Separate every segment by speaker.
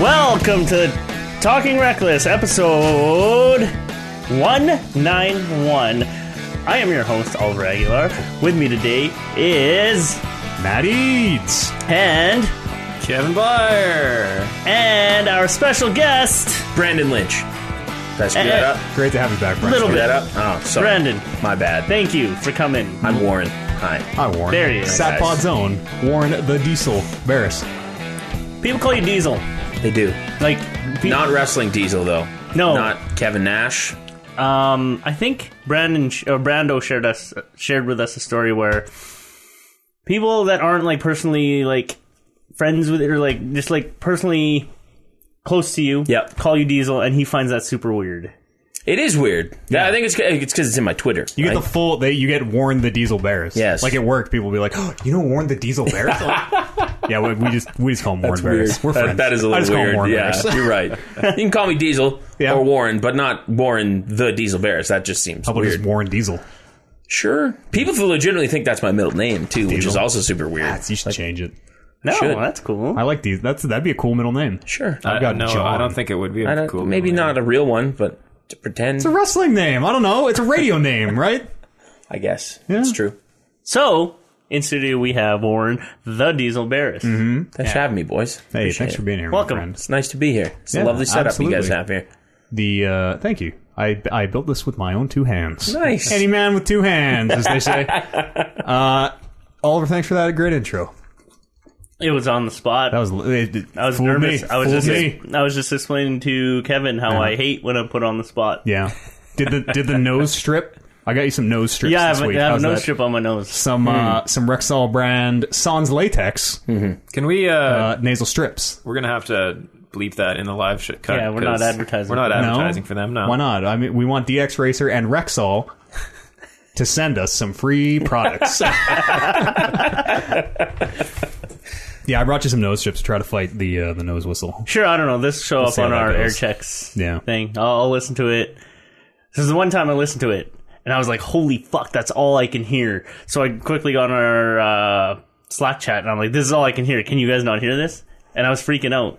Speaker 1: Welcome to Talking Reckless, episode 191. I am your host, Oliver Aguilar. With me today is
Speaker 2: Matt Eads.
Speaker 1: and
Speaker 3: Kevin Byer.
Speaker 1: and our special guest,
Speaker 3: Brandon Lynch. Did I screw that up?
Speaker 2: Great to have you back, Brian.
Speaker 1: Little
Speaker 3: Screw
Speaker 1: bit.
Speaker 3: that up? Oh, sorry.
Speaker 1: Brandon.
Speaker 3: My bad.
Speaker 1: Thank you for coming.
Speaker 3: I'm Warren. Hi.
Speaker 2: Hi, Warren.
Speaker 1: There he is.
Speaker 2: Satpod's own Warren the Diesel Barris.
Speaker 1: People call you Diesel.
Speaker 3: They do.
Speaker 1: Like, pe-
Speaker 3: Not wrestling Diesel, though.
Speaker 1: No.
Speaker 3: Not Kevin Nash.
Speaker 1: um, I think Brandon sh- or Brando shared us shared with us a story where people that aren't like personally like friends with or like just like personally close to you,
Speaker 3: Yep.
Speaker 1: call you Diesel, and he finds that super weird.
Speaker 3: It is weird. Yeah. I think it's it's because it's in my Twitter.
Speaker 2: You get
Speaker 3: right?
Speaker 2: the full. They, you get Warren the Diesel Barris.
Speaker 3: Yes.
Speaker 2: Like at work, people will be like, oh, "You know Warren the Diesel Barris?" I'm like, yeah, we, we just we just call him Warren Barris. We're
Speaker 3: That-
Speaker 2: friends.
Speaker 3: that is a
Speaker 2: I
Speaker 3: little
Speaker 2: just call him
Speaker 3: weird.
Speaker 2: Warren
Speaker 3: yeah,
Speaker 2: Barris.
Speaker 3: you're right. You can call me Diesel
Speaker 2: Yeah.
Speaker 3: or Warren, but not Warren the Diesel Barris. That just seems
Speaker 2: How about
Speaker 3: weird.
Speaker 2: just Warren Diesel?
Speaker 3: Sure. People legitimately think that's my middle name too, which is
Speaker 2: Diesel.
Speaker 3: also super weird.
Speaker 2: That's, you should change it.
Speaker 1: No,
Speaker 3: Should.
Speaker 1: that's cool.
Speaker 2: I like these. That's that'd be a cool middle name.
Speaker 3: sure.
Speaker 2: I've got
Speaker 4: no,
Speaker 2: John.
Speaker 4: I don't think it would be
Speaker 3: I
Speaker 4: a
Speaker 3: don't,
Speaker 4: cool.
Speaker 3: maybe
Speaker 4: name.
Speaker 3: not a real one, but to pretend,
Speaker 2: It's a wrestling name. I don't know. It's a radio name, right?
Speaker 3: I guess
Speaker 2: Yeah.
Speaker 3: it's true.
Speaker 1: So in studio we have Warren the Diesel Barris.
Speaker 2: Mm-hmm.
Speaker 3: Thanks for having me, boys.
Speaker 2: Hey,
Speaker 3: Appreciate
Speaker 2: thanks
Speaker 3: it.
Speaker 2: for being here.
Speaker 1: Welcome.
Speaker 2: My friend.
Speaker 3: It's nice to be here. It's
Speaker 2: Yeah,
Speaker 3: a lovely setup you guys
Speaker 2: absolutely.
Speaker 3: have here.
Speaker 2: The uh, thank you. I I built this with my own two hands.
Speaker 3: Nice.
Speaker 2: Any man with two hands, as they say. uh, Oliver, thanks for that great intro.
Speaker 1: It was on the spot.
Speaker 2: That was it, it
Speaker 1: I was
Speaker 2: fooled
Speaker 1: nervous.
Speaker 2: Me.
Speaker 1: I was
Speaker 2: Fooled
Speaker 1: just
Speaker 2: me. Uh-huh.
Speaker 1: I was just explaining to Kevin how I hate when I'm put on the spot.
Speaker 2: Yeah. Did the did the nose strip? I got you some nose strips.
Speaker 1: Yeah, I
Speaker 2: this
Speaker 1: have, a-
Speaker 2: week.
Speaker 1: I have
Speaker 2: How's
Speaker 1: a nose
Speaker 2: that?
Speaker 1: strip Hmm. on my nose.
Speaker 2: Some uh, some Rexall brand Sans latex
Speaker 4: Can we? Uh,
Speaker 2: uh,
Speaker 1: Hmm.
Speaker 2: nasal strips.
Speaker 4: we're gonna have to bleep that in the live sh- cut.
Speaker 1: Yeah, we're not
Speaker 4: 'cause
Speaker 1: advertising.
Speaker 4: We're not
Speaker 1: No?
Speaker 4: advertising for them. No.
Speaker 2: Why not? I mean, we want DX Racer and Rexall to send us some free products. yeah, I brought you some nose strips to try to fight the uh, the nose whistle.
Speaker 1: Sure, I don't know. This show up
Speaker 2: see
Speaker 1: on
Speaker 2: how that
Speaker 1: our air
Speaker 2: goes.
Speaker 1: checks
Speaker 2: Yeah.
Speaker 1: thing. I'll, I'll listen to it. This is the one time I listened to it, and I was like, "Holy fuck, that's all I can hear." So I quickly got on our uh, Slack chat, and I'm like, "This is all I can hear. Can you guys not hear this?" And I was freaking out.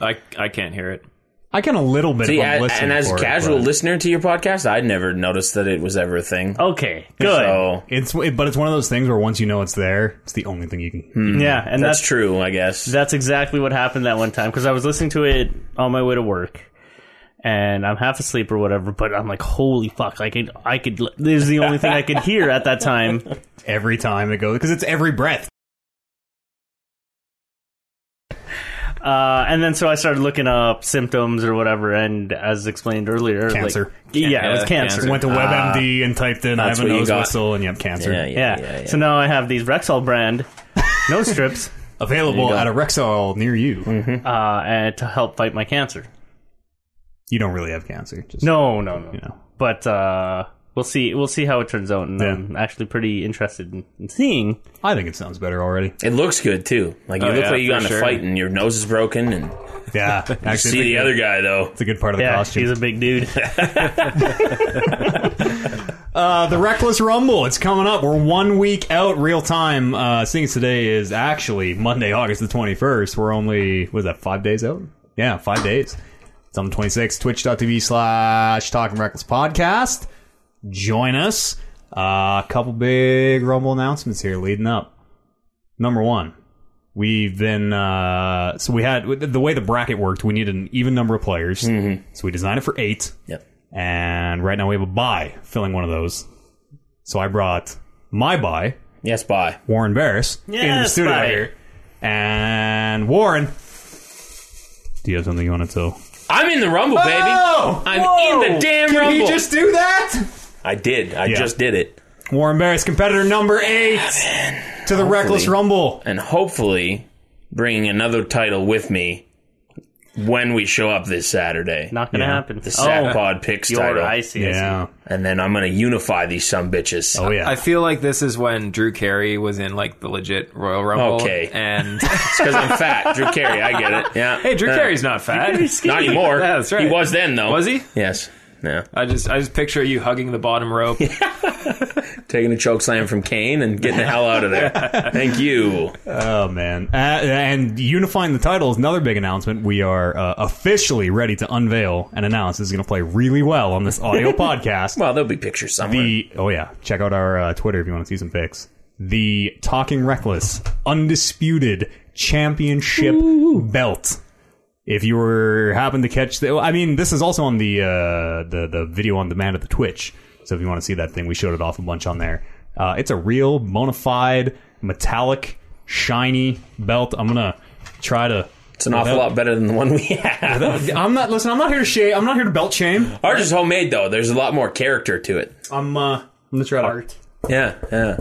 Speaker 4: I I can't hear it.
Speaker 2: I can a little bit.
Speaker 3: See,
Speaker 2: if I'm
Speaker 3: I-
Speaker 2: listening
Speaker 3: and as
Speaker 2: for
Speaker 3: a
Speaker 2: it,
Speaker 3: casual
Speaker 2: but Oh,
Speaker 3: listener to your podcast, I never noticed that it was ever a thing.
Speaker 1: Okay, good.
Speaker 3: So
Speaker 2: it's it- but it's one of those things where once you know it's there, it's the only thing you can.
Speaker 3: Hmm.
Speaker 1: yeah, and
Speaker 3: that's
Speaker 1: that's
Speaker 3: true, I guess.
Speaker 1: That's exactly what happened that one time because I was listening to it on my way to work, and I'm half asleep or whatever. But I'm like, holy fuck! I could, I could. This is the only thing I could hear at that time.
Speaker 2: Every time it goes because it's every breath.
Speaker 1: Uh, and then so I started looking up symptoms or whatever, and as explained earlier, like-
Speaker 2: Cancer.
Speaker 1: yeah, it was
Speaker 4: Yeah,
Speaker 1: cancer.
Speaker 4: cancer.
Speaker 2: Went to WebMD and typed in "I
Speaker 3: Ah. that's
Speaker 2: have a
Speaker 3: what you
Speaker 2: nose
Speaker 3: got.
Speaker 2: whistle" and you have cancer.
Speaker 3: yeah, yeah,
Speaker 1: yeah.
Speaker 3: yeah, yeah.
Speaker 1: So now I have these Rexall brand nose strips
Speaker 2: Available
Speaker 3: go.
Speaker 2: at a Rexall near you.
Speaker 3: Hmm.
Speaker 1: uh, and to help fight my cancer.
Speaker 2: You don't really have cancer. Just,
Speaker 1: No, no, no.
Speaker 2: you know.
Speaker 1: But uh, we'll see. We'll see how it turns out, and I'm actually pretty interested in, in seeing.
Speaker 2: I think it sounds better already.
Speaker 3: it looks good too. Like you
Speaker 4: Oh,
Speaker 3: look
Speaker 4: yeah,
Speaker 3: like you got
Speaker 4: for
Speaker 3: in a
Speaker 4: sure.
Speaker 3: fight and your nose is broken, and
Speaker 2: Yeah, actually, it's
Speaker 3: see
Speaker 2: a
Speaker 3: the
Speaker 2: good-
Speaker 3: other guy though.
Speaker 2: It's a good part of the
Speaker 1: Yeah,
Speaker 2: costume.
Speaker 1: he's a big dude.
Speaker 2: Uh, the Reckless Rumble. It's coming up. We're one week out real time. Uh, seeing as today is actually Monday, August the 21st. We're only, what is that, five days out? Yeah, five days. It's on the 26th, twitch.tv slash Talking Reckless Podcast. Join us. Uh, A couple big Rumble announcements here leading up. Number one, we've been, uh, so we had, the way the bracket worked, we needed an even number of players. So we designed it for eight.
Speaker 3: Yep.
Speaker 2: And right now we have a buy filling one of those. So I brought my buy,
Speaker 3: Yes, bye.
Speaker 2: Warren Barris, in the
Speaker 1: Yes,
Speaker 2: studio
Speaker 1: bye.
Speaker 2: here. And Warren, do you have something you want to tell?
Speaker 3: I'm in the rumble, baby.
Speaker 2: Oh!
Speaker 3: I'm
Speaker 2: Whoa!
Speaker 3: in the damn rumble.
Speaker 2: do that?
Speaker 3: I did. I
Speaker 2: Yeah.
Speaker 3: just did it.
Speaker 2: Warren Barris, competitor number eight to the Reckless Rumble.
Speaker 3: and hopefully bringing another title with me when we show up this Saturday.
Speaker 1: Not gonna
Speaker 2: Yeah.
Speaker 1: happen.
Speaker 3: the
Speaker 1: oh,
Speaker 3: Satpod picks
Speaker 1: you're
Speaker 3: title,
Speaker 1: I see. I see.
Speaker 2: Yeah.
Speaker 3: and then I'm gonna unify these some bitches.
Speaker 2: Oh, yeah.
Speaker 4: I feel like this is when Drew Carey was in like the legit Royal Rumble.
Speaker 3: Okay.
Speaker 4: And
Speaker 3: It's because I'm fat, Drew Carey. I get it. Yeah.
Speaker 4: hey, Drew
Speaker 3: Yeah.
Speaker 4: Carey's not fat.
Speaker 3: not anymore.
Speaker 4: Yeah, that's right.
Speaker 3: He was then though.
Speaker 4: Was he?
Speaker 3: Yes. Yeah.
Speaker 4: I just I just picture you hugging the bottom rope.
Speaker 3: taking a choke slam from Kane and getting the hell out of there. Thank you.
Speaker 2: Oh man! Uh, and unifying the title is another big announcement. We are uh, officially ready to unveil and announce this is going to play really well on this audio podcast.
Speaker 3: Well, there'll be pictures somewhere.
Speaker 2: The oh yeah, check out our uh, Twitter if you want to see some pics. The Talking Reckless Undisputed Championship belt. If you were happen to catch the, I mean, this is also on the uh, the the video on demand of the Twitch. So if you want to see that thing, we showed it off a bunch on there. Uh, it's a real bona fide metallic shiny belt. I'm gonna try to.
Speaker 3: it's an awful lot better than the one we have.
Speaker 2: I'm not listen. I'm not here to shame. I'm not here to belt shame.
Speaker 3: Ours is homemade though. There's a lot more character to it.
Speaker 2: I'm uh, I'm gonna try to.
Speaker 3: Yeah, yeah.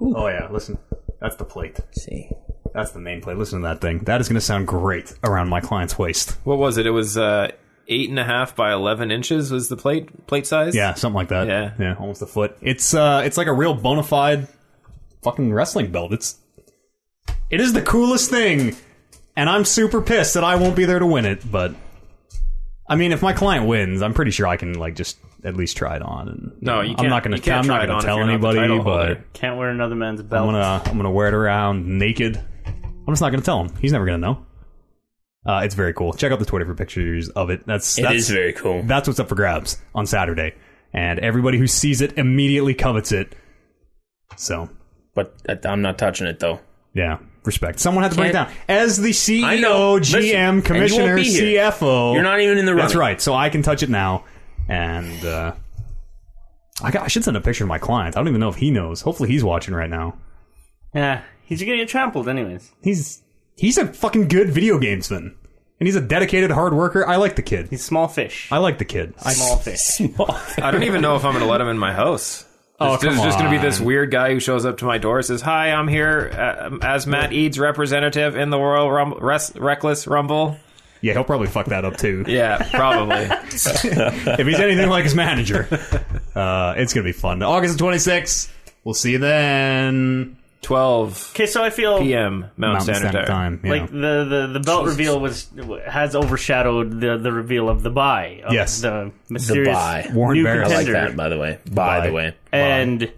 Speaker 2: Oh yeah, listen. That's the plate.
Speaker 3: see.
Speaker 2: That's the nameplate. Listen to that thing. That is going to sound great around my client's waist.
Speaker 4: What was it? It was uh, eight and a half by eleven inches was the plate plate size.
Speaker 2: Yeah, something like that.
Speaker 4: Yeah.
Speaker 2: yeah, almost a foot. It's uh, it's like a real bona fide fucking wrestling belt. It's it is the coolest thing, and I'm super pissed that I won't be there to win it. But I mean, if my client wins, I'm pretty sure I can like just at least try it on. And
Speaker 4: No, you
Speaker 2: I'm
Speaker 4: can't-
Speaker 2: not going
Speaker 4: you
Speaker 2: to.
Speaker 4: can't
Speaker 2: I'm not
Speaker 4: try it
Speaker 2: going
Speaker 4: on
Speaker 2: to
Speaker 4: if
Speaker 2: tell
Speaker 4: you're not the
Speaker 2: anybody,
Speaker 4: title
Speaker 2: but
Speaker 4: holder.
Speaker 1: Can't wear another man's
Speaker 2: I'm
Speaker 1: belt.
Speaker 2: gonna I'm gonna wear it around naked. I'm just not gonna tell him. He's never gonna know. Uh, it's very cool. Check out the Twitter for pictures of it. That's
Speaker 3: It
Speaker 2: that's,
Speaker 3: is very cool.
Speaker 2: That's what's up for grabs on Saturday, and everybody who sees it immediately covets it. So
Speaker 3: But I- I'm not touching it though.
Speaker 2: yeah, respect. Someone had to break it
Speaker 3: Can't-
Speaker 2: down as the E CEO,
Speaker 3: I know. Listen,
Speaker 2: GM,
Speaker 3: and you won't
Speaker 2: commissioner,
Speaker 3: be here.
Speaker 2: CFO.
Speaker 3: You're not even in the running.
Speaker 2: That's right. So I can touch it now, and uh, I, got, I should send a picture to my client. I don't even know if he knows. Hopefully, he's watching right now.
Speaker 1: yeah, he's gonna get trampled anyways.
Speaker 2: He's he's a fucking good video gamesman, and he's a dedicated hard worker. I like the kid.
Speaker 1: He's small fish.
Speaker 2: I like the kid. I,
Speaker 1: small fish.
Speaker 4: I don't even know if I'm going to let him in my house.
Speaker 2: Oh,
Speaker 4: there's,
Speaker 2: come
Speaker 4: there's just going to be this
Speaker 2: on.
Speaker 4: weird guy who shows up to my door and says, "Hi, I'm here uh, as Matt Eads' representative in the Royal Rumble, Res- Reckless Rumble."
Speaker 2: yeah, he'll probably fuck that up too.
Speaker 4: Yeah, probably.
Speaker 2: if he's anything like his manager, uh, it's gonna be fun. August twenty sixth. We'll see you then.
Speaker 4: 12
Speaker 1: Okay, so I feel
Speaker 4: p.m. Mountain,
Speaker 2: Mountain
Speaker 4: Standard,
Speaker 2: Standard time.
Speaker 4: Time.
Speaker 2: yeah.
Speaker 1: like the, the, the belt reveal was has overshadowed the, the reveal of the buy. Of
Speaker 2: Yes.
Speaker 1: the
Speaker 3: The
Speaker 1: mysterious
Speaker 3: buy.
Speaker 2: Warren
Speaker 1: new
Speaker 2: Barris.
Speaker 3: I like
Speaker 1: contender.
Speaker 3: that, by the way. By, the way.
Speaker 1: And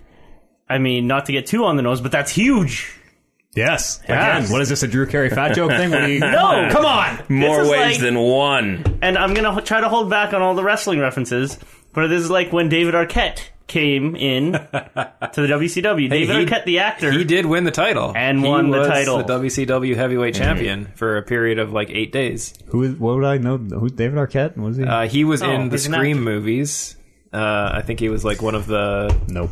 Speaker 1: I mean, not to get too on the nose, but that's huge.
Speaker 2: yes.
Speaker 1: Yes.
Speaker 2: Again, what is this a Drew Carey fat joke thing? What do you,
Speaker 1: No.
Speaker 2: come on.
Speaker 1: This
Speaker 3: More
Speaker 1: is
Speaker 3: ways
Speaker 1: like-
Speaker 3: than one.
Speaker 1: Oh, And I'm gonna h- try to hold back on all the wrestling references, but this is like when David Arquette came in to the WCW. David
Speaker 4: he-
Speaker 1: Arquette, the actor,
Speaker 4: He did win the title
Speaker 1: And
Speaker 4: He
Speaker 1: won the
Speaker 4: was
Speaker 1: title.
Speaker 4: The WCW heavyweight champion for a period of like eight days.
Speaker 2: Who? is- What would I know? Who's David Arquette? Was he?
Speaker 4: Uh, he was in the
Speaker 1: Oh, he's an
Speaker 4: Scream
Speaker 1: actor.
Speaker 4: movies. Uh, I think he was like one of the
Speaker 2: nope.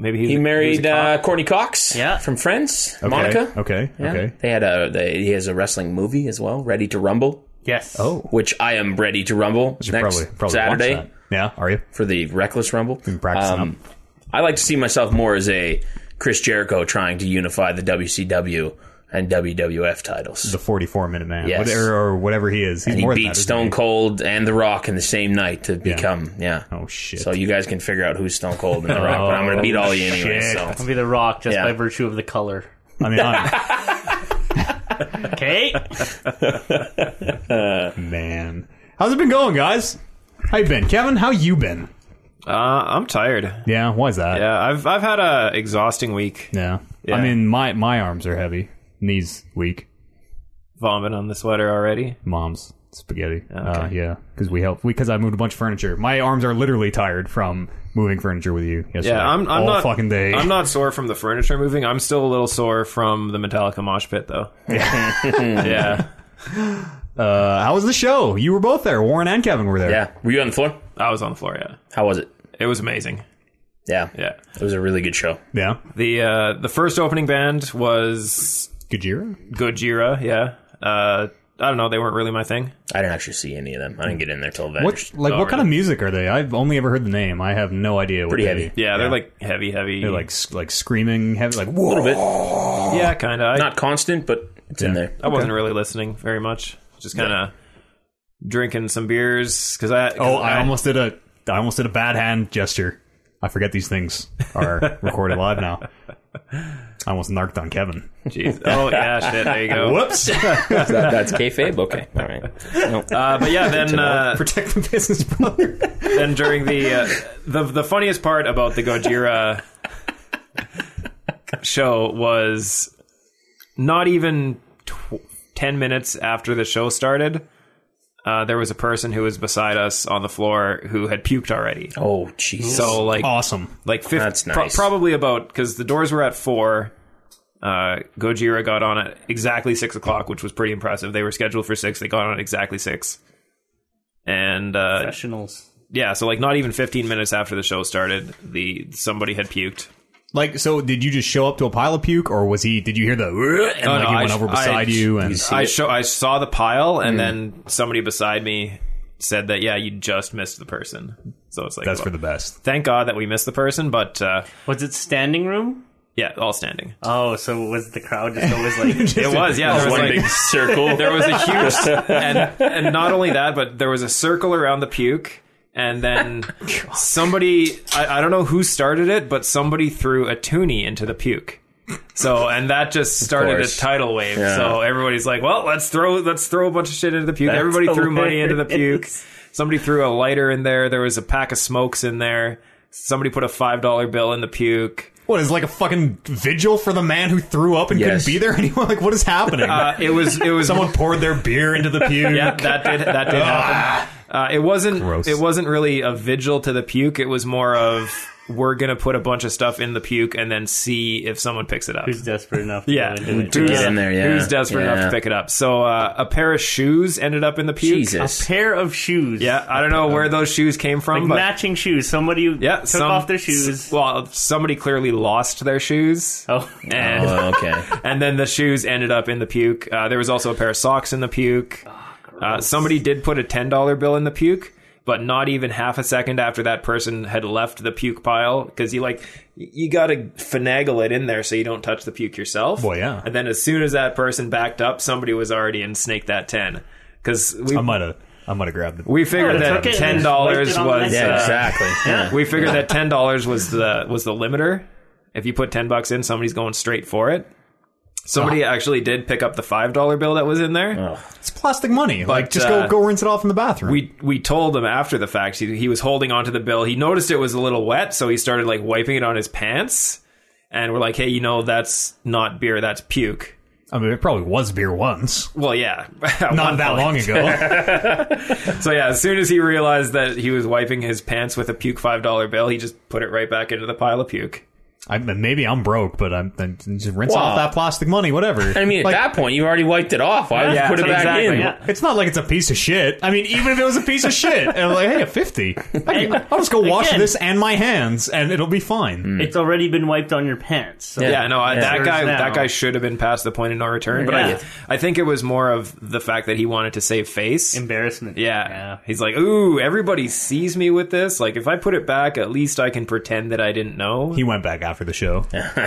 Speaker 4: maybe he,
Speaker 3: He married
Speaker 4: was a
Speaker 3: uh,
Speaker 4: cop.
Speaker 3: Courtney Cox.
Speaker 1: Yeah.
Speaker 3: From Friends.
Speaker 2: Okay.
Speaker 3: Monica.
Speaker 2: Okay.
Speaker 3: Yeah.
Speaker 2: Okay.
Speaker 3: They had a. They, he has a wrestling movie as well. Ready to Rumble,
Speaker 1: yes.
Speaker 2: Oh.
Speaker 3: which I am ready to rumble
Speaker 2: You should
Speaker 3: next
Speaker 2: probably probably
Speaker 3: Saturday
Speaker 2: watch that. Yeah. Are you?
Speaker 3: for the Reckless Rumble.
Speaker 2: Been practicing
Speaker 3: Um, I like to see myself more as a Chris Jericho trying to unify the WCW and WWF titles.
Speaker 2: the 44 minute man
Speaker 3: Yes.
Speaker 2: whatever, or whatever he is he's
Speaker 3: he
Speaker 2: more than
Speaker 3: beat
Speaker 2: that, isn't
Speaker 3: Stone
Speaker 2: he?
Speaker 3: Cold and The Rock in the same night to become yeah.
Speaker 2: oh shit Oh,
Speaker 3: So you guys can figure out who's Stone Cold and The Rock, but I'm going to beat all of you anyway.
Speaker 2: shit.
Speaker 3: So
Speaker 1: I'll be the Rock just
Speaker 3: Yeah.
Speaker 1: by virtue of the color.
Speaker 2: i mean i
Speaker 1: Okay.
Speaker 2: man how's it been going guys how you been kevin how you been
Speaker 4: Uh, I'm tired.
Speaker 2: yeah why's that
Speaker 4: Yeah, I've I've had a exhausting week.
Speaker 2: yeah,
Speaker 4: Yeah.
Speaker 2: i mean my my arms are heavy knees weak
Speaker 4: Vomit on the sweater already.
Speaker 2: mom's spaghetti uh, yeah because we help because i moved a bunch of furniture my arms are literally tired from moving furniture with you yesterday
Speaker 4: Yeah, I'm, I'm
Speaker 2: all
Speaker 4: not
Speaker 2: fucking day
Speaker 4: I'm not sore from the furniture moving. I'm still a little sore from the Metallica mosh pit, though. yeah,
Speaker 2: uh, how was the show you were both there warren and kevin were there
Speaker 3: yeah, were you on the floor?
Speaker 4: I was on the floor. Yeah,
Speaker 3: How was it?
Speaker 4: it was amazing.
Speaker 3: Yeah,
Speaker 4: Yeah,
Speaker 3: it was a really good show.
Speaker 2: yeah
Speaker 4: the uh, the first opening band was
Speaker 2: Gajira?
Speaker 4: Gojira. Yeah, uh, I don't know. They weren't really my thing.
Speaker 3: I didn't actually see any of them. I didn't get in there till then.
Speaker 2: What like what kind of music are they? I've only ever heard the name. I have no idea. What
Speaker 3: Pretty
Speaker 2: they-
Speaker 3: heavy.
Speaker 4: Yeah, they're like heavy, heavy.
Speaker 2: They're like s- like screaming heavy. Like whoa.
Speaker 3: A little bit,
Speaker 4: yeah, kind of. I,
Speaker 3: not constant, but it's in there.
Speaker 4: I wasn't really listening very much. Just kind of drinking some beers because I. 'cause
Speaker 2: Oh, I almost did a I almost did a bad hand gesture. I forget these things are recorded live now. I almost narked on Kevin.
Speaker 4: Jeez. Oh yeah, shit. There you go.
Speaker 2: Whoops!
Speaker 3: That, that's kayfabe. Okay, all right. No.
Speaker 4: Uh, but yeah, then uh,
Speaker 2: Protect the business, brother.
Speaker 4: then during the uh, the the funniest part about the Gojira show was not even tw- 10 minutes after the show started. Uh, there was a person who was beside us on the floor who had puked already.
Speaker 3: Oh, jeez.
Speaker 4: So like
Speaker 2: Awesome.
Speaker 4: like fif-
Speaker 3: That's
Speaker 4: pro-
Speaker 3: nice.
Speaker 4: probably about because the doors were at four. Uh, Gojira got on at exactly six o'clock, which was pretty impressive. They were scheduled for six. They got on at exactly six, and uh,
Speaker 1: Professionals.
Speaker 4: yeah, so like not even fifteen minutes after the show started, the somebody had puked.
Speaker 2: Like, so did you just show up to a pile of puke, or was he? Did you hear the? And like
Speaker 4: no,
Speaker 2: he
Speaker 4: I
Speaker 2: went
Speaker 4: s-
Speaker 2: over
Speaker 4: I-
Speaker 2: beside you, and
Speaker 3: See
Speaker 4: I
Speaker 3: it?
Speaker 4: show I saw the pile, and then somebody beside me said that yeah, you just missed the person. So it's like
Speaker 2: that's for
Speaker 4: well,
Speaker 2: the best.
Speaker 4: thank God that we missed the person, but uh,
Speaker 1: Was it standing room?
Speaker 4: yeah, all standing.
Speaker 1: Oh, so was the crowd just always like
Speaker 4: It was yeah, there was
Speaker 3: one
Speaker 4: like,
Speaker 3: big circle.
Speaker 4: there was a huge and and not only that but there was a circle around the puke and then somebody I, I don't know who started it but somebody threw a toonie into the puke so and that just started a
Speaker 3: course.
Speaker 4: tidal wave
Speaker 3: Yeah.
Speaker 4: so everybody's like well let's throw let's throw a bunch of shit into the puke
Speaker 3: That's
Speaker 4: everybody threw money into the puke
Speaker 1: hilarious.
Speaker 4: somebody threw a lighter in there there was a pack of smokes in there somebody put a five dollar bill in the puke
Speaker 2: What is it like a fucking vigil for the man who threw up and
Speaker 3: Yes.
Speaker 2: couldn't be there anymore? Like, what is happening?
Speaker 4: uh, it was it was
Speaker 2: Someone poured their beer into the puke.
Speaker 4: yeah, that did that did
Speaker 1: Ah.
Speaker 4: happen. Uh, it wasn't
Speaker 2: Gross.
Speaker 4: it wasn't really a vigil to the puke. It was more of we're gonna put a bunch of stuff in the puke and then see if someone picks it up.
Speaker 1: who's desperate enough?
Speaker 4: yeah,
Speaker 1: To go into
Speaker 4: Who's-
Speaker 1: it?
Speaker 3: Get in there, yeah.
Speaker 4: Who's desperate enough
Speaker 3: Yeah.
Speaker 4: to pick it up? So uh, a pair of shoes ended up in the puke.
Speaker 3: Jesus.
Speaker 1: Pair of shoes.
Speaker 4: Yeah, I don't know where those shoes came from,
Speaker 1: Like
Speaker 4: but
Speaker 1: matching shoes. Somebody
Speaker 4: yeah,
Speaker 1: took
Speaker 4: some-
Speaker 1: off their shoes.
Speaker 4: Well, somebody clearly lost their shoes.
Speaker 1: oh,
Speaker 4: And
Speaker 3: Oh, okay.
Speaker 4: and then the shoes ended up in the puke. Uh, there was also a pair of socks in the puke.
Speaker 1: Ah,
Speaker 4: Uh, somebody did put a ten dollar bill in the puke, but not even half a second after that person had left the puke pile because you like y- you got to finagle it in there so you don't touch the puke yourself.
Speaker 2: Well, yeah.
Speaker 4: And then as soon as that person backed up, somebody was already in snake that ten because we
Speaker 2: I might have. I might have grabbed it.
Speaker 4: we figured
Speaker 1: Yeah,
Speaker 4: that
Speaker 1: took it Oh, and
Speaker 4: ten dollars
Speaker 1: just wiped it on
Speaker 4: was
Speaker 1: the
Speaker 3: Yeah,
Speaker 1: Uh,
Speaker 3: exactly. Yeah.
Speaker 4: we figured that ten dollars was the was the limiter. If you put ten bucks in, somebody's going straight for it. Somebody
Speaker 2: Uh-huh.
Speaker 4: actually did pick up the five dollar bill that was in there.
Speaker 2: It's plastic money. like, just
Speaker 4: uh,
Speaker 2: go go rinse it off in the bathroom.
Speaker 4: We we told him after the fact he, he was holding onto the bill. He noticed it was a little wet, so he started like wiping it on his pants. And we're like, hey, you know, that's not beer, that's puke.
Speaker 2: I mean, it probably was beer once,
Speaker 4: Well, yeah, At
Speaker 2: not
Speaker 4: one
Speaker 2: that
Speaker 4: point.
Speaker 2: long ago.
Speaker 4: So yeah, as soon as he realized that he was wiping his pants with a puke five dollar bill, he just put it right back into the pile of puke.
Speaker 2: I, maybe I'm broke, but I'm, then just rinse
Speaker 3: Wow.
Speaker 2: off that plastic money, whatever.
Speaker 3: I mean, at
Speaker 2: Like,
Speaker 3: that point, you already wiped it off. Why would
Speaker 4: Yeah,
Speaker 3: you put it back
Speaker 4: exactly,
Speaker 3: in?
Speaker 1: yeah.
Speaker 2: It's not like it's a piece of shit. I mean, even if it was a piece of shit, and like, hey, a fifty, I can, I'll just go wash
Speaker 1: Again.
Speaker 2: this and my hands, and it'll be fine.
Speaker 3: Hmm.
Speaker 1: it's already been wiped on your pants. So.
Speaker 4: Yeah, no, I
Speaker 3: Yeah.
Speaker 4: that
Speaker 1: Serves
Speaker 4: guy
Speaker 1: now.
Speaker 4: that guy should have been past the point of no return. But
Speaker 1: Yeah.
Speaker 4: I I think it was more of the fact that he wanted to save face.
Speaker 1: Embarrassment.
Speaker 4: Yeah. He's like, ooh, everybody sees me with this. Like, if I put it back, at least I can pretend that I didn't know.
Speaker 2: He went back after the show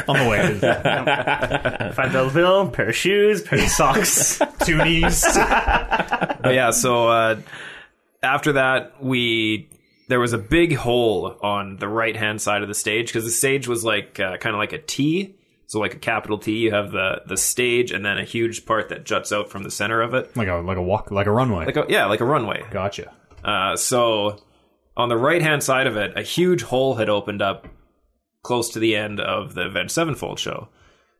Speaker 2: on the way to
Speaker 1: Five dollar bill, pair of shoes, pair of socks.
Speaker 2: Toonies.
Speaker 4: but yeah, so uh, after that, we there was a big hole on the right hand side of the stage because the stage was like uh, kind of like a T. So like a capital T, you have the the stage and then a huge part that juts out from the center of it.
Speaker 2: like a like a walk, like a runway.
Speaker 4: Like a, yeah, like a runway.
Speaker 2: gotcha.
Speaker 4: Uh, so on the right hand side of it, a huge hole had opened up close to the end of the Avenged Sevenfold show.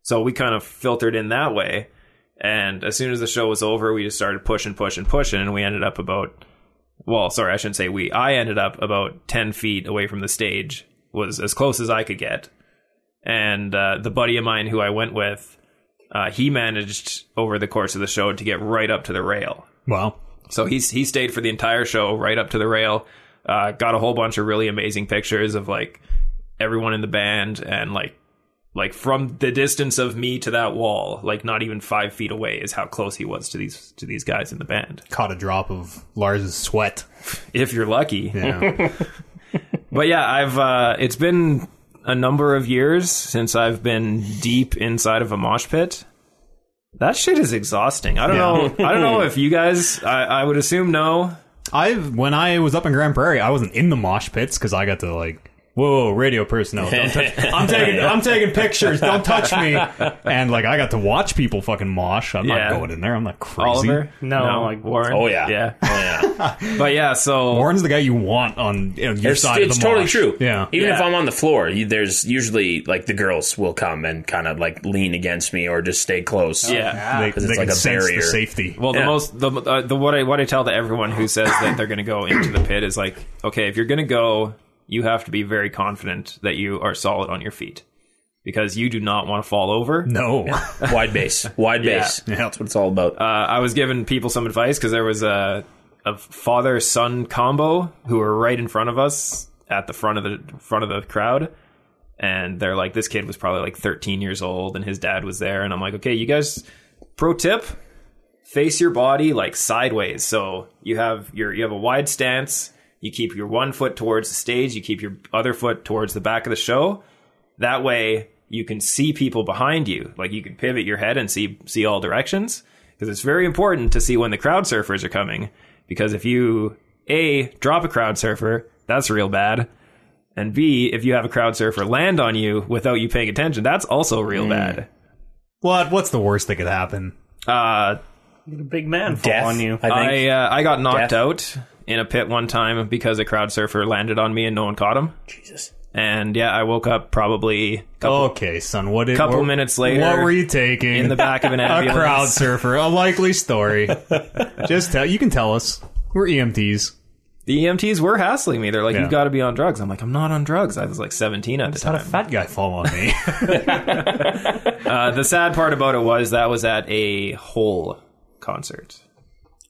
Speaker 4: So we kind of filtered in that way. And as soon as the show was over, we just started pushing, pushing, pushing, and we ended up about well, sorry, I shouldn't say we. I ended up about ten feet away from the stage, was as close as I could get. And uh, the buddy of mine who I went with, uh, he managed over the course of the show to get right up to the rail.
Speaker 2: Wow.
Speaker 4: So he's he stayed for the entire show, right up to the rail. Uh, got a whole bunch of really amazing pictures of like everyone in the band and like like from the distance of me to that wall, like not even five feet away, is how close he was to these to these guys in the band.
Speaker 2: Caught a drop of Lars's sweat.
Speaker 4: If you're lucky,
Speaker 2: Yeah.
Speaker 4: but yeah, I've uh, it's been a number of years since I've been deep inside of a mosh pit. That shit is exhausting. I don't know. I don't know if you guys. I, I would assume no.
Speaker 2: I've when I was up in Grand Prairie, I wasn't in the mosh pits because I got to like whoa, radio personnel, don't touch. I'm taking, I'm taking pictures. Don't touch me. And like, I got to watch people fucking mosh. I'm
Speaker 4: Yeah.
Speaker 2: not going in there. I'm not crazy.
Speaker 4: Oliver?
Speaker 1: No, like-
Speaker 4: Warren.
Speaker 3: Oh, yeah.
Speaker 4: yeah.
Speaker 3: Oh, yeah.
Speaker 4: But yeah, so
Speaker 2: Warren's the guy you want on you know, your
Speaker 3: it's
Speaker 2: side.
Speaker 3: it's
Speaker 2: of the
Speaker 3: totally
Speaker 2: mosh.
Speaker 3: true.
Speaker 2: Yeah.
Speaker 3: Even if
Speaker 4: Yeah.
Speaker 3: I'm on the floor, you, there's usually like the girls will come and kind of like lean against me or just stay close.
Speaker 4: yeah.
Speaker 2: they,
Speaker 3: 'Cause
Speaker 2: they
Speaker 3: it's like
Speaker 2: can
Speaker 3: a
Speaker 2: sense
Speaker 3: barrier.
Speaker 2: the safety.
Speaker 4: Well, the
Speaker 3: Yeah.
Speaker 4: most the, uh, the what I what I tell to everyone who says that they're going to go into the pit is like, okay, if you're going to go, you have to be very confident that you are solid on your feet because you do not want to fall over.
Speaker 2: no,
Speaker 3: Wide base. Wide
Speaker 4: Yeah.
Speaker 3: base.
Speaker 2: Yeah.
Speaker 3: That's what it's all about.
Speaker 4: Uh, I was giving people some advice because there was a a father son combo who were right in front of us at the front of the front of the crowd, and they're like, this kid was probably like 13 years old, and his dad was there, and I'm like, okay, you guys, pro tip, face your body like sideways, so you have your you have a wide stance. You keep your one foot towards the stage. You keep your other foot towards the back of the show. That way, you can see people behind you. Like you can pivot your head and see see all directions because it's very important to see when the crowd surfers are coming. Because if you a drop a crowd surfer, that's real bad. And B, if you have a crowd surfer land on you without you paying attention, that's also real bad.
Speaker 2: what? What's the worst that could happen?
Speaker 4: Uh,
Speaker 1: a big man fall
Speaker 3: Death,
Speaker 1: on you.
Speaker 3: I think.
Speaker 4: I uh, I got knocked
Speaker 3: Death.
Speaker 4: out in a pit one time because a crowd surfer landed on me and no one caught him.
Speaker 3: Jesus.
Speaker 4: And yeah, I woke up probably
Speaker 2: Okay, son. What? Did,
Speaker 4: Couple
Speaker 2: what-
Speaker 4: minutes later,
Speaker 2: what were you taking
Speaker 4: in the back of an
Speaker 2: a
Speaker 4: ambulance.
Speaker 2: crowd surfer, a likely story. Just tell you can tell us. We're E EMTs.
Speaker 4: the EMTs were hassling me. They're like,
Speaker 2: Yeah.
Speaker 4: "You've got to be on drugs." I'm like, "I'm not on drugs." I was like 17 at the
Speaker 2: Had
Speaker 4: time.
Speaker 2: a fat guy fall on me.
Speaker 4: Uh, the sad part about it was that was at a whole concert.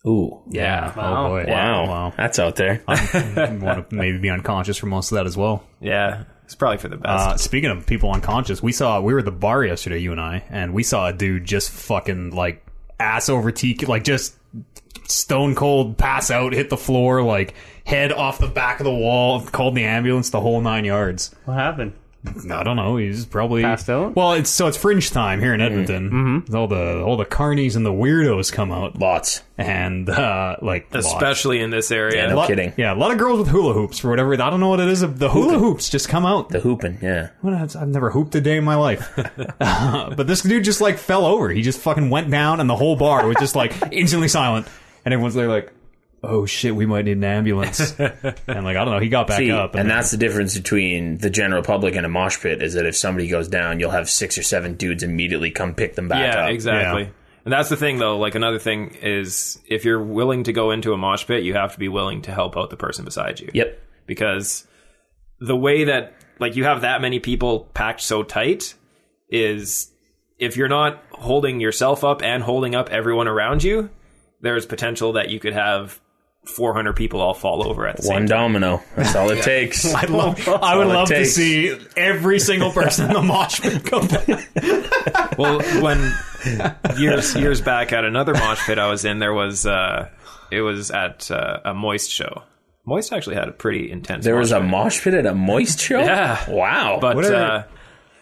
Speaker 3: Ooh.
Speaker 2: yeah. Oh boy.
Speaker 3: Wow.
Speaker 2: Wow.
Speaker 3: That's out there.
Speaker 2: You want to maybe be unconscious for most of that as well.
Speaker 4: Yeah, it's probably for the best.
Speaker 2: Uh, speaking of people unconscious, we saw we were at the bar yesterday, you and I, and we saw a dude just fucking like ass over tea, like just stone cold pass out, hit the floor, like head off the back of the wall, called the ambulance, the whole nine yards.
Speaker 1: What happened?
Speaker 2: I don't know. He's probably
Speaker 1: Passed out?
Speaker 2: Well, it's so it's fringe time here in Edmonton. Mm-hmm. All the all the carnies and the weirdos come out,
Speaker 3: Lots.
Speaker 2: and uh, like lots.
Speaker 4: Especially in this area.
Speaker 3: Yeah, no
Speaker 2: Lot-
Speaker 3: kidding.
Speaker 2: Yeah, a lot of girls with hula hoops for whatever. I don't know what it is. The hula hoops just come out.
Speaker 3: The hooping. Yeah.
Speaker 2: What else? I've never hooped a day in my life. Uh, but this dude just like fell over. He just fucking went down, and the whole bar was just like instantly silent. And everyone's there like, "Oh shit, we might need an ambulance." and like, I don't know. He got back
Speaker 3: See,
Speaker 2: up,
Speaker 3: and that's the difference between the general public and a mosh pit is that if somebody goes down, you'll have six or seven dudes immediately come pick them back
Speaker 4: yeah,
Speaker 3: up.
Speaker 4: exactly.
Speaker 2: Yeah.
Speaker 4: And that's the thing, though. Like another thing is, if you're willing to go into a mosh pit, you have to be willing to help out the person beside you.
Speaker 3: Yep.
Speaker 4: Because the way that like you have that many people packed so tight is if you're not holding yourself up and holding up everyone around you, there's potential that you could have 400 people all fall over at the same
Speaker 3: One
Speaker 4: time.
Speaker 3: domino. That's all it takes.
Speaker 2: I'd love, I would
Speaker 3: all it
Speaker 2: love to
Speaker 3: takes.
Speaker 2: see every single person in the mosh pit go back.
Speaker 4: Well, when years years back at another mosh pit I was in, there was uh, it was at uh, a Moist show. Moist actually had a pretty intense.
Speaker 3: There
Speaker 4: mosh
Speaker 3: was a mosh pit at a moist show.
Speaker 4: Yeah.
Speaker 3: Wow.
Speaker 4: but
Speaker 2: are they-
Speaker 4: uh,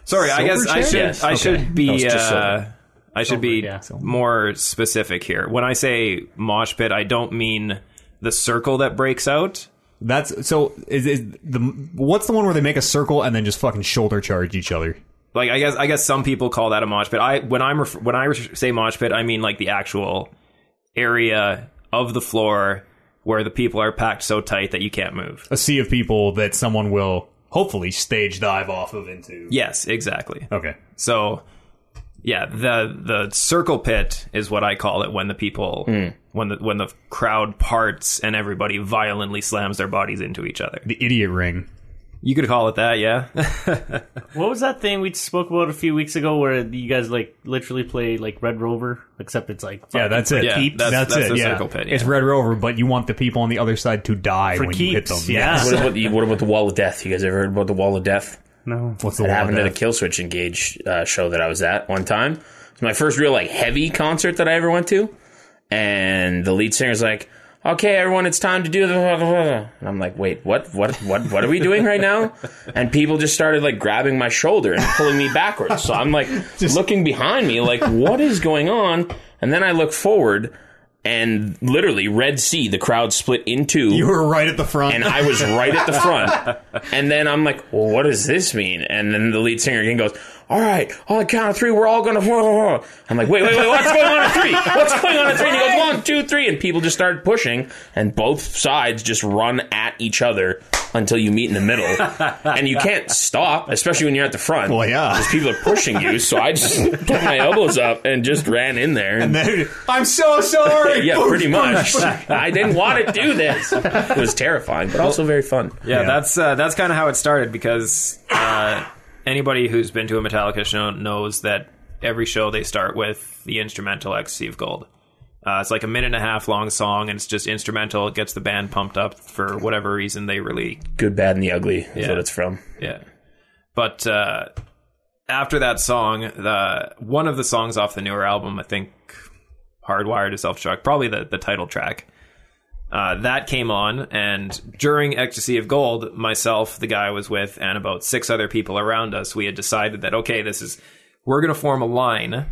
Speaker 4: sorry, I guess I
Speaker 2: Silverchair?
Speaker 4: should
Speaker 3: Yes,
Speaker 4: I
Speaker 3: okay.
Speaker 4: should
Speaker 3: That was
Speaker 4: be
Speaker 3: just
Speaker 4: uh,
Speaker 3: silver.
Speaker 4: I should be
Speaker 1: yeah.
Speaker 4: more specific here. When I say mosh pit, I don't mean the circle that breaks out.
Speaker 2: That's so. Is, is the what's the one where they make a circle and then just fucking shoulder charge each other?
Speaker 4: Like I guess I guess some people call that a mosh pit. I when I'm ref- when I re- say mosh pit, I mean like the actual area of the floor where the people are packed so tight that you can't move.
Speaker 2: A sea of people that someone will hopefully stage dive off of into.
Speaker 4: Yes, exactly.
Speaker 2: Okay.
Speaker 4: So yeah, the the circle pit is what I call it when the people when the when the crowd parts and everybody violently slams their bodies into each other.
Speaker 2: The idiot ring.
Speaker 4: You could call it that, yeah.
Speaker 1: What was that thing we spoke about a few weeks ago where you guys like literally play like Red Rover, except it's like
Speaker 2: Yeah, that's it.
Speaker 4: Yeah,
Speaker 2: Keeps.
Speaker 4: that's- that's
Speaker 2: it.
Speaker 4: the
Speaker 2: yeah.
Speaker 4: circle pit,
Speaker 2: It's
Speaker 4: yeah.
Speaker 2: Red Rover, but you want the people on the other side to die
Speaker 1: for
Speaker 2: when you hit
Speaker 1: keeps.
Speaker 2: them.
Speaker 1: yeah.
Speaker 3: what, about the, what about the wall of death? You guys ever heard about the wall of death?
Speaker 1: No.
Speaker 2: What's the
Speaker 3: It
Speaker 2: one
Speaker 3: happened at a
Speaker 2: with
Speaker 3: Kill Switch Engage uh, show that I was at one time. It was my first real like heavy concert that I ever went to, and the lead singer's like, "Okay, everyone, it's time to do the." blah, blah, blah." And I'm like, "Wait, what? What? What? What are we doing right now?" And people just started like grabbing my shoulder and pulling me backwards. So I'm like looking behind me, like, "What is going on?" And then I look forward. and literally Red Sea, the crowd split in two.
Speaker 2: You were right at the front.
Speaker 3: and I was right at the front. And then I'm like, well, what does this mean? And then the lead singer again goes, all right, on the count of three, we're all going to. I'm like, wait, wait, wait, what's going on at three? What's going on at three? And he goes, one, two, three. And people just started pushing, and both sides just run at each other until you meet in the middle. And you can't stop, especially when you're at the front.
Speaker 2: Well, yeah.
Speaker 3: Because people are pushing you. So I just put my elbows up and just ran in there.
Speaker 2: And then, I'm so sorry.
Speaker 3: yeah, pretty much. I didn't want to do this. It was terrifying, but also very fun.
Speaker 4: Yeah,
Speaker 2: Yeah.
Speaker 4: that's uh, that's kind of how it started because uh, anybody who's been to a Metallica show knows that every show they start with the instrumental "Ecstasy of Gold." Uh, it's like a minute and a half long song, and it's just instrumental. It gets the band pumped up for whatever reason they really
Speaker 3: Good, bad, and the ugly is
Speaker 4: Yeah.
Speaker 3: what it's from.
Speaker 4: yeah. But uh, after that song, the one of the songs off the newer album, I think Hardwired to Self Destruct, probably the, the title track, uh, that came on. And during Ecstasy of Gold, myself, the guy I was with, and about six other people around us, we had decided that, okay, this is, we're going to form a line.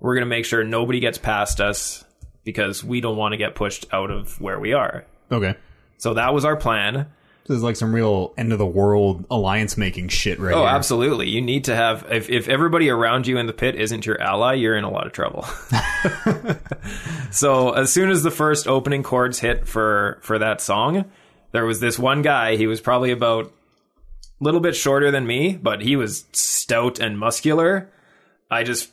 Speaker 4: We're going to make sure nobody gets past us because we don't want to get pushed out of where we are.
Speaker 2: Okay.
Speaker 4: So that was our plan.
Speaker 2: This is like some real end of the world alliance making shit right
Speaker 4: Oh,
Speaker 2: here.
Speaker 4: absolutely. You need to have if if everybody around you in the pit isn't your ally, you're in a lot of trouble. so as soon as the first opening chords hit for for that song, there was this one guy. He was probably about a little bit shorter than me, but he was stout and muscular. I just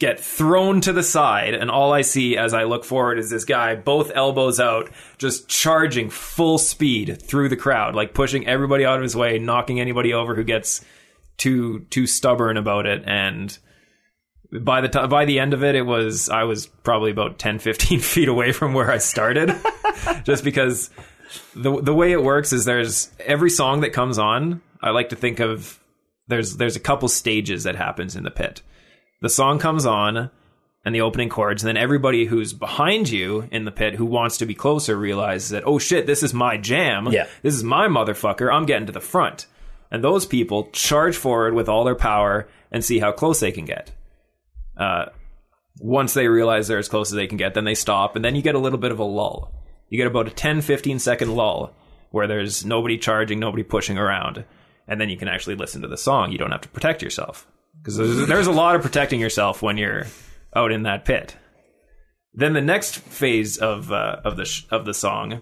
Speaker 4: get thrown to the side, and all I see as I look forward is this guy, both elbows out, just charging full speed through the crowd, like pushing everybody out of his way, knocking anybody over who gets too too stubborn about it. And by the time by the end of it, it was I was probably about 10, 15 feet away from where I started, just because the the way it works is there's every song that comes on. I like to think of there's there's a couple stages that happens in the pit the song comes on and the opening chords, and then everybody who's behind you in the pit who wants to be closer realizes that, oh shit, this is my jam.
Speaker 3: Yeah.
Speaker 4: This is my motherfucker. I'm getting to the front. And those people charge forward with all their power and see how close they can get. Uh, once they realize they're as close as they can get, then they stop, and then you get a little bit of a lull. You get about a 10, 15 second lull where there's nobody charging, nobody pushing around, and then you can actually listen to the song. You don't have to protect yourself. Because there's, there's a lot of protecting yourself when you're out in that pit. Then the next phase of, uh, of, the sh- of the song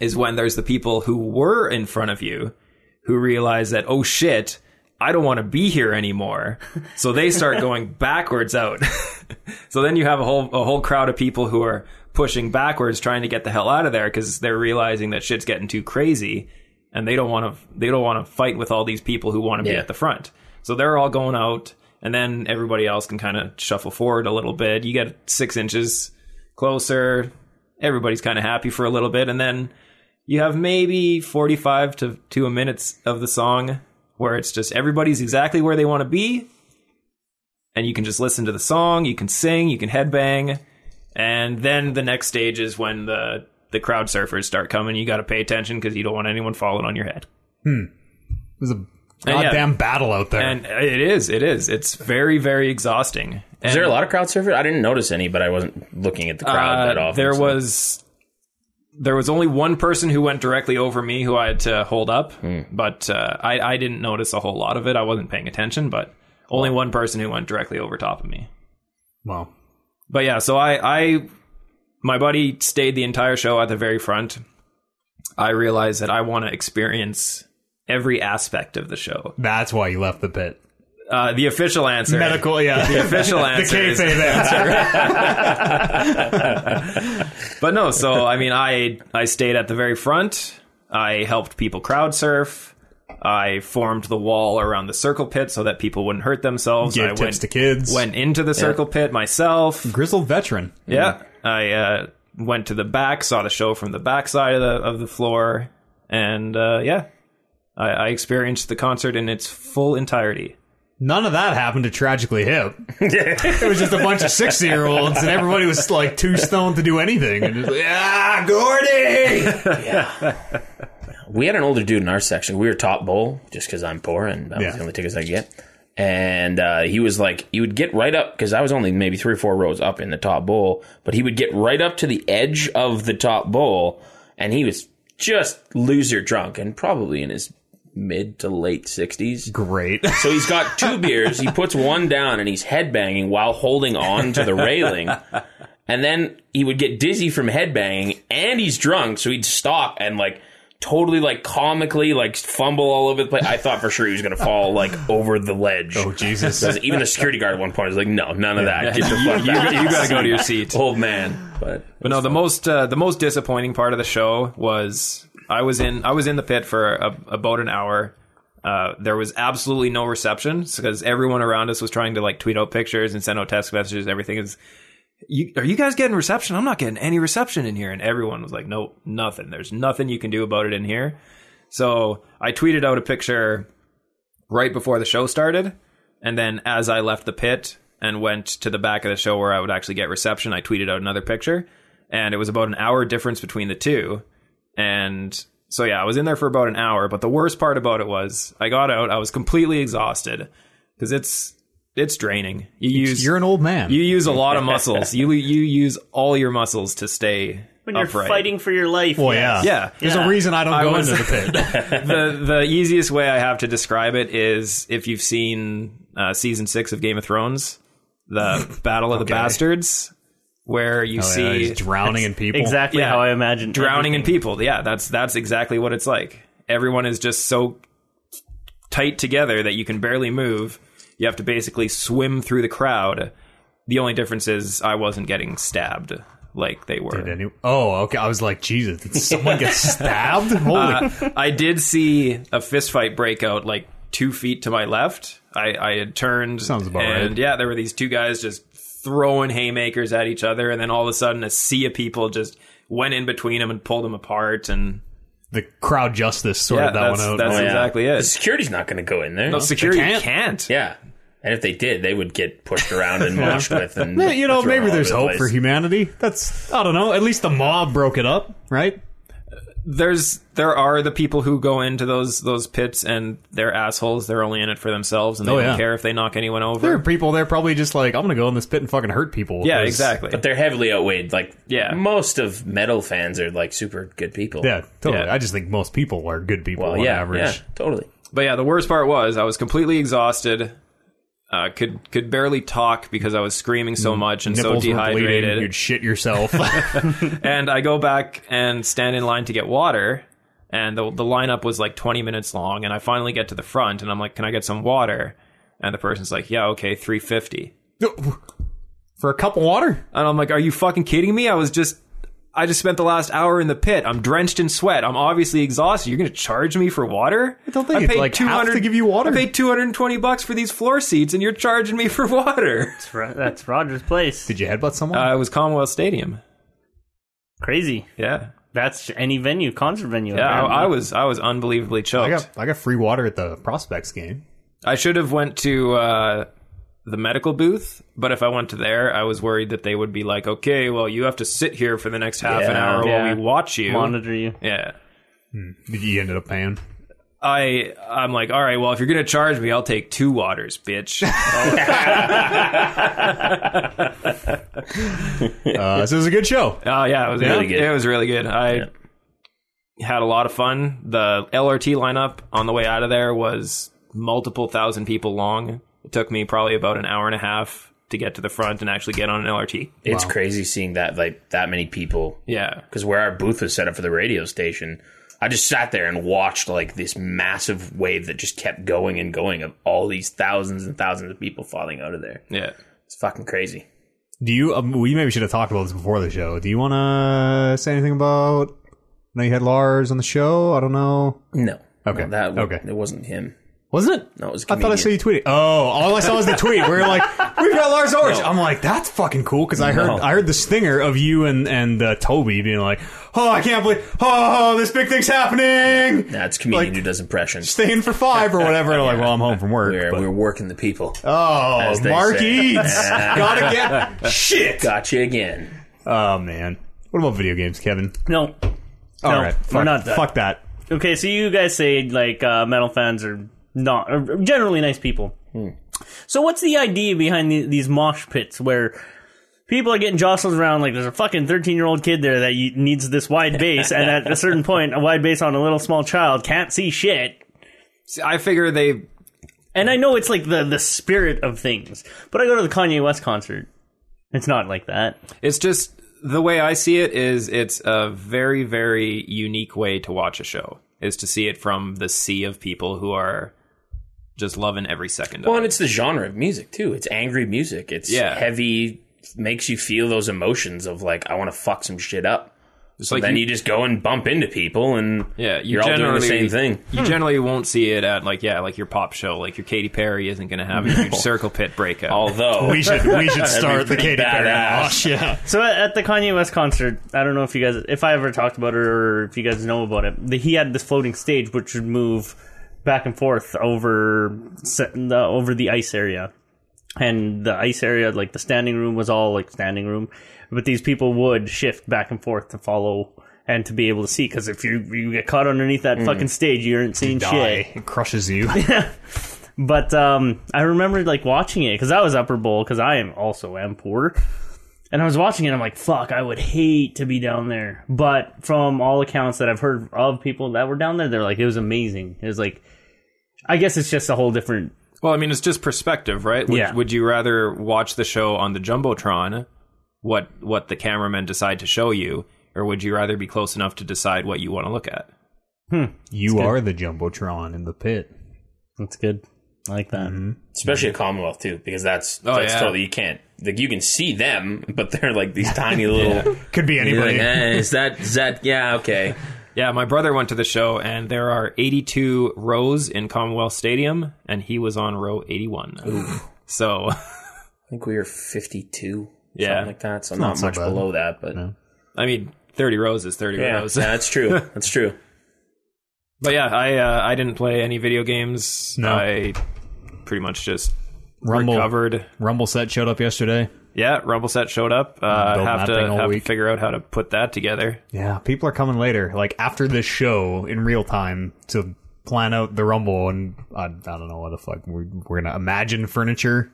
Speaker 4: is when there's the people who were in front of you who realize that, oh shit, I don't want to be here anymore. So they start going backwards out. so then you have a whole a whole crowd of people who are pushing backwards trying to get the hell out of there because they're realizing that shit's getting too crazy and they don't want to they don't want to fight with all these people who want to be
Speaker 3: Yeah.
Speaker 4: at the front. So they're all going out and then everybody else can kind of shuffle forward a little bit. You get 6 inches closer. Everybody's kind of happy for a little bit and then you have maybe 45 to, to a minutes of the song where it's just everybody's exactly where they want to be and you can just listen to the song you can sing you can headbang and then the next stage is when the the crowd surfers start coming you got to pay attention because you don't want anyone falling on your head
Speaker 2: There's a
Speaker 4: yeah.
Speaker 2: goddamn battle out there.
Speaker 4: and it is it is it's very very exhausting
Speaker 3: Is there a lot of crowd surfers? I didn't notice any, but I wasn't looking at the crowd
Speaker 4: Uh,
Speaker 3: that often.
Speaker 4: There
Speaker 3: so-
Speaker 4: was there was only one person who went directly over me who I had to hold up,
Speaker 3: Hmm.
Speaker 4: but uh, I I didn't notice a whole lot of it. I wasn't paying attention, but only one person who went directly over top of me.
Speaker 2: well,
Speaker 4: But yeah, so I I my buddy stayed the entire show at the very front. I realized that I want to experience every aspect of the show.
Speaker 2: that's why you left the pit.
Speaker 4: Uh, the official answer,
Speaker 2: Medical, yeah.
Speaker 4: the official
Speaker 2: the
Speaker 4: answer is
Speaker 2: kayfabe answer.
Speaker 4: But no, so I mean, I I stayed at the very front. I helped people crowd surf. I formed the wall around the circle pit so that people wouldn't hurt themselves.
Speaker 2: Gave
Speaker 4: I
Speaker 2: tips
Speaker 4: went
Speaker 2: to kids. Mm-hmm.
Speaker 4: went into the circle pit myself.
Speaker 2: Grizzled veteran.
Speaker 4: Yeah, I uh, went to the back, saw the show from the back side of the of the floor, and uh, yeah, I, I experienced the concert in its full entirety.
Speaker 2: None of that happened to Tragically Hip. it was just a bunch of 60 year olds, and everybody was like too stoned to do anything. And just like, ah, Gordy!
Speaker 3: we had an older dude in our section. We were top bowl just because I'm poor and that
Speaker 2: Yeah.
Speaker 3: was the only tickets I could get. and uh, he was like, he would get right up because I was only maybe three or four rows up in the top bowl, but he would get right up to the edge of the top bowl, and he was just loser drunk and probably in his mid to late sixties.
Speaker 2: Great.
Speaker 3: So he's got two beers. He puts one down and he's headbanging while holding on to the railing. And then he would get dizzy from headbanging and he's drunk. So he'd stop and like totally like comically like fumble all over the place. I thought for sure he was going to fall like over the ledge.
Speaker 2: Oh Jesus.
Speaker 3: Because even the security guard at one point was like, no, none of that. Get the fuck
Speaker 4: You,
Speaker 3: back.
Speaker 4: got- you gotta go to your seat.
Speaker 3: Old man. But
Speaker 4: But no, the most uh, the most disappointing part of the show was I was in I was in the pit for a, about an hour. Uh, there was absolutely no reception because everyone around us was trying to like tweet out pictures and send out text messages. Everything is, you, are you guys getting reception? I'm not getting any reception in here. And everyone was like, no, nothing. There's nothing you can do about it in here. So I tweeted out a picture right before the show started. And then as I left the pit and went to the back of the show where I would actually get reception, I tweeted out another picture. And it was about an hour difference between the two. And so, yeah, I was in there for about an hour. But the worst part about it was I got out, I was completely exhausted because it's. It's draining. You use
Speaker 2: You're an old man.
Speaker 4: you use a lot of muscles. You you use all your muscles to stay
Speaker 1: When you're
Speaker 4: upright.
Speaker 1: fighting for your life.
Speaker 4: Oh,
Speaker 2: Well,
Speaker 1: yes.
Speaker 2: Oh, yeah.
Speaker 4: Yeah.
Speaker 2: There's
Speaker 1: Yeah.
Speaker 2: a reason I don't
Speaker 4: I
Speaker 2: go
Speaker 4: was-
Speaker 2: into the pit. Oh,
Speaker 4: the the easiest way I have to describe it is if you've seen uh, season six of Game of Thrones, the Battle of the Bastards, where you
Speaker 2: Oh, yeah,
Speaker 4: see
Speaker 2: he's drowning in people.
Speaker 1: Exactly
Speaker 4: Yeah.
Speaker 1: how I imagine
Speaker 4: drowning in people. Yeah, that's that's exactly what it's like. Everyone is just so tight together that you can barely move. You have to basically swim through the crowd. The only difference is I wasn't getting stabbed like they were.
Speaker 2: Did any- oh, okay. I was like, Jesus, did someone get stabbed? Holy.
Speaker 4: I did see a fist fight break out like two feet to my left. I, I had turned.
Speaker 2: Sounds about
Speaker 4: and,
Speaker 2: right.
Speaker 4: yeah, there were these two guys just throwing haymakers at each other, and then all of a sudden, a sea of people just went in between them and pulled them apart. And
Speaker 2: the crowd justice sorted
Speaker 4: yeah,
Speaker 2: that
Speaker 4: that's,
Speaker 2: one out.
Speaker 4: that's
Speaker 3: yeah.
Speaker 4: exactly
Speaker 3: the
Speaker 4: it.
Speaker 3: security's not going to go in there.
Speaker 4: No, Oh, security
Speaker 2: can't.
Speaker 4: can't.
Speaker 3: yeah. And if they did, they would get pushed around and marched with. And
Speaker 2: Yeah, you know,
Speaker 3: thrown all
Speaker 2: maybe there's
Speaker 3: over the
Speaker 2: hope
Speaker 3: place.
Speaker 2: for humanity. That's I don't know. At least the mob broke it up, right?
Speaker 4: There's there are the people who go into those those pits and they're assholes. They're only in it for themselves, and they
Speaker 2: Oh,
Speaker 4: don't
Speaker 2: yeah.
Speaker 4: care if they knock anyone
Speaker 2: There are
Speaker 4: over.
Speaker 2: people there probably just like I'm gonna go in this pit and fucking hurt people.
Speaker 4: Yeah,
Speaker 2: 'cause-
Speaker 4: exactly.
Speaker 3: But they're heavily outweighed. Like,
Speaker 4: Yeah.
Speaker 3: most of metal fans are like super good people.
Speaker 2: Yeah, totally.
Speaker 4: Yeah.
Speaker 2: I just think most people are good people
Speaker 3: Well,
Speaker 2: on
Speaker 3: yeah,
Speaker 2: average.
Speaker 3: yeah, totally.
Speaker 4: But yeah, the worst part was I was completely exhausted. Uh, could could barely talk because I was screaming so much and so
Speaker 2: Mm. Nipples were bleeding. You'd
Speaker 4: dehydrated.
Speaker 2: shit yourself.
Speaker 4: And I go back and stand in line to get water, and the the lineup was like 20 minutes long. And I finally get to the front, and I'm like, "Can I get some water?" And the person's like, "Yeah, okay, 350."
Speaker 2: For a cup of water?
Speaker 4: And I'm like, "Are you fucking kidding me? I was just I just spent the last hour in the pit. I'm drenched in sweat. I'm obviously exhausted. You're gonna charge me for water? I
Speaker 2: don't think it's, like, half to give you water.
Speaker 4: I paid 220 bucks for these floor seats, and you're charging me for water.
Speaker 1: That's, Ro- that's Roger's place.
Speaker 2: Did you headbutt someone?
Speaker 4: Uh, it was Commonwealth Stadium.
Speaker 1: Crazy.
Speaker 4: Yeah,
Speaker 1: That's any venue, concert venue.
Speaker 4: yeah.
Speaker 1: apparently.
Speaker 4: I, I was I was unbelievably
Speaker 2: I
Speaker 4: choked.
Speaker 2: got I got free water at the prospects game.
Speaker 4: I should have went to uh, the medical booth, but if I went to there, I was worried that they would be like, "Okay, well, you have to sit here for the next half an
Speaker 3: Yeah,
Speaker 4: hour
Speaker 1: yeah.
Speaker 4: while we watch you."
Speaker 1: monitor you.
Speaker 4: yeah.
Speaker 2: You ended up paying.
Speaker 4: I I'm like, all right, well, if you're gonna charge me, I'll take two waters, bitch.
Speaker 2: Uh, so it was a good show.
Speaker 4: Oh yeah, it was really
Speaker 3: good.
Speaker 4: good. It was really good. I had a lot of fun. The LRT lineup on the way out of there was multiple thousand people long. It took me probably about an hour and a half to get to the front and actually get on an LRT.
Speaker 3: It's crazy seeing that like that many people.
Speaker 4: Yeah.
Speaker 3: Because where our booth was set up for the radio station, I just sat there and watched like this massive wave that just kept going and going of all these thousands and thousands of people falling out of there.
Speaker 4: Yeah.
Speaker 3: It's fucking crazy.
Speaker 2: Do you? Um, we maybe should have talked about this before the show. Do you want to say anything about? No, you had Lars on the show. I don't know.
Speaker 3: No.
Speaker 2: Okay.
Speaker 3: No, that w-
Speaker 2: Okay.
Speaker 3: It wasn't him.
Speaker 2: Was it?
Speaker 3: No, it was. a
Speaker 2: I thought I
Speaker 3: comedian.
Speaker 2: saw you tweeting. Oh, all I saw was the tweet. We were like, we've got Lars Ulrich. I'm like, that's fucking cool because I heard
Speaker 3: No.
Speaker 2: I heard the stinger of you and and uh, Toby being like, oh, I can't believe, oh, this big thing's happening.
Speaker 3: Nah, it's a comedian
Speaker 2: Like-
Speaker 3: who does impressions.
Speaker 2: Staying for five or whatever. Like, well, I'm home from work.
Speaker 3: We're,
Speaker 2: but-
Speaker 3: we're working the people.
Speaker 2: oh,
Speaker 3: as they
Speaker 2: Mark
Speaker 3: say.
Speaker 2: Eads, gotta get shit.
Speaker 3: Gotcha again.
Speaker 2: Oh man, what about video games, Kevin?
Speaker 1: No.
Speaker 2: all
Speaker 1: we're
Speaker 2: right, fuck-
Speaker 1: not done.
Speaker 2: Fuck that.
Speaker 4: Hmm.
Speaker 1: Okay, so you guys say like uh, metal fans are not are generally nice people. So what's the idea behind the, these mosh pits where people are getting jostled around like there's a fucking 13 year old kid there that you, needs this wide base and at a certain point a wide base on a little small child can't see shit
Speaker 4: See, I figure they
Speaker 1: and I know it's like the the spirit of things but I go to the Kanye West concert it's not like that
Speaker 4: It's just the way I see it is it's a very, very unique way to watch a show is to see it from the sea of people who are just loving every second
Speaker 3: Well,
Speaker 4: of
Speaker 3: and
Speaker 4: it.
Speaker 3: it's the genre of music too. It's angry music. It's
Speaker 4: Yeah.
Speaker 3: heavy. Makes you feel those emotions of like I want to fuck some shit up.
Speaker 4: It's
Speaker 3: So
Speaker 4: like
Speaker 3: then
Speaker 4: you-
Speaker 3: you, just go and bump into people, and
Speaker 4: Yeah, you
Speaker 3: you're all doing the
Speaker 4: generally-
Speaker 3: same thing.
Speaker 4: You generally won't see it at like yeah, like your pop show, like your Katy Perry isn't going to have a huge circle pit breakup.
Speaker 3: Although
Speaker 2: We should we should start the
Speaker 3: pretty
Speaker 2: Katy Perry Oh,
Speaker 3: badass.
Speaker 2: mosh. Yeah.
Speaker 1: so at, at the Kanye West concert I don't know if you guys if I ever talked about it or if you guys know about it the, he had this floating stage which would move back and forth over se- the, over the ice area and the ice area, like the standing room, was all like standing room. But these people would shift back and forth to follow and to be able to see. Because if you you get caught underneath that fucking stage, you aren't seeing shit.
Speaker 2: Die. It crushes you.
Speaker 1: But um, I remembered like watching it because I was upper bowl because I am also am poor, and I was watching it. I'm like, fuck, I would hate to be down there. But from all accounts that I've heard of people that were down there, they're like, it was amazing. It was like, I guess it's just a whole different.
Speaker 4: Well, I mean, it's just perspective, right? Would,
Speaker 1: Yeah.
Speaker 4: would you rather watch the show on the jumbotron, what what the cameramen decide to show you, or would you rather be close enough to decide what you want to look at?
Speaker 2: You are the jumbotron in the pit.
Speaker 1: That's good. I like that.
Speaker 2: Mm-hmm.
Speaker 3: especially a Commonwealth too, because that's
Speaker 4: Oh,
Speaker 3: that's
Speaker 4: yeah.
Speaker 3: totally you can't like you can see them, but they're like these tiny little.
Speaker 2: Could be
Speaker 3: You're like,
Speaker 2: anybody.
Speaker 3: eh, is that is that yeah okay?
Speaker 4: Yeah, my brother went to the show, and there are 82 rows in Commonwealth Stadium, and he was on row 81. So,
Speaker 3: I think we were fifty two,
Speaker 4: Yeah.
Speaker 3: something like that. So not,
Speaker 2: so
Speaker 3: much
Speaker 2: bad.
Speaker 3: below that, but
Speaker 4: I mean, 30 rows is 30
Speaker 3: yeah,
Speaker 4: rows.
Speaker 3: yeah, that's true. That's true.
Speaker 4: But yeah, I uh, I didn't play any video games.
Speaker 2: No.
Speaker 4: I pretty much just
Speaker 2: Rumble
Speaker 4: recovered.
Speaker 2: Rumble set showed up yesterday.
Speaker 4: Yeah, Rumble Set showed up. Uh,
Speaker 2: building
Speaker 4: have
Speaker 2: that
Speaker 4: to
Speaker 2: thing all
Speaker 4: have
Speaker 2: week.
Speaker 4: to figure out how to put that together.
Speaker 2: Yeah, people are coming later, like after this show in real time to plan out the rumble, and I, I don't know what the fuck we're, we're gonna imagine furniture.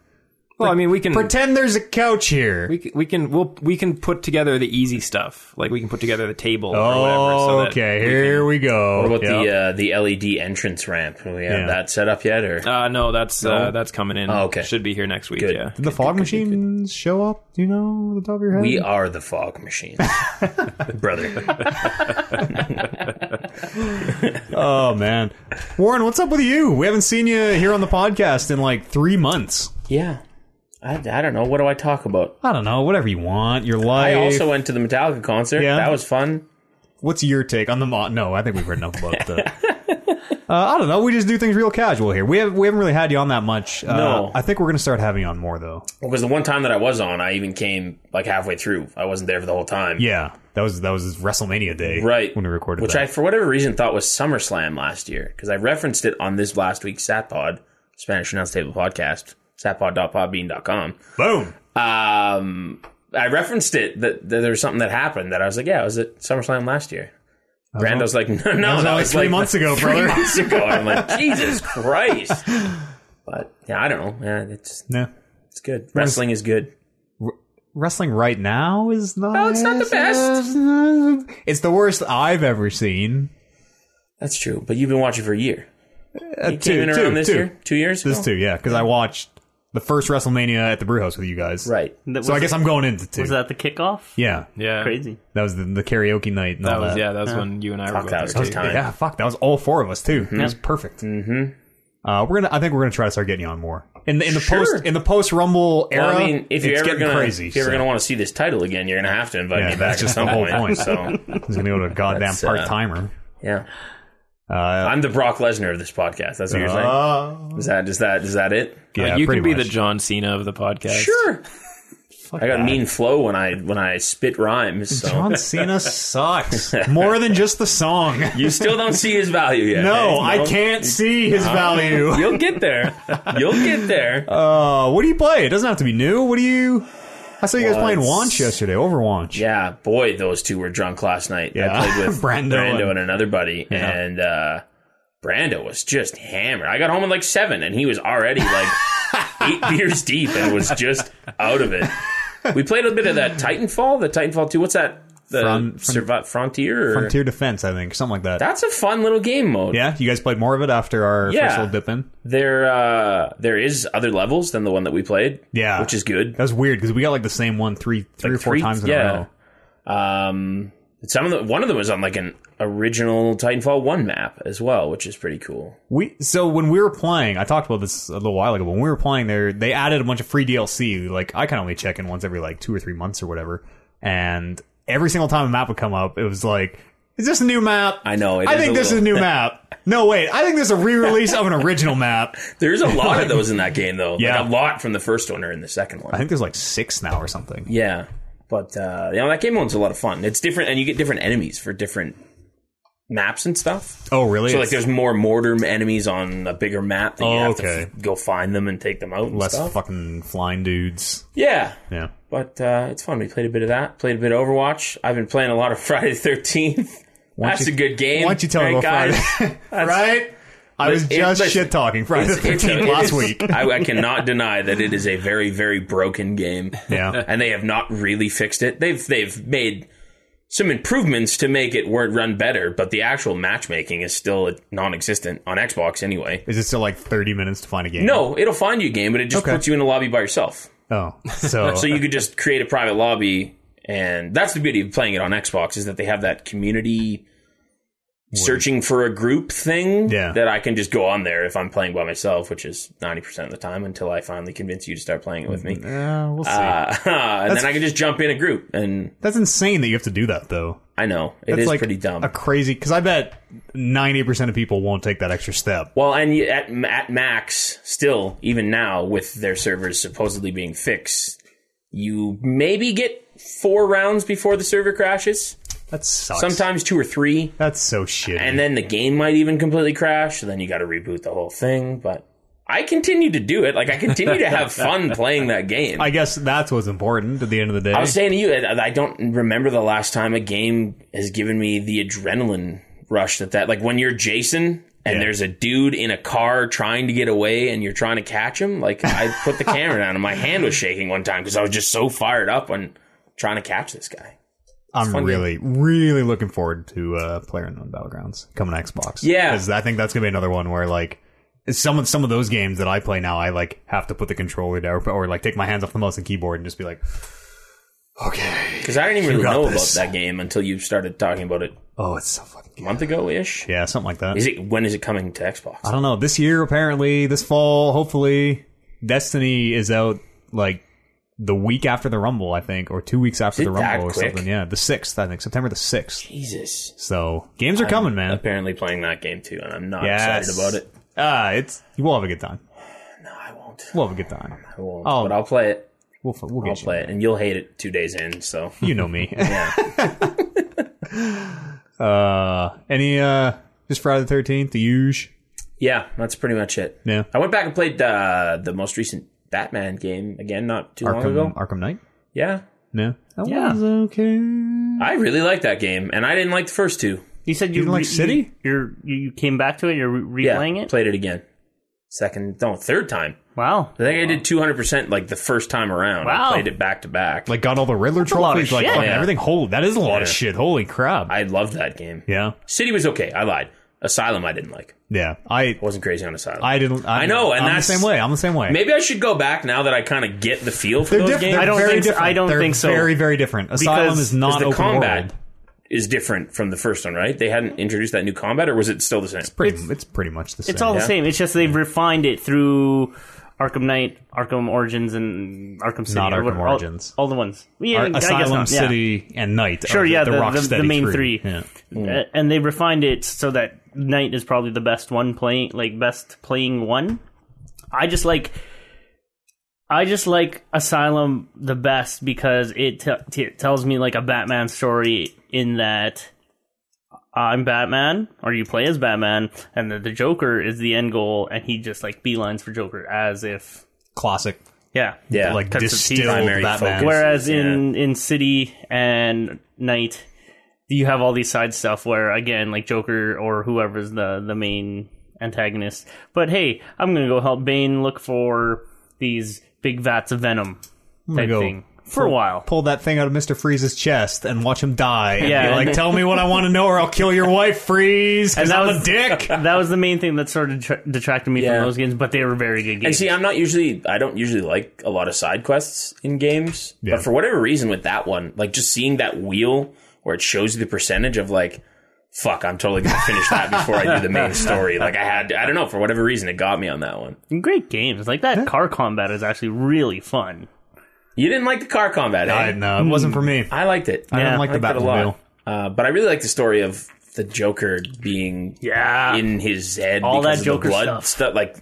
Speaker 4: Well, I mean, we can
Speaker 3: Hmm.
Speaker 2: Pretend there's a couch here.
Speaker 4: we can, we can we'll, we can put together the easy stuff. Like we can put together the table. or whatever, so
Speaker 2: oh,
Speaker 4: that
Speaker 2: okay.
Speaker 4: we
Speaker 2: Here we go.
Speaker 3: What about
Speaker 2: Yep.
Speaker 3: the uh, the LED entrance ramp? Do We have
Speaker 2: Yeah.
Speaker 3: that set up yet, or
Speaker 4: can- uh, no, that's Uh, that's coming in.
Speaker 3: Oh, okay.
Speaker 4: should be here next week.
Speaker 3: Good.
Speaker 4: Yeah.
Speaker 2: Did the fog machines show up? Do you know off the top of your head?
Speaker 3: we are the fog machines, brother?
Speaker 2: oh man, Warren, what's up with you? We haven't seen you here on the podcast in like three months.
Speaker 3: Yeah, I, I don't know. What do I talk about?
Speaker 2: I don't know. Whatever you want, your
Speaker 3: I
Speaker 2: life.
Speaker 3: also went to the Metallica concert.
Speaker 2: Yeah.
Speaker 3: That was fun.
Speaker 2: What's your take on the mod? No, I think we've heard enough about that. Uh, I don't know. We just do things real casual here. We have we haven't really had you on that much. Uh,
Speaker 3: No.
Speaker 2: I think we're gonna start having you on more though.
Speaker 3: Because the one time that I was on, I even came like halfway through. I wasn't there for the whole time.
Speaker 2: Yeah, that was that was WrestleMania day,
Speaker 3: Right.
Speaker 2: When we recorded,
Speaker 3: Which
Speaker 2: that.
Speaker 3: I, for whatever reason, thought was SummerSlam last year because I referenced it on this last week's SatPod, Spanish Announce Table Podcast, satpod.podbean.com.
Speaker 2: boom.
Speaker 3: Um, I referenced it that, that there was something that happened that I was like, yeah, I was at SummerSlam last year.
Speaker 2: Uh-huh.
Speaker 3: Brando's like, no, no,
Speaker 2: was
Speaker 3: Oh, that was,
Speaker 2: only three
Speaker 3: like
Speaker 2: months ago,
Speaker 3: three
Speaker 2: brother."
Speaker 3: months ago. I'm like, Jesus Christ. But yeah, I don't know. Yeah, it's
Speaker 2: No,
Speaker 3: it's good. Wrestling is good.
Speaker 2: wrestling right now is not.
Speaker 3: No, Oh, it's not the
Speaker 2: best. It's the worst I've ever seen.
Speaker 3: That's true. But you've been watching for a year. you
Speaker 2: Uh, two-
Speaker 3: came in around
Speaker 2: two-
Speaker 3: this
Speaker 2: two.
Speaker 3: year, Oh. two years.
Speaker 2: This
Speaker 3: ago?
Speaker 2: too, yeah, because I watched the first WrestleMania at the Brew House with you guys,
Speaker 3: Right.
Speaker 1: That
Speaker 2: So I
Speaker 1: was-
Speaker 2: guess I'm going into two.
Speaker 1: was that the kickoff?
Speaker 2: yeah,
Speaker 4: Yeah.
Speaker 1: Crazy.
Speaker 2: that was the, the karaoke night. And
Speaker 4: That
Speaker 2: all
Speaker 4: was
Speaker 2: that.
Speaker 4: yeah. That was when you and I
Speaker 3: Fuck,
Speaker 4: were
Speaker 3: that
Speaker 4: both
Speaker 3: was
Speaker 4: there
Speaker 3: tough
Speaker 4: too.
Speaker 3: time.
Speaker 2: Yeah, fuck, that was all four of us too. It was perfect. Mm-hmm. Uh, we're gonna. I think we're gonna try to start getting you on more in the in the
Speaker 3: Sure.
Speaker 2: post in the post Rumble era.
Speaker 3: Well, I mean, if you're
Speaker 2: it's
Speaker 3: ever
Speaker 2: getting
Speaker 3: gonna
Speaker 2: crazy,
Speaker 3: if you're
Speaker 2: so.
Speaker 3: ever gonna want to see this title again, you're gonna have to invite
Speaker 2: Yeah,
Speaker 3: me
Speaker 2: that's
Speaker 3: back
Speaker 2: just
Speaker 3: at some
Speaker 2: the whole point.
Speaker 3: point. So
Speaker 2: he's gonna go to a goddamn
Speaker 3: That's, uh,
Speaker 2: part timer.
Speaker 3: yeah, I'm the Brock Lesnar of this podcast. That's what you're saying.
Speaker 2: Uh,
Speaker 3: Is that is that is that it?
Speaker 2: yeah,
Speaker 4: you
Speaker 2: pretty
Speaker 4: can be
Speaker 2: much.
Speaker 4: the John Cena of the podcast.
Speaker 3: Sure. I got mean flow when I when I spit rhymes. So
Speaker 2: John Cena sucks more than just the song.
Speaker 3: you still don't see his value yet. eh?
Speaker 2: no, I can't see his value.
Speaker 3: You'll get there. You'll get there.
Speaker 2: Uh, what do you play? It doesn't have to be new. What do you? I saw you guys playing Wanch yesterday. Overwatch.
Speaker 3: yeah, boy, those two were drunk last night.
Speaker 2: Yeah.
Speaker 3: I played with
Speaker 2: Brando
Speaker 3: Brando,
Speaker 2: and-
Speaker 3: and, another buddy, and uh, Brando was just hammered. I got home at like seven, and he was already like eight beers deep and was just out of it. We played a bit of that Titanfall, the Titanfall 2. What's that? The
Speaker 2: Front-
Speaker 3: Survi- Frontier? Or?
Speaker 2: Frontier Defense, I think, something like that.
Speaker 3: That's a fun little game mode.
Speaker 2: yeah, you guys played more of it after our
Speaker 3: Yeah.
Speaker 2: first little dip in.
Speaker 3: There, uh, there is other levels than the one that we played.
Speaker 2: Yeah.
Speaker 3: which is good.
Speaker 2: That was weird because we got like the same one three, three or four
Speaker 3: Three-
Speaker 2: times in
Speaker 3: yeah.
Speaker 2: a row.
Speaker 3: Um, some of the one of them was on like an original Titanfall one map as well, which is pretty cool.
Speaker 2: We so when we were playing, I talked about this a little while ago. When we were playing, there they added a bunch of free DLC. Like I can only check in once every like two or three months or whatever. And every single time a map would come up, it was like, "Is this a new map?
Speaker 3: I know, it
Speaker 2: I
Speaker 3: is
Speaker 2: think
Speaker 3: a
Speaker 2: this is a new map. No, wait, I think this is a re-release of an original map.
Speaker 3: There's a lot of those in that game though.
Speaker 2: Yeah.
Speaker 3: like a lot from the first one or in the second one.
Speaker 2: I think there's like six now or something.
Speaker 3: Yeah, but uh, you know that game one's a lot of fun. It's different, and you get different enemies for different maps and stuff.
Speaker 2: Oh, really?
Speaker 3: So like,
Speaker 2: It's
Speaker 3: there's more mortar enemies on a bigger map. That you
Speaker 2: Oh,
Speaker 3: have to
Speaker 2: okay.
Speaker 3: f- go find them and take them out. And
Speaker 2: less
Speaker 3: stuff.
Speaker 2: fucking flying dudes.
Speaker 3: Yeah,
Speaker 2: Yeah.
Speaker 3: but uh, it's fun. We played a bit of that. Played a bit of Overwatch. I've been playing a lot of Friday the Thirteenth. That's
Speaker 2: you-
Speaker 3: a good game.
Speaker 2: Why don't you tell me
Speaker 3: right,
Speaker 2: about
Speaker 3: guys?
Speaker 2: Friday? right? I was
Speaker 3: It-
Speaker 2: just
Speaker 3: listen,
Speaker 2: shit talking Friday the
Speaker 3: It's- it's a-
Speaker 2: 13th
Speaker 3: it
Speaker 2: last
Speaker 3: is-
Speaker 2: week.
Speaker 3: I, I cannot deny that it is a very, very broken game.
Speaker 2: Yeah.
Speaker 3: and they have not really fixed it. They've they've made some improvements to make it wor- run better, but the actual matchmaking is still non-existent on Xbox anyway.
Speaker 2: Is it still like 30 minutes to find a game?
Speaker 3: No, it'll find you a game, but it just
Speaker 2: Okay.
Speaker 3: puts you in a lobby by yourself.
Speaker 2: Oh, so,
Speaker 3: So you could just create a private lobby, and that's the beauty of playing it on Xbox is that they have that community searching for a group thing
Speaker 2: Yeah.
Speaker 3: that I can just go on there if I'm playing by myself, which is 90% of the time until I finally convince you to start playing it with me.
Speaker 2: Mm, Yeah, we'll see.
Speaker 3: Uh, and then I can just jump in a group and
Speaker 2: That's insane that you have to do that though.
Speaker 3: I know it
Speaker 2: That's
Speaker 3: is
Speaker 2: like
Speaker 3: pretty dumb.
Speaker 2: A crazy because I bet 90 percent of people won't take that extra step.
Speaker 3: well, and you- at at max, still even now with their servers supposedly being fixed, you maybe get four rounds before the server crashes.
Speaker 2: That sucks.
Speaker 3: Sometimes two or three,
Speaker 2: that's so shitty.
Speaker 3: and then the game might even completely crash. So then you got to reboot the whole thing. But I continue to do it. Like I continue to have fun playing that game.
Speaker 2: I guess that's what's important at the end of the day.
Speaker 3: I was saying to you, I I don't remember the last time a game has given me the adrenaline rush that that like when you're Jason and
Speaker 2: Yeah.
Speaker 3: there's a dude in a car trying to get away and you're trying to catch him. Like I put the camera down and my hand was shaking one time because I was just so fired up on trying to catch this guy.
Speaker 2: I'm really, really looking forward to uh, PlayerUnknown Battlegrounds coming to Xbox.
Speaker 3: Yeah.
Speaker 2: because I think that's gonna be another one where like some of some of those games that I play now, I like have to put the controller down or, or like take my hands off the mouse and keyboard and just be like, okay,
Speaker 3: Because I didn't even really
Speaker 2: got
Speaker 3: know
Speaker 2: this.
Speaker 3: about that game until you started talking about it
Speaker 2: oh, it's so fucking
Speaker 3: a
Speaker 2: good.
Speaker 3: month ago ish.
Speaker 2: yeah, something like that.
Speaker 3: Is it when is it coming to Xbox?
Speaker 2: I don't know. This year, apparently, this fall, hopefully, Destiny is out like the week after the Rumble, I think, or two weeks after
Speaker 3: Is it
Speaker 2: the
Speaker 3: that
Speaker 2: Rumble or
Speaker 3: quick?
Speaker 2: something. Yeah, the sixth, I think, September the sixth.
Speaker 3: Jesus.
Speaker 2: So games are coming, man.
Speaker 3: Apparently playing that game too, and I'm not
Speaker 2: Yes.
Speaker 3: excited about it.
Speaker 2: Ah, it's we'll have a good time.
Speaker 3: No, I won't.
Speaker 2: We'll have a good time.
Speaker 3: I won't.
Speaker 2: Oh.
Speaker 3: But I'll play it.
Speaker 2: We'll f- we'll get
Speaker 3: I'll
Speaker 2: you.
Speaker 3: play it, and you'll hate it two days in. So
Speaker 2: You know me. uh, any uh, just Friday the Thirteenth, the huge.
Speaker 3: yeah, that's pretty much it.
Speaker 2: Yeah.
Speaker 3: I went back and played uh, the most recent Batman game again, not too long
Speaker 2: Arkham,
Speaker 3: ago.
Speaker 2: Arkham Knight.
Speaker 3: Yeah,
Speaker 2: No, that
Speaker 1: Yeah.
Speaker 2: one's okay.
Speaker 3: I really liked that game, and I didn't like the first two.
Speaker 1: You said you
Speaker 2: didn't like
Speaker 1: re-
Speaker 2: City?
Speaker 1: You, you're- you you came back to it. You're re-
Speaker 3: Yeah,
Speaker 1: replaying it.
Speaker 3: played it again. Second, no, third time.
Speaker 1: Wow.
Speaker 3: I think I did two hundred percent like the first time around. I
Speaker 1: Wow.
Speaker 3: played it back to back.
Speaker 2: Like got all the Riddler
Speaker 1: lot of
Speaker 2: trophies, like
Speaker 1: shit.
Speaker 2: fucking
Speaker 3: Yeah.
Speaker 2: everything. Holy, that is a lot of
Speaker 3: Yeah.
Speaker 2: shit. Holy crap!
Speaker 3: I loved that game.
Speaker 2: yeah,
Speaker 3: City was okay. I lied. Asylum, I didn't like.
Speaker 2: yeah. I
Speaker 3: I wasn't crazy on Asylum.
Speaker 2: I didn't. I,
Speaker 3: know, and
Speaker 2: I'm
Speaker 3: that's-
Speaker 2: the same way. I'm the same way.
Speaker 3: Maybe I should go back now that I kind of get the feel for those
Speaker 2: diff-
Speaker 3: games.
Speaker 1: I don't
Speaker 2: very
Speaker 1: think so- I don't
Speaker 2: They're
Speaker 1: think so.
Speaker 2: Very very different. Asylum
Speaker 1: Because-
Speaker 2: is not
Speaker 3: the
Speaker 2: open
Speaker 3: combat
Speaker 2: world.
Speaker 3: is different from the first one, right? They hadn't introduced that new combat, or was it still the same?
Speaker 2: Pretty, it's, pretty much the same.
Speaker 1: It's all
Speaker 3: Yeah.
Speaker 1: the same. It's just they've refined it through Arkham Knight, Arkham Origins, and Arkham City.
Speaker 2: Not
Speaker 1: or
Speaker 2: Arkham
Speaker 1: what- all-
Speaker 2: Origins.
Speaker 1: All, the ones. Yeah, I
Speaker 2: Ar-
Speaker 1: guess
Speaker 2: Asylum,
Speaker 1: not, yeah.
Speaker 2: City, and Night. are
Speaker 1: Sure, yeah, the, the, the,
Speaker 2: Rocksteady
Speaker 1: main three.
Speaker 2: Yeah.
Speaker 1: Uh, And they refined it so that Knight is probably the best one playing, like best playing one. I just like, I just like Asylum the best because it t- t- tells me like a Batman story in that I'm Batman or you play as Batman, and the, the Joker is the end goal, and he just like beelines for Joker as if
Speaker 2: Classic,
Speaker 1: yeah,
Speaker 3: Yeah,
Speaker 2: like
Speaker 1: Cuts of teeth.
Speaker 2: distilled
Speaker 3: Primary
Speaker 2: Batman.
Speaker 3: focus.
Speaker 1: Whereas
Speaker 3: Yeah.
Speaker 1: in in City and Night, you have all these side stuff where again, like Joker or whoever's the the main antagonist. But hey, I'm gonna go help Bane look for these big vats of venom type
Speaker 2: go
Speaker 1: thing for a while.
Speaker 2: Pull that thing out of Mister Freeze's chest and watch him die. And
Speaker 1: Yeah.
Speaker 2: be like, tell me what I want to know, or I'll kill your wife, Freeze.
Speaker 1: And
Speaker 2: Because
Speaker 1: that
Speaker 2: I'm a
Speaker 1: was-
Speaker 2: dick.
Speaker 1: That was the main thing that sort of detra- detracted me
Speaker 3: Yeah.
Speaker 1: from those games, but they were very good
Speaker 3: And
Speaker 1: games.
Speaker 3: see, I'm not usually, I don't usually like a lot of side quests in games,
Speaker 2: Yeah.
Speaker 3: but for whatever reason with that one, like just seeing that wheel where it shows you the percentage of like, fuck, I'm totally gonna finish that before I do the main story. Like I had, I don't know, for whatever reason, it got me on that one.
Speaker 1: Great games. Like that car combat is actually really fun.
Speaker 3: You didn't like the car combat, eh?
Speaker 2: I
Speaker 3: I,
Speaker 2: no, it wasn't for me.
Speaker 3: liked it.
Speaker 2: I
Speaker 1: Yeah,
Speaker 2: don't like the
Speaker 3: I liked it a
Speaker 2: Batmobile.
Speaker 3: lot. Uh, but I really like the story of the Joker being
Speaker 1: Yeah.
Speaker 3: in his head.
Speaker 1: All that
Speaker 3: because of
Speaker 1: Joker
Speaker 3: the blood
Speaker 1: stuff.
Speaker 3: Like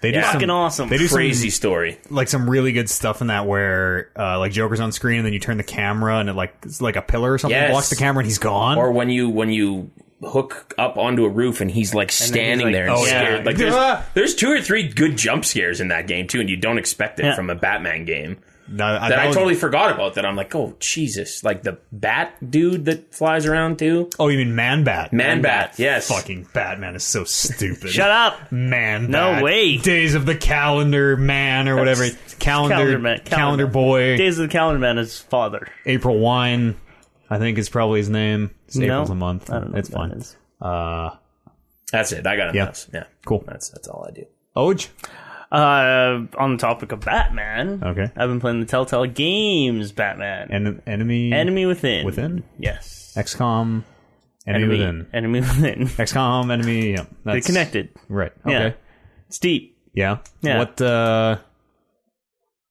Speaker 2: They do
Speaker 3: Yeah.
Speaker 2: some
Speaker 1: Fucking awesome.
Speaker 2: They do
Speaker 3: crazy
Speaker 2: some
Speaker 3: story.
Speaker 2: like some really good stuff in that where uh, like Joker's on screen and then you turn the camera and it like it's like a pillar or something
Speaker 3: Yes.
Speaker 2: blocks the camera and he's gone.
Speaker 3: Or when you when you hook up onto a roof and he's like standing
Speaker 1: like,
Speaker 3: there and
Speaker 1: oh,
Speaker 2: yeah.
Speaker 3: scared. Like there's,
Speaker 2: Ah!
Speaker 3: there's two or three good jump scares in that game too, and you don't expect it
Speaker 1: Yeah.
Speaker 3: from a Batman game.
Speaker 2: no, I,
Speaker 3: That I
Speaker 2: was-
Speaker 3: totally forgot about. That I'm like, oh Jesus! Like the bat dude that flies around too.
Speaker 2: Oh, you mean Man Bat?
Speaker 3: Man Bat, yes.
Speaker 2: Fucking Batman is so stupid.
Speaker 1: Shut up.
Speaker 2: Man.
Speaker 1: No
Speaker 2: Bat.
Speaker 1: way.
Speaker 2: Days of the Calendar Man or whatever. Calendar
Speaker 1: Calendar
Speaker 2: Calendar,
Speaker 1: Man- Calendar Man.
Speaker 2: Boy.
Speaker 1: Days of the Calendar Man is father.
Speaker 2: April Wine, I think is probably his name. It's
Speaker 1: No,
Speaker 2: April's a month.
Speaker 1: I don't know
Speaker 2: it's
Speaker 1: what that
Speaker 2: fine.
Speaker 1: is.
Speaker 2: Uh,
Speaker 3: That's it. I got it.
Speaker 2: Yeah.
Speaker 3: Yeah, yeah.
Speaker 2: Cool.
Speaker 3: That's that's all I do.
Speaker 2: Oj.
Speaker 1: Uh, on the topic of Batman,
Speaker 2: Okay.
Speaker 1: I've been playing the Telltale games Batman.
Speaker 2: En- enemy.
Speaker 1: Enemy Within.
Speaker 2: Within?
Speaker 1: Yes.
Speaker 2: XCOM. Enemy,
Speaker 1: Enemy
Speaker 2: Within.
Speaker 1: Enemy Within.
Speaker 2: XCOM. Enemy. Yeah.
Speaker 1: They're
Speaker 2: That's
Speaker 1: connected.
Speaker 2: Right.
Speaker 1: Yeah.
Speaker 2: Okay.
Speaker 1: It's deep.
Speaker 2: Yeah.
Speaker 1: Yeah.
Speaker 2: What? uh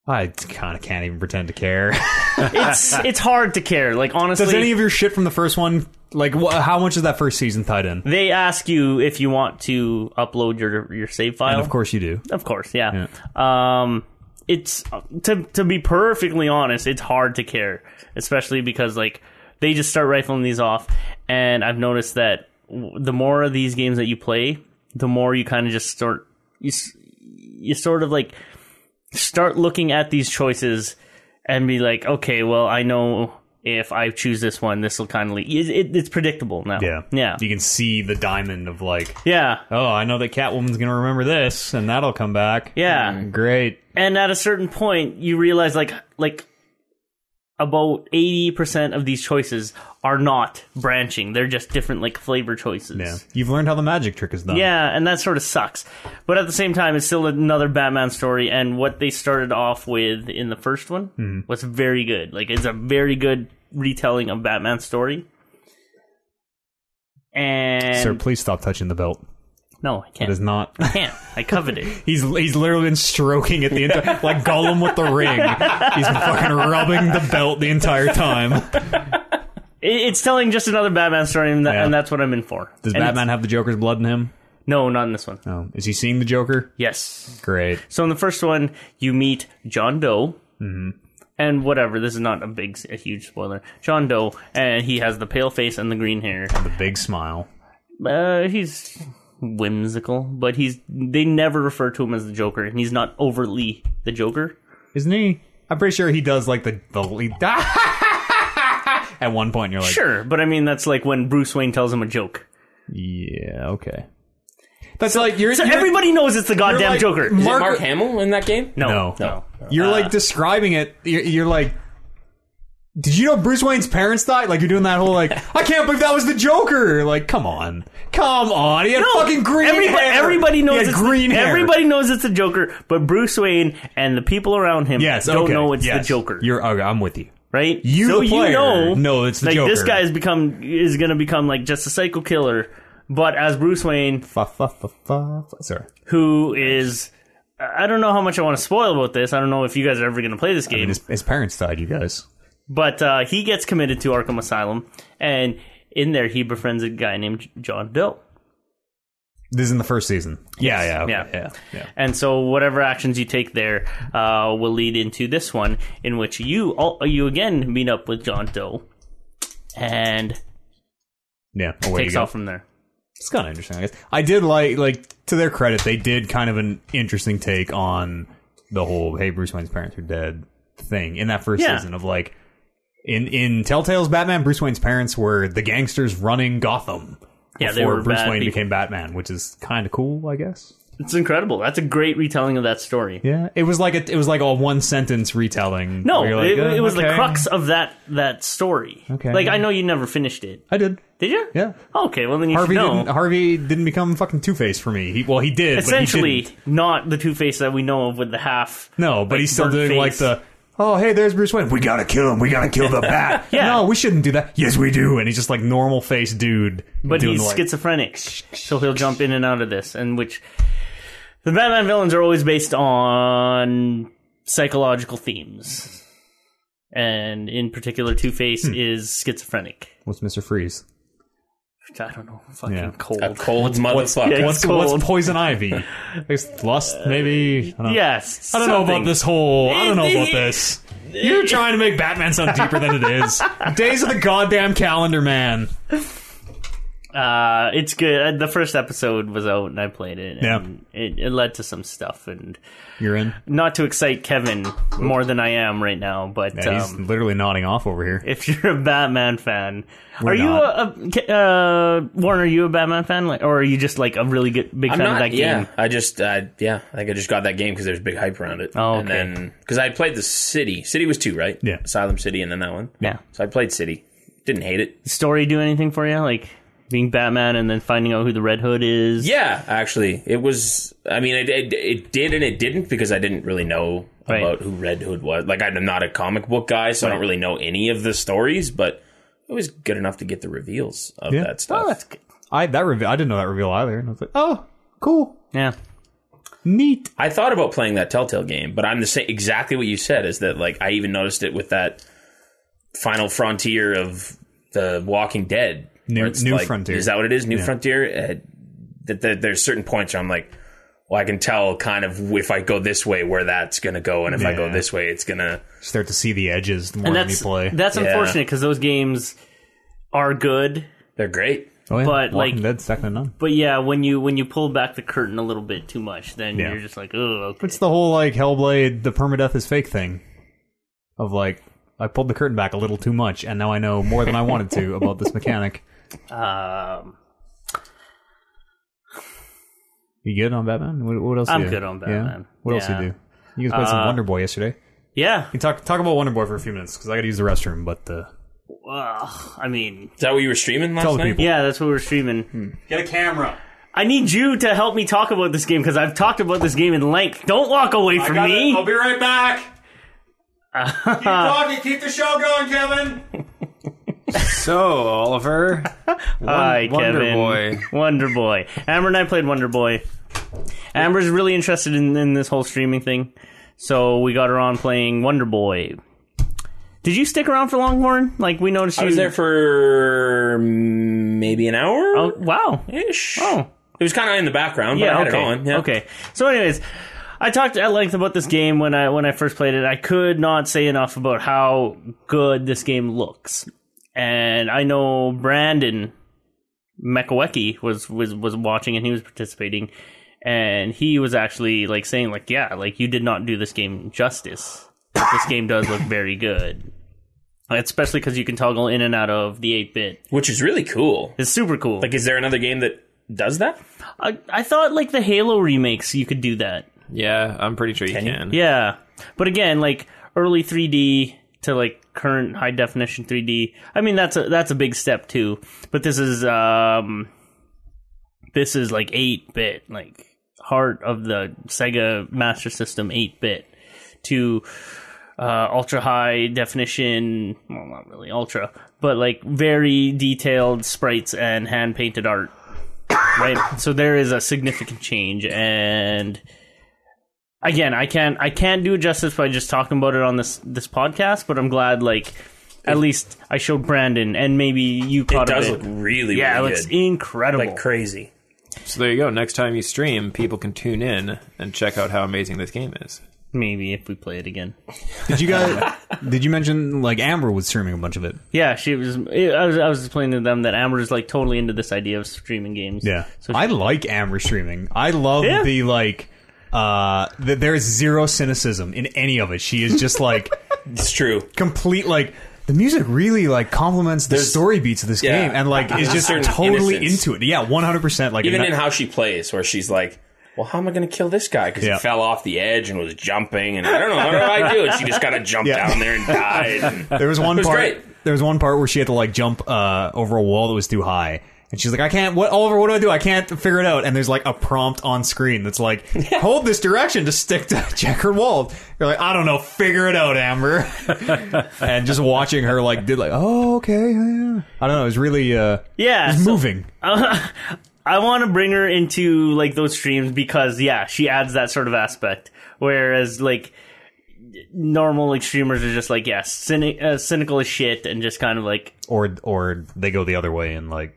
Speaker 2: I kind of can't even pretend to care.
Speaker 1: It's it's hard to care. Like honestly,
Speaker 2: Does any of your shit from the first one, like, wh- how much is that first season tied in?
Speaker 1: they ask you if you want to upload your your save file.
Speaker 2: And of course you do.
Speaker 1: Of course, yeah. Um, it's to to be perfectly honest, it's hard to care, especially because like they just start rifling these off, and I've noticed that w- the more of these games that you play, the more you kind of just start you s- you sort of like start looking at these choices and be like, okay, well, I know if I choose this one, this will kind of lead. It, it, it's predictable now. yeah,
Speaker 2: You can see the diamond of like,
Speaker 1: yeah.
Speaker 2: oh, I know that Catwoman's gonna remember this, and that'll come back.
Speaker 1: Yeah.
Speaker 2: Great.
Speaker 1: and at a certain point you realize like like about 80% of these choices are not branching they're just different like flavor choices
Speaker 2: Yeah. You've learned how the magic trick is done.
Speaker 1: yeah and that sort of sucks but at the same time it's still another batman story and what they started off with in the first one
Speaker 2: Hmm.
Speaker 1: was very good like it's a very good retelling of batman's story and
Speaker 2: Sir, please stop touching the belt.
Speaker 1: no i
Speaker 2: It is
Speaker 1: can't
Speaker 2: not.
Speaker 1: I can't i covet it
Speaker 2: He's he's literally been stroking it the entire like Gollum with the ring. He's been fucking rubbing the belt the entire time.
Speaker 1: It- it's telling just another batman story and, that,
Speaker 2: Yeah.
Speaker 1: and that's what i'm in for
Speaker 2: Does
Speaker 1: And it's-
Speaker 2: Batman have the Joker's blood in him?
Speaker 1: no not in this one
Speaker 2: Oh, is he seeing the Joker?
Speaker 1: Yes.
Speaker 2: Great.
Speaker 1: So in the first one, you meet John Doe.
Speaker 2: Mm-hmm.
Speaker 1: And whatever, this is not a big, a huge spoiler. John Doe, and he has the pale face and the green hair.
Speaker 2: The big smile.
Speaker 1: Uh, he's whimsical, but he's they never refer to him as the Joker, and he's not overtly the Joker.
Speaker 2: Isn't he? I'm pretty sure he does like the the lead. At one point, you're like,
Speaker 1: Sure, but I mean that's like when Bruce Wayne tells him a joke.
Speaker 2: yeah, okay. That's like you're,
Speaker 1: So
Speaker 2: you're
Speaker 1: everybody knows it's the goddamn
Speaker 2: like
Speaker 1: Joker.
Speaker 3: Is
Speaker 2: Mark-
Speaker 3: it Mark Hamill in that game?
Speaker 1: no,
Speaker 2: No.
Speaker 1: no,
Speaker 2: you're
Speaker 1: Ah.
Speaker 2: like describing it. You're, you're like, did you know Bruce Wayne's parents died? Like you're doing that whole like, I can't believe that was the Joker. Like, come on, come on. He had fucking green
Speaker 1: everybody,
Speaker 2: hair.
Speaker 1: everybody
Speaker 2: He
Speaker 1: knows
Speaker 2: had
Speaker 1: it's
Speaker 2: green
Speaker 1: the,
Speaker 2: hair.
Speaker 1: Everybody knows it's the Joker, but Bruce Wayne and the people around him
Speaker 2: yes,
Speaker 1: don't
Speaker 2: okay,
Speaker 1: know it's
Speaker 2: yes.
Speaker 1: the Joker.
Speaker 2: You're okay, I'm with you.
Speaker 1: right?
Speaker 2: You,
Speaker 1: so
Speaker 2: the player,
Speaker 1: you know,
Speaker 2: know it's the
Speaker 1: like
Speaker 2: Joker.
Speaker 1: this guy is become is going to become like just a psycho killer, but as Bruce Wayne,
Speaker 2: Fa, fa, fa, fa, fa. Sorry,
Speaker 1: who is I don't know how much I want to spoil about this. I don't know if you guys are ever going to play this game,
Speaker 2: his, his parents died. You guys.
Speaker 1: but uh, he gets committed to Arkham Asylum, and in there he befriends a guy named J- John Doe.
Speaker 2: This is in the first season. Yeah, yeah, okay,
Speaker 1: Yeah.
Speaker 2: yeah, yeah.
Speaker 1: And so, whatever actions you take there uh, will lead into this one, in which you all, you again meet up with John Doe, and
Speaker 2: Yeah, away you
Speaker 1: takes
Speaker 2: go.
Speaker 1: off from there.
Speaker 2: It's kind of interesting, I guess. I did like, like to their credit, they did kind of an interesting take on the whole "Hey, Bruce Wayne's parents are dead" thing in that first
Speaker 1: Yeah.
Speaker 2: season of like in in Telltale's Batman, Bruce Wayne's parents were the gangsters running Gotham
Speaker 1: Yeah, they
Speaker 2: before
Speaker 1: were
Speaker 2: Bruce
Speaker 1: bad
Speaker 2: Wayne
Speaker 1: people.
Speaker 2: became Batman, which is kind of cool, I guess.
Speaker 1: It's incredible. That's a great retelling of that story.
Speaker 2: Yeah, it was like a, it was like a one sentence retelling.
Speaker 1: No,
Speaker 2: where you're like,
Speaker 1: it,
Speaker 2: "Uh,
Speaker 1: it was the
Speaker 2: okay."
Speaker 1: crux of that that story.
Speaker 2: Okay.
Speaker 1: Like I know you never finished it.
Speaker 2: I did.
Speaker 1: Did you?
Speaker 2: Yeah.
Speaker 1: Okay. Well, then you
Speaker 2: Harvey
Speaker 1: should know.
Speaker 2: didn't. Harvey didn't become fucking Two Face for me. He, well, he did. but he
Speaker 1: Essentially,
Speaker 2: didn't.
Speaker 1: not the Two Face that we know of with the half.
Speaker 2: no. But
Speaker 1: like,
Speaker 2: he's still
Speaker 1: burnt
Speaker 2: doing like
Speaker 1: face.
Speaker 2: the. Oh, hey, there's Bruce Wayne. We gotta kill him. We gotta kill the bat.
Speaker 1: Yeah.
Speaker 2: No, we shouldn't do that. Yes, we do. And he's just like normal face dude.
Speaker 1: But
Speaker 2: doing
Speaker 1: he's
Speaker 2: like,
Speaker 1: schizophrenic, so he'll jump in and out of this. And which the Batman villains are always based on psychological themes, and in particular, Two Face
Speaker 2: Hmm.
Speaker 1: is schizophrenic.
Speaker 2: What's Mister Freeze?
Speaker 1: Which I don't know. Fucking
Speaker 2: Yeah.
Speaker 3: A
Speaker 1: cold.
Speaker 3: cold motherfucker.
Speaker 1: yeah,
Speaker 2: What's
Speaker 1: It's cold.
Speaker 2: what's Poison Ivy? I guess lust, maybe. I don't know.
Speaker 1: Yes.
Speaker 2: I don't know about
Speaker 1: something.
Speaker 2: this whole. I don't know about this. You're trying to make Batman sound deeper than it is. Days of the goddamn calendar, man.
Speaker 1: Uh, it's good. Uh, The first episode was out, and I played it. And It, it led to some stuff, and
Speaker 2: You're in.
Speaker 1: not to excite Kevin more than I am right now, but
Speaker 2: Yeah, he's
Speaker 1: um,
Speaker 2: literally nodding off over here.
Speaker 1: if you're a Batman fan,
Speaker 2: We're
Speaker 1: are you
Speaker 2: not.
Speaker 1: a, a K- uh, Warren? Are you a Batman fan, like, or are you just like a really good big
Speaker 3: I'm
Speaker 1: fan
Speaker 3: not.
Speaker 1: of that game?
Speaker 3: yeah, I just, uh, yeah, I think I just got that game because there's big hype around it.
Speaker 1: Oh,
Speaker 3: And
Speaker 1: okay.
Speaker 3: then because I had played the City. City was two, right?
Speaker 2: Yeah.
Speaker 3: Asylum City, and then that one.
Speaker 1: Yeah.
Speaker 3: So I played City. Didn't hate it.
Speaker 1: Story do anything for you, like being Batman and then finding out who the Red Hood is?
Speaker 3: Yeah, actually, it was. I mean, it it, it did and it didn't because I didn't really know
Speaker 1: Right.
Speaker 3: about who Red Hood was. Like, I'm not a comic book guy, so I don't really know any of the stories. But it was good enough to get the reveals of
Speaker 2: Yeah.
Speaker 3: that stuff.
Speaker 1: Oh, that's good.
Speaker 2: I that reveal. I didn't know that reveal either. And I was like, oh, cool,
Speaker 1: Yeah.
Speaker 2: neat.
Speaker 3: I thought about playing that Telltale game, but I'm the same. Exactly what you said is that like I even noticed it with that Final Frontier of the Walking Dead.
Speaker 2: New-
Speaker 3: where it's
Speaker 2: New
Speaker 3: like-
Speaker 2: Frontier.
Speaker 3: is that what it is? New Frontier. Uh, that that there's certain points where I'm like, well, I can tell kind of if I go this way where that's gonna go, and if I go
Speaker 2: Yeah.
Speaker 3: this way, it's gonna.
Speaker 2: Start to see the edges the more
Speaker 1: And
Speaker 2: that you
Speaker 1: that's
Speaker 2: play.
Speaker 1: that's
Speaker 3: Yeah.
Speaker 1: unfortunate because those games are good,
Speaker 3: They're great.
Speaker 2: oh, yeah.
Speaker 1: but,
Speaker 2: Walking
Speaker 1: like-
Speaker 2: Dead, second to none.
Speaker 1: but yeah, when you when you pull back the curtain a little bit too much, then
Speaker 2: Yeah.
Speaker 1: you're just like, oh, okay.
Speaker 2: It's the whole like Hellblade, the permadeath is fake thing. Of like, I pulled the curtain back a little too much, and now I know more than I wanted to about this mechanic.
Speaker 1: Um,
Speaker 2: You good on Batman? What, what else?
Speaker 1: I'm
Speaker 2: you-
Speaker 1: good on
Speaker 2: yeah?
Speaker 1: Batman.
Speaker 2: What else
Speaker 1: Yeah. Uh,
Speaker 2: you do? You guys played some Wonder Boy yesterday.
Speaker 1: yeah.
Speaker 2: You talk talk about Wonder Boy for a few minutes because I got to use the restroom. But uh,
Speaker 1: Well, I mean,
Speaker 3: Is that what you were streaming last
Speaker 2: Tell the
Speaker 3: night?
Speaker 2: people.
Speaker 1: yeah, that's what we're streaming.
Speaker 4: Hmm.
Speaker 2: Get a camera.
Speaker 1: I need you to help me talk about this game because I've talked about this game in length. Don't walk away from me.
Speaker 2: be right back. keep talking. Keep the show going, Kevin.
Speaker 4: So, Oliver,
Speaker 1: Hi,
Speaker 4: Wonder
Speaker 1: Kevin.
Speaker 4: Boy.
Speaker 1: Wonder Boy. Amber and I played Wonder Boy. Amber's really interested in, in this whole streaming thing, so we got her on playing Wonder Boy. Did you stick around for long, Warren? Like we noticed you
Speaker 3: I was there for maybe an hour.
Speaker 1: Oh, wow.
Speaker 3: ish.
Speaker 1: Oh.
Speaker 3: It was kind of in the background, but I had
Speaker 1: okay.
Speaker 3: it on. Yeah.
Speaker 1: Okay. So, anyways, I talked at length about this game when I when I first played it. I could not say enough about how good this game looks, and I know Brandon Mekowecki was was was watching and he was participating, and he was actually like saying like yeah like you did not do this game justice. But this game does look very good. Especially because you can toggle in and out of the 8 bit.
Speaker 3: Which is really cool.
Speaker 1: It's super cool.
Speaker 3: Like, is there another game that does that?
Speaker 1: I, I thought, like, the Halo remakes, you could do that.
Speaker 4: yeah, I'm pretty sure you can.
Speaker 1: Yeah, but again, like early 3D to like current high definition 3D. I mean, that's a that's a big step too. But this is um, this is like 8 bit, like heart of the Sega Master System 8 bit to uh, ultra high definition. Well, not really ultra, but like very detailed sprites and hand painted art. Right, so there is a significant change, and again, I can't I can't do it justice by just talking about it on this this podcast, but I'm glad like at least I showed Brandon and maybe you
Speaker 3: It
Speaker 1: caught
Speaker 3: does
Speaker 1: a
Speaker 3: look
Speaker 1: bit.
Speaker 3: really,
Speaker 1: yeah,
Speaker 3: really
Speaker 1: it looks
Speaker 3: good.
Speaker 1: incredible.
Speaker 3: like crazy.
Speaker 4: So there you go. Next time you stream, people can tune in and check out how amazing this game is.
Speaker 1: maybe if we play it again.
Speaker 2: Did you guys? did you mention like Amber was streaming a bunch of it?
Speaker 1: Yeah, she was. I was I was explaining to them that Amber is like totally into this idea of streaming games. So she-
Speaker 2: I like Amber streaming. I love
Speaker 1: Yeah.
Speaker 2: the like. Uh, th- there is zero cynicism in any of it. She is just like
Speaker 3: It's true.
Speaker 2: complete like. The music really like complements the story beats of this
Speaker 3: yeah.
Speaker 2: game, and like is
Speaker 3: There's
Speaker 2: just
Speaker 3: certain
Speaker 2: totally
Speaker 3: innocence.
Speaker 2: into it. Yeah, one hundred percent. Like
Speaker 3: Even
Speaker 2: and
Speaker 3: in how she plays, where she's like, well, how am I going to kill this guy? Because
Speaker 2: Yeah.
Speaker 3: he fell off the edge and was jumping, and I don't know. What do I do? And she just kind of jumped
Speaker 2: Yeah.
Speaker 3: down there and died. And
Speaker 2: There was one
Speaker 3: was
Speaker 2: part.
Speaker 3: great.
Speaker 2: There was one part where she had to like jump uh, over a wall that was too high, and she's like, "I can't. What, Oliver? What do I do? I can't figure it out." And there's like a prompt on screen that's like, "Hold this direction to stick to checkered wall." You're like, "I don't know. Figure it out, Amber." and just watching her like did like, "Oh, okay." yeah." I don't know. It was really uh,
Speaker 1: Yeah,
Speaker 2: it was
Speaker 1: so-
Speaker 2: moving.
Speaker 1: I want to bring her into like those streams because yeah, she adds that sort of aspect. Whereas like normal like streamers are just like yeah, cynic, uh, cynical as shit and just kind of like
Speaker 2: or or they go the other way and like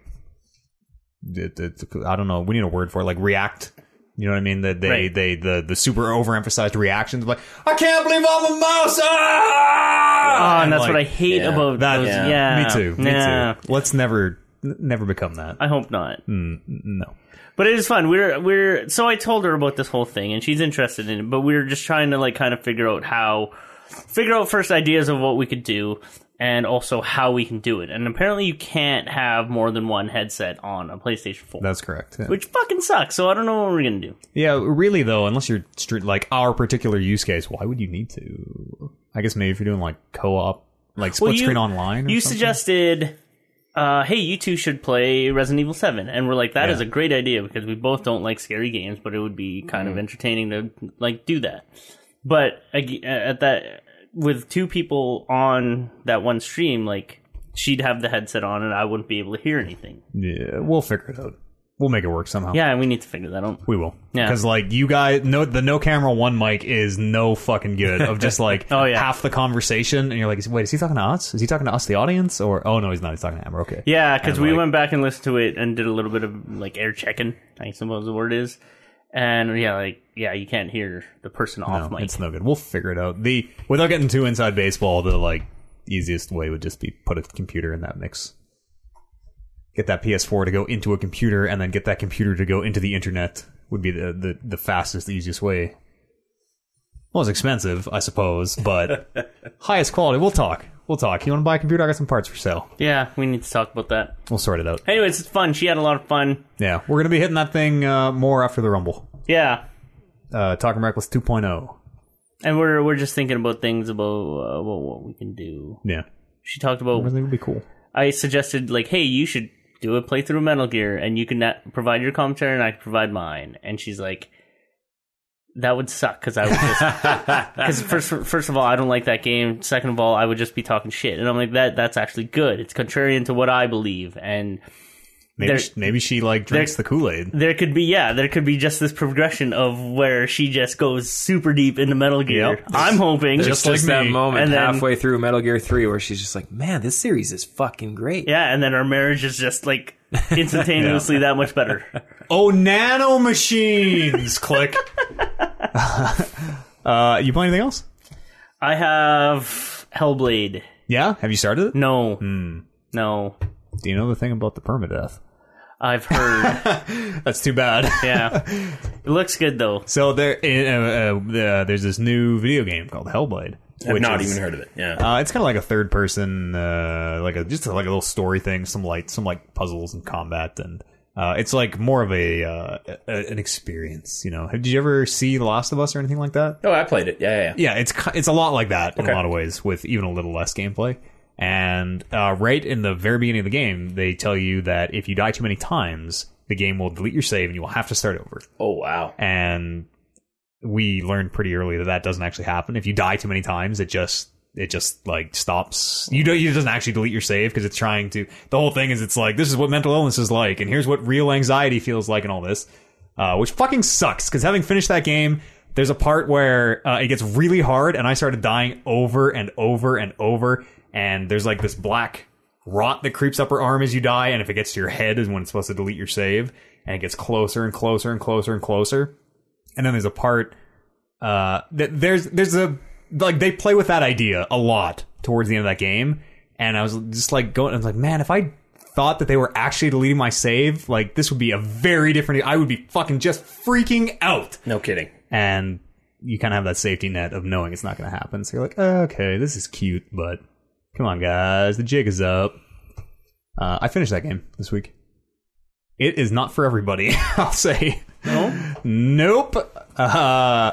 Speaker 2: it, it, I don't know. We need a word for it, like react. You know what I mean? That they
Speaker 1: Right.
Speaker 2: they the the super overemphasized reactions, like I can't believe I'm a mouse. Ah!
Speaker 1: oh, and that's
Speaker 2: like,
Speaker 1: what I hate
Speaker 3: yeah,
Speaker 1: about
Speaker 2: That,
Speaker 1: those.
Speaker 2: yeah.
Speaker 1: Yeah,
Speaker 2: me too. Me
Speaker 1: Nah,
Speaker 2: too. Let's never n- never become that.
Speaker 1: I hope not.
Speaker 2: No.
Speaker 1: But it is fun. We're we're so I told her about this whole thing and she's interested in it, but we were just trying to like kind of figure out how figure out first ideas of what we could do and also how we can do it. And apparently you can't have more than one headset on a PlayStation 4.
Speaker 2: That's correct. Yeah.
Speaker 1: which fucking sucks. So I don't know what we're gonna do.
Speaker 2: yeah, really though, unless you're stri- like our particular use case, why would you need to? I guess maybe if you're doing like co-op, like split
Speaker 1: you-
Speaker 2: screen online. Or
Speaker 1: You
Speaker 2: something.
Speaker 1: suggested, uh, "Hey, you two should play Resident Evil 7. and we're like, "That is a great idea because we both don't like scary games, but it would be kind
Speaker 2: Mm-hmm.
Speaker 1: of entertaining to like do that." But ag- at that, with two people on that one stream, like she'd have the headset on and I wouldn't be able to hear anything.
Speaker 2: Yeah, we'll figure it out. We'll make it work somehow.
Speaker 1: Yeah, we need to figure that out.
Speaker 2: We will.
Speaker 1: Yeah.
Speaker 2: Because like you guys, no, the no camera one mic is no fucking good. Of just like
Speaker 1: Oh, yeah.
Speaker 2: half the conversation, and you're like, is- wait, is he talking to us? Is he talking to us, the audience? Or oh no, he's not. He's talking to Amber. Okay.
Speaker 1: Yeah, because
Speaker 2: And,
Speaker 1: we
Speaker 2: like-
Speaker 1: went back and listened to it and did a little bit of like air checking, I suppose the word is. And yeah, like yeah, you can't hear the person off
Speaker 2: No,
Speaker 1: mic.
Speaker 2: it's no good. We'll figure it out. The without getting too inside baseball, the like easiest way would just be put a computer in that mix. Get that PS4 to go into a computer, and then get that computer to go into the internet would be the the, the fastest, easiest way. Well, it's expensive, I suppose, but highest quality. We'll talk. We'll talk. You want to buy a computer? I got some parts for sale.
Speaker 1: Yeah, we need to talk about that.
Speaker 2: We'll sort it out.
Speaker 1: Anyways, it's fun. She had a lot of fun.
Speaker 2: Yeah, we're gonna be hitting that thing uh, more after the Rumble.
Speaker 1: Yeah,
Speaker 2: Uh, Talking Reckless oh. 2.0.
Speaker 1: and we're we're just thinking about things about uh, what, what we can do.
Speaker 2: Yeah,
Speaker 1: She talked
Speaker 2: I
Speaker 1: about
Speaker 2: think it'd be cool.
Speaker 1: I suggested like, hey, you should do a playthrough of Metal Gear, and you can not provide your commentary, and I can provide mine. And she's like, that would suck because I would just because first first of all, I don't like that game. Second of all, I would just be talking shit, and I'm like, that that's actually good. It's contrarian to what I believe, and
Speaker 2: Maybe
Speaker 1: There-
Speaker 2: she, maybe she like drinks the Kool Aid.
Speaker 1: there could be yeah, there could be just this progression of where she just goes super deep into Metal Gear.
Speaker 2: Yep.
Speaker 1: I'm hoping
Speaker 2: There's-
Speaker 4: Just, like
Speaker 2: like
Speaker 4: that
Speaker 2: me.
Speaker 4: moment
Speaker 1: And then-
Speaker 4: halfway through Metal Gear 3 where she's just like, man, this series is fucking great.
Speaker 1: yeah, and then our marriage is just like instantaneously that much better.
Speaker 2: Oh, nano machines! Click. uh, you play anything else?
Speaker 1: I have Hellblade.
Speaker 2: Yeah. Have you started it?
Speaker 1: No.
Speaker 2: Hmm.
Speaker 1: No.
Speaker 2: Do you know the thing about the permadeath?
Speaker 1: I've heard.
Speaker 2: That's too bad.
Speaker 1: yeah. It looks good though.
Speaker 2: so there, uh, uh, uh, there's this new video game called Hellblade.
Speaker 3: I've
Speaker 2: which
Speaker 3: not
Speaker 2: is-
Speaker 3: even heard of it. Yeah.
Speaker 2: Uh, it's kind of like a third person, uh, like a just like a little story thing. Some like some like puzzles and combat, and uh, it's like more of a, uh, a an experience. You know, did you ever see The Last of Us or anything like that?
Speaker 3: oh, I played it. Yeah, yeah. yeah.
Speaker 2: yeah, it's ki- it's a lot like that in a
Speaker 3: Okay.
Speaker 2: lot of ways, with even a little less gameplay. And uh, right in the very beginning of the game, they tell you that if you die too many times, the game will delete your save and you will have to start over.
Speaker 3: Oh, wow.
Speaker 2: And we learned pretty early that that doesn't actually happen. If you die too many times, it just it just like stops. You don't. It doesn't actually delete your save because it's trying to. The whole thing is it's like this is what mental illness is like, and here's what real anxiety feels like, and all this uh, which fucking sucks because having finished that game, there's a part where uh, it gets really hard, and I started dying over and over and over, and there's like this black rot that creeps up her arm as you die, and if it gets to your head is when it's supposed to delete your save, and it gets closer and closer and closer and closer, and then there's a part uh, th- there's there's a like they play with that idea a lot towards the end of that game, and I was just like going, I was like, man, if I thought that they were actually deleting my save, like this would be a very different. I would be fucking just freaking out,
Speaker 3: No kidding.
Speaker 2: and you kind of have that safety net of knowing it's not going to happen. So you're like, okay, this is cute, but come on, guys, the jig is up. Uh, I finished that game this week. It is not for everybody. I'll say. Nope. Uh,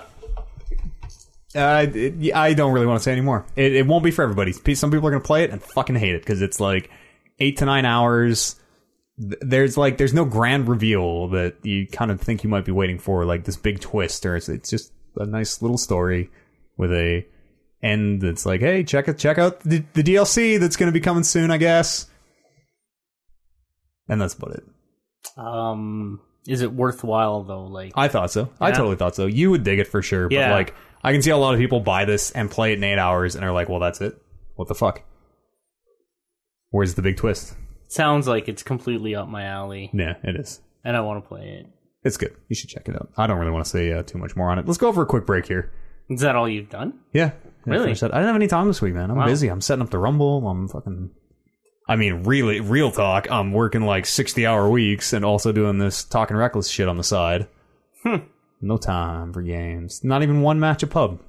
Speaker 2: uh, it- I don't really want to say anymore. It, it won't be for everybody. Pe- Some people are going to play it and fucking hate it because it's like eight to nine hours. Th- There's like there's no grand reveal that you kind of think you might be waiting for, like this big twist, or it's it's just a nice little story with a end that's like, hey, check it, check out the, the DLC that's going to be coming soon, I guess. And that's about it.
Speaker 1: Um, is it worthwhile though? Like,
Speaker 2: I thought so. I
Speaker 1: Yeah.
Speaker 2: totally thought so. You would dig it for sure. But
Speaker 1: Yeah.
Speaker 2: like, I can see a lot of people buy this and play it in eight hours and are like, "Well, that's it. What the fuck? Where's the big twist?"
Speaker 1: sounds like it's completely up my alley,
Speaker 2: Yeah, it is.
Speaker 1: and I want to play it.
Speaker 2: It's good. You should check it out. I don't really want to say uh, too much more on it. Let's go over a quick break here.
Speaker 1: Is that all you've done?
Speaker 2: Yeah. Yeah,
Speaker 1: Really?
Speaker 2: finish that. I didn't have any time this week, man. I'm busy. I'm setting up the Rumble. I'm fucking. I mean, really, real talk. I'm working like 60 hour weeks and also doing this talking reckless shit on the side.
Speaker 4: Hmm.
Speaker 2: No time for games. Not even one match of pub.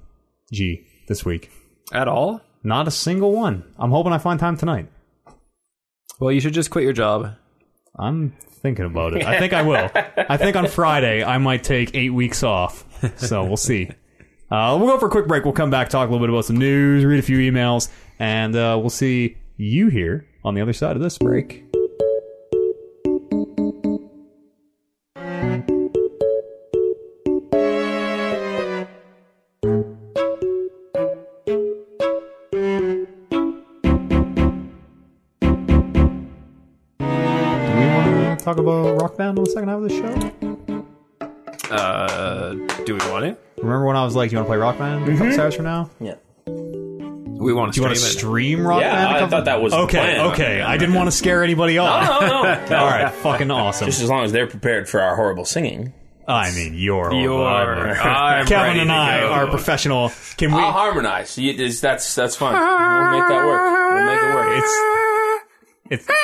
Speaker 2: G this week.
Speaker 4: At all?
Speaker 2: Not a single one. I'm hoping I find time tonight.
Speaker 4: Well, you should just quit your job.
Speaker 2: I'm thinking about it. I think I will. I think on Friday I might take eight weeks off. So we'll see. Uh, we'll go for a quick break. We'll come back, talk a little bit about some news, read a few emails, and uh, we'll see you here on the other side of this break. Do we want to talk about Rock Band on the second half of the show?
Speaker 4: Uh, do we want it?
Speaker 2: Remember when I was like, "Do you want to play Rock Band a couple hours from now?"
Speaker 3: Yeah.
Speaker 4: We want
Speaker 2: Do
Speaker 4: to
Speaker 2: you want to
Speaker 4: stream it.
Speaker 2: Mm-hmm. stream Rock
Speaker 3: Yeah,
Speaker 2: Band? a
Speaker 3: I
Speaker 2: couple-
Speaker 3: thought that was the
Speaker 2: okay.
Speaker 3: plan.
Speaker 2: Okay, I didn't want to scare anybody off.
Speaker 3: No, no, no.
Speaker 2: All right, fucking awesome.
Speaker 3: Just as long as they're prepared for our horrible singing.
Speaker 2: I mean, you're
Speaker 4: You're-
Speaker 2: horrible.
Speaker 4: I'm
Speaker 2: Kevin
Speaker 4: ready
Speaker 2: and
Speaker 4: to
Speaker 2: I
Speaker 4: go. Uh-huh.
Speaker 2: are professional. Can we?
Speaker 3: I'll harmonize. You, is, that's that's fine. We'll make that work. We'll make it work. It's
Speaker 2: It's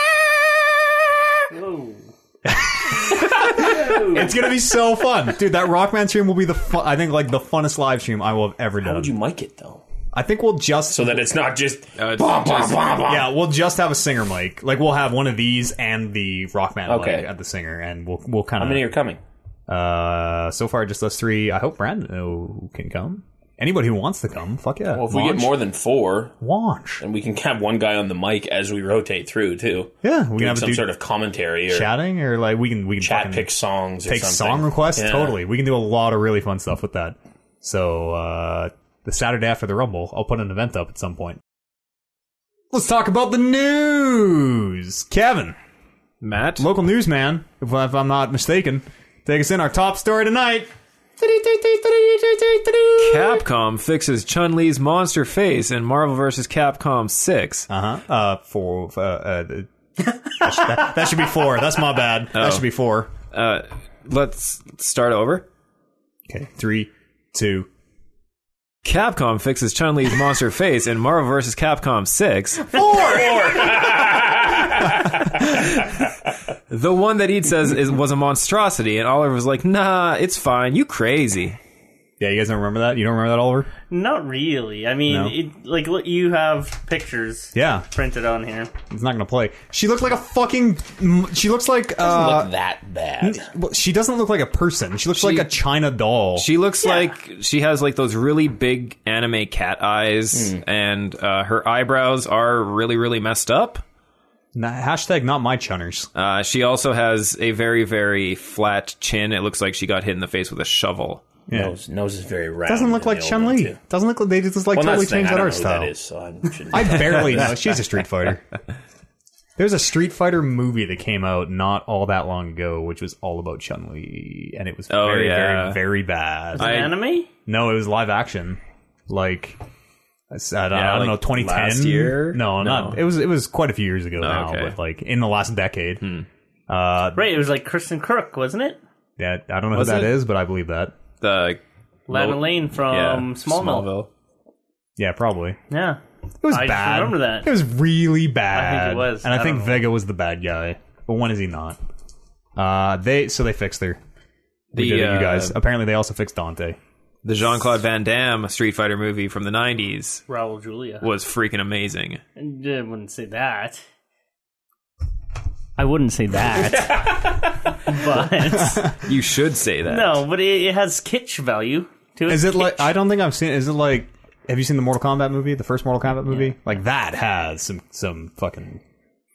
Speaker 2: it's gonna be so fun, dude. That Rockman stream will be the fun, I think like the funnest live stream I will have ever
Speaker 3: how
Speaker 2: done.
Speaker 3: would you mic it though?
Speaker 2: I think we'll just
Speaker 3: So that it's not just
Speaker 4: Uh, it's
Speaker 3: bah, bah, bah, bah.
Speaker 2: yeah, we'll just have a singer mic. Like we'll have one of these and the Rockman
Speaker 3: Okay.
Speaker 2: mic at the singer, and we'll we'll kind
Speaker 3: How
Speaker 2: of
Speaker 3: many are coming?
Speaker 2: Uh, so far, just us three. I hope Brando can come. Anybody who wants to come, fuck yeah.
Speaker 3: Well, if we get more than four,
Speaker 2: launch,
Speaker 3: and we can have one guy on the mic as we rotate through too.
Speaker 2: yeah, we can have a
Speaker 3: Some
Speaker 2: dude
Speaker 3: sort of commentary or chat,
Speaker 2: chatting or like we can we can fucking
Speaker 3: pick songs.
Speaker 2: take
Speaker 3: or something.
Speaker 2: song requests.
Speaker 3: Yeah.
Speaker 2: Totally, we can do a lot of really fun stuff with that. So uh, the Saturday after the Rumble, I'll put an event up at some point. Let's talk about the news, Kevin,
Speaker 4: Matt?
Speaker 2: local newsman. If, if I'm not mistaken, take us in our top story tonight.
Speaker 4: Capcom fixes Chun Li's monster face in Marvel vs. Capcom 6.
Speaker 2: Uh-huh. Uh Four. Uh, uh, th- that, should, that- that should be four. That's my bad.
Speaker 3: Oh.
Speaker 2: That should be four.
Speaker 4: Uh, let's start over.
Speaker 2: Okay. Three, two.
Speaker 4: Capcom fixes Chun Li's monster face in Marvel vs. Capcom 6. The one that he says is, was a monstrosity, and Oliver was like, nah, it's fine. You crazy.
Speaker 2: Yeah, you guys don't remember that? You don't remember that, Oliver?
Speaker 1: Not really. I mean,
Speaker 2: No.
Speaker 1: it, like look, you have pictures
Speaker 2: Yeah.
Speaker 1: printed on here.
Speaker 2: It's not going to play. She looked like a fucking. mm, She looks like.
Speaker 3: Doesn't
Speaker 2: Uh,
Speaker 3: look that bad.
Speaker 2: well, she doesn't look like a person. She looks like a China doll.
Speaker 4: She looks like she has like those really big anime cat eyes,
Speaker 2: Hmm.
Speaker 4: and uh, her eyebrows are really, really messed up.
Speaker 2: Nah, hashtag not my chunners.
Speaker 4: Uh, she also has a very, very flat chin. It looks like she got hit in the face with a shovel.
Speaker 3: Nose, nose is very round.
Speaker 2: Doesn't look
Speaker 3: in the
Speaker 2: like
Speaker 3: old
Speaker 2: Chun
Speaker 3: one,
Speaker 2: Li.
Speaker 3: too.
Speaker 2: Doesn't look like they just like
Speaker 3: Well,
Speaker 2: totally
Speaker 3: totally
Speaker 2: changed
Speaker 3: I
Speaker 2: out
Speaker 3: don't
Speaker 2: our
Speaker 3: know who that
Speaker 2: style.
Speaker 3: is, so I shouldn't.
Speaker 2: I barely know. She's a Street Fighter. There's a Street Fighter movie that came out not all that long ago, which was all about Chun Li, and it was
Speaker 4: Oh,
Speaker 2: very, very,
Speaker 4: yeah.
Speaker 2: very bad.
Speaker 4: I-
Speaker 1: Anime?
Speaker 2: no, it was live action, like I s- I don't,
Speaker 4: Yeah,
Speaker 2: I don't
Speaker 4: like
Speaker 2: know, 2010
Speaker 4: last year?
Speaker 2: No, not
Speaker 4: No.
Speaker 2: it was it was quite a few years ago now,
Speaker 4: okay.
Speaker 2: but like in the last decade. Uh,
Speaker 1: Right, it was like Kristen Crook, wasn't it?
Speaker 2: that I don't know
Speaker 4: Was
Speaker 2: who that
Speaker 4: it?
Speaker 2: is, but I believe that.
Speaker 4: The
Speaker 1: Lana
Speaker 4: Lo-
Speaker 1: Lane from
Speaker 4: yeah,
Speaker 2: Um,
Speaker 1: Smallville.
Speaker 2: Yeah, probably.
Speaker 1: Yeah.
Speaker 2: It was
Speaker 1: I just
Speaker 2: bad.
Speaker 1: remember that.
Speaker 2: It was really bad.
Speaker 1: I think it was.
Speaker 2: And I,
Speaker 1: I
Speaker 2: think
Speaker 1: don't know.
Speaker 2: Vega was the bad guy. But when is he not? Uh, they so they fixed her.
Speaker 4: The,
Speaker 2: We did it, you guys.
Speaker 4: uh,
Speaker 2: Apparently, they also fixed Dante.
Speaker 4: the Jean Claude Van Damme Street Fighter movie from the 90s
Speaker 1: Raul Julia.
Speaker 4: was freaking amazing.
Speaker 1: I wouldn't say that. I wouldn't say that. but
Speaker 4: You should say that.
Speaker 1: no, but it, it has kitsch value to it.
Speaker 2: Is it
Speaker 1: Kitsch.
Speaker 2: like I don't think I've seen. Is it like have you seen the Mortal Kombat movie, the first Mortal Kombat movie? Like that has some some fucking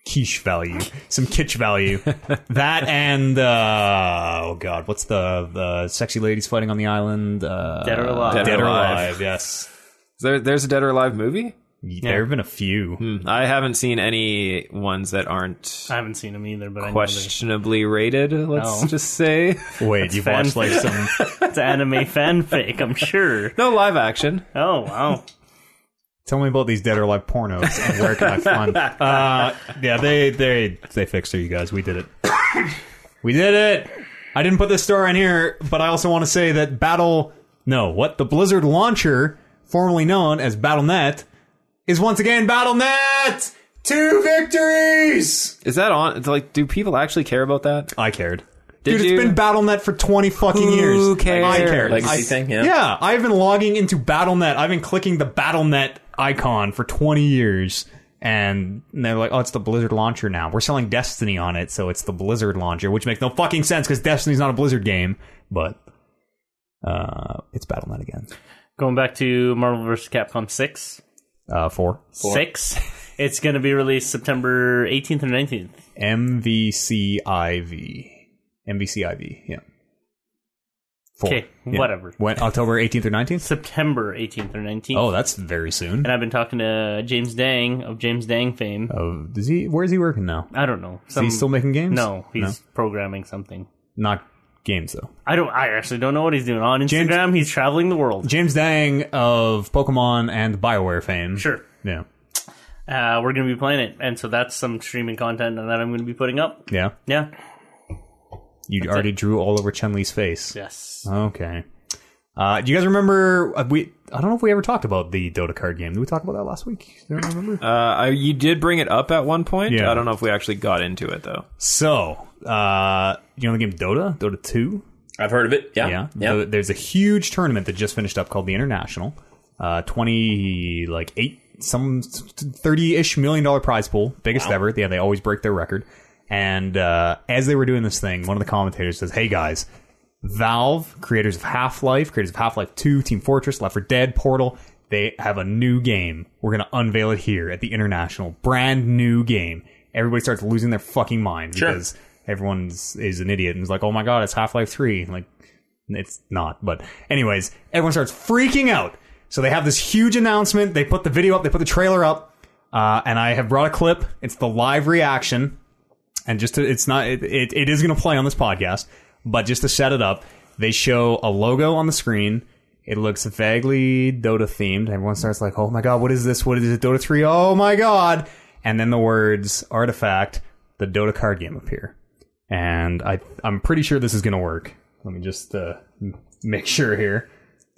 Speaker 2: quiche value, some kitsch value. that and uh, oh god, what's the the sexy ladies fighting on the island? Uh,
Speaker 1: Dead or Alive.
Speaker 2: Dead,
Speaker 4: Dead
Speaker 2: or
Speaker 4: or
Speaker 2: alive.
Speaker 4: Alive.
Speaker 2: Yes,
Speaker 4: Is there, there's a Dead or Alive movie?
Speaker 2: there have been a few.
Speaker 4: Hmm, I haven't seen any ones that aren't
Speaker 1: I haven't seen them either, but
Speaker 4: questionably rated, let's
Speaker 1: No.
Speaker 4: just say.
Speaker 2: Wait, you've
Speaker 1: fan
Speaker 2: watched like some?
Speaker 1: I know it's anime fanfic. I'm sure.
Speaker 4: No live action.
Speaker 1: Oh wow,
Speaker 2: Tell me about these Dead or Alive pornos. And where can I find? Uh, yeah, they they they fixed her, you guys. We did it. We did it. I didn't put this star in here, but I also want to say that Battle no, what the Blizzard launcher, formerly known as BattleNet, is once again BattleNet. Two victories.
Speaker 4: Is that on? it's Like, do people actually care about that?
Speaker 2: I cared.
Speaker 4: Did
Speaker 2: Dude,
Speaker 4: you?
Speaker 2: it's been BattleNet for twenty fucking
Speaker 4: Who
Speaker 2: years. I
Speaker 4: cares?
Speaker 2: cared.
Speaker 3: Legacy
Speaker 2: I-
Speaker 3: thing, yeah.
Speaker 2: yeah, I've been logging into BattleNet. I've been clicking the BattleNet icon for 20 years. And they're like, oh, it's the Blizzard launcher now. We're selling Destiny on it, so it's the Blizzard launcher, which makes no fucking sense because Destiny's not a Blizzard game. But uh, it's BattleNet again.
Speaker 1: going back to Marvel vs. Capcom six,
Speaker 2: Uh, four.
Speaker 1: six. It's going to be released September 18th and 19th.
Speaker 2: MVCIV. MVCIV, yeah. Four.
Speaker 1: Okay,
Speaker 2: Yeah.
Speaker 1: whatever.
Speaker 2: When, October 18th or 19th?
Speaker 1: September 18th or 19th.
Speaker 2: Oh, that's very soon.
Speaker 1: and I've been talking to James Dang of James Dang fame.
Speaker 2: Oh, does he? Where is he working now?
Speaker 1: I don't know.
Speaker 2: Is
Speaker 1: Some,
Speaker 2: he still making games?
Speaker 1: No, he's programming something.
Speaker 2: not games though.
Speaker 1: I don't. I actually don't know what he's doing on
Speaker 2: James-
Speaker 1: Instagram. he's traveling the world.
Speaker 2: James Dang of Pokemon and Bioware fame.
Speaker 1: Sure.
Speaker 2: Yeah.
Speaker 1: Uh, we're gonna be playing it, and so that's some streaming content that I'm gonna be putting up.
Speaker 2: Yeah.
Speaker 1: Yeah.
Speaker 2: You already drew all over Chun Li's face.
Speaker 1: Yes.
Speaker 2: Okay. Uh, do you guys remember? Uh, we I don't know if we ever talked about the Dota card game. Did we talk about that last week? Do you remember?
Speaker 4: Uh, I, you did bring it up at one point.
Speaker 2: Yeah.
Speaker 4: I don't know if we actually got into it though.
Speaker 2: so, uh, you know the game Dota, Dota Two.
Speaker 3: I've heard of it. Yeah.
Speaker 2: Yeah.
Speaker 3: Yeah.
Speaker 2: Th- There's a huge tournament that just finished up called the International. Uh, 20, like eight, some 30 ish million dollar prize pool. Biggest ever. Yeah. They always break their record. And, uh, as they were doing this thing, one of the commentators says, Hey guys, Valve, creators of Half Life, creators of Half Life 2, Team Fortress, Left 4 Dead, Portal, they have a new game. We're going to unveil it here at the International. Brand new game. Everybody starts losing their fucking mind
Speaker 3: Sure.
Speaker 2: because everyone's is an idiot and is like, oh my god, it's Half Life 3. Like, it's not, but anyways, everyone starts freaking out. So they have this huge announcement. They put the video up, they put the trailer up, uh, and I have brought a clip. It's the live reaction, and just to, it's not it, it, it is going to play on this podcast, but just to set it up, they show a logo on the screen. It looks vaguely Dota themed. Everyone starts like, "Oh my god, what is this? What is it? Dota 3? Oh my god!" And then the words "artifact," the Dota card game appear and I I'm pretty sure this is gonna work. Let me just uh, m- make sure here.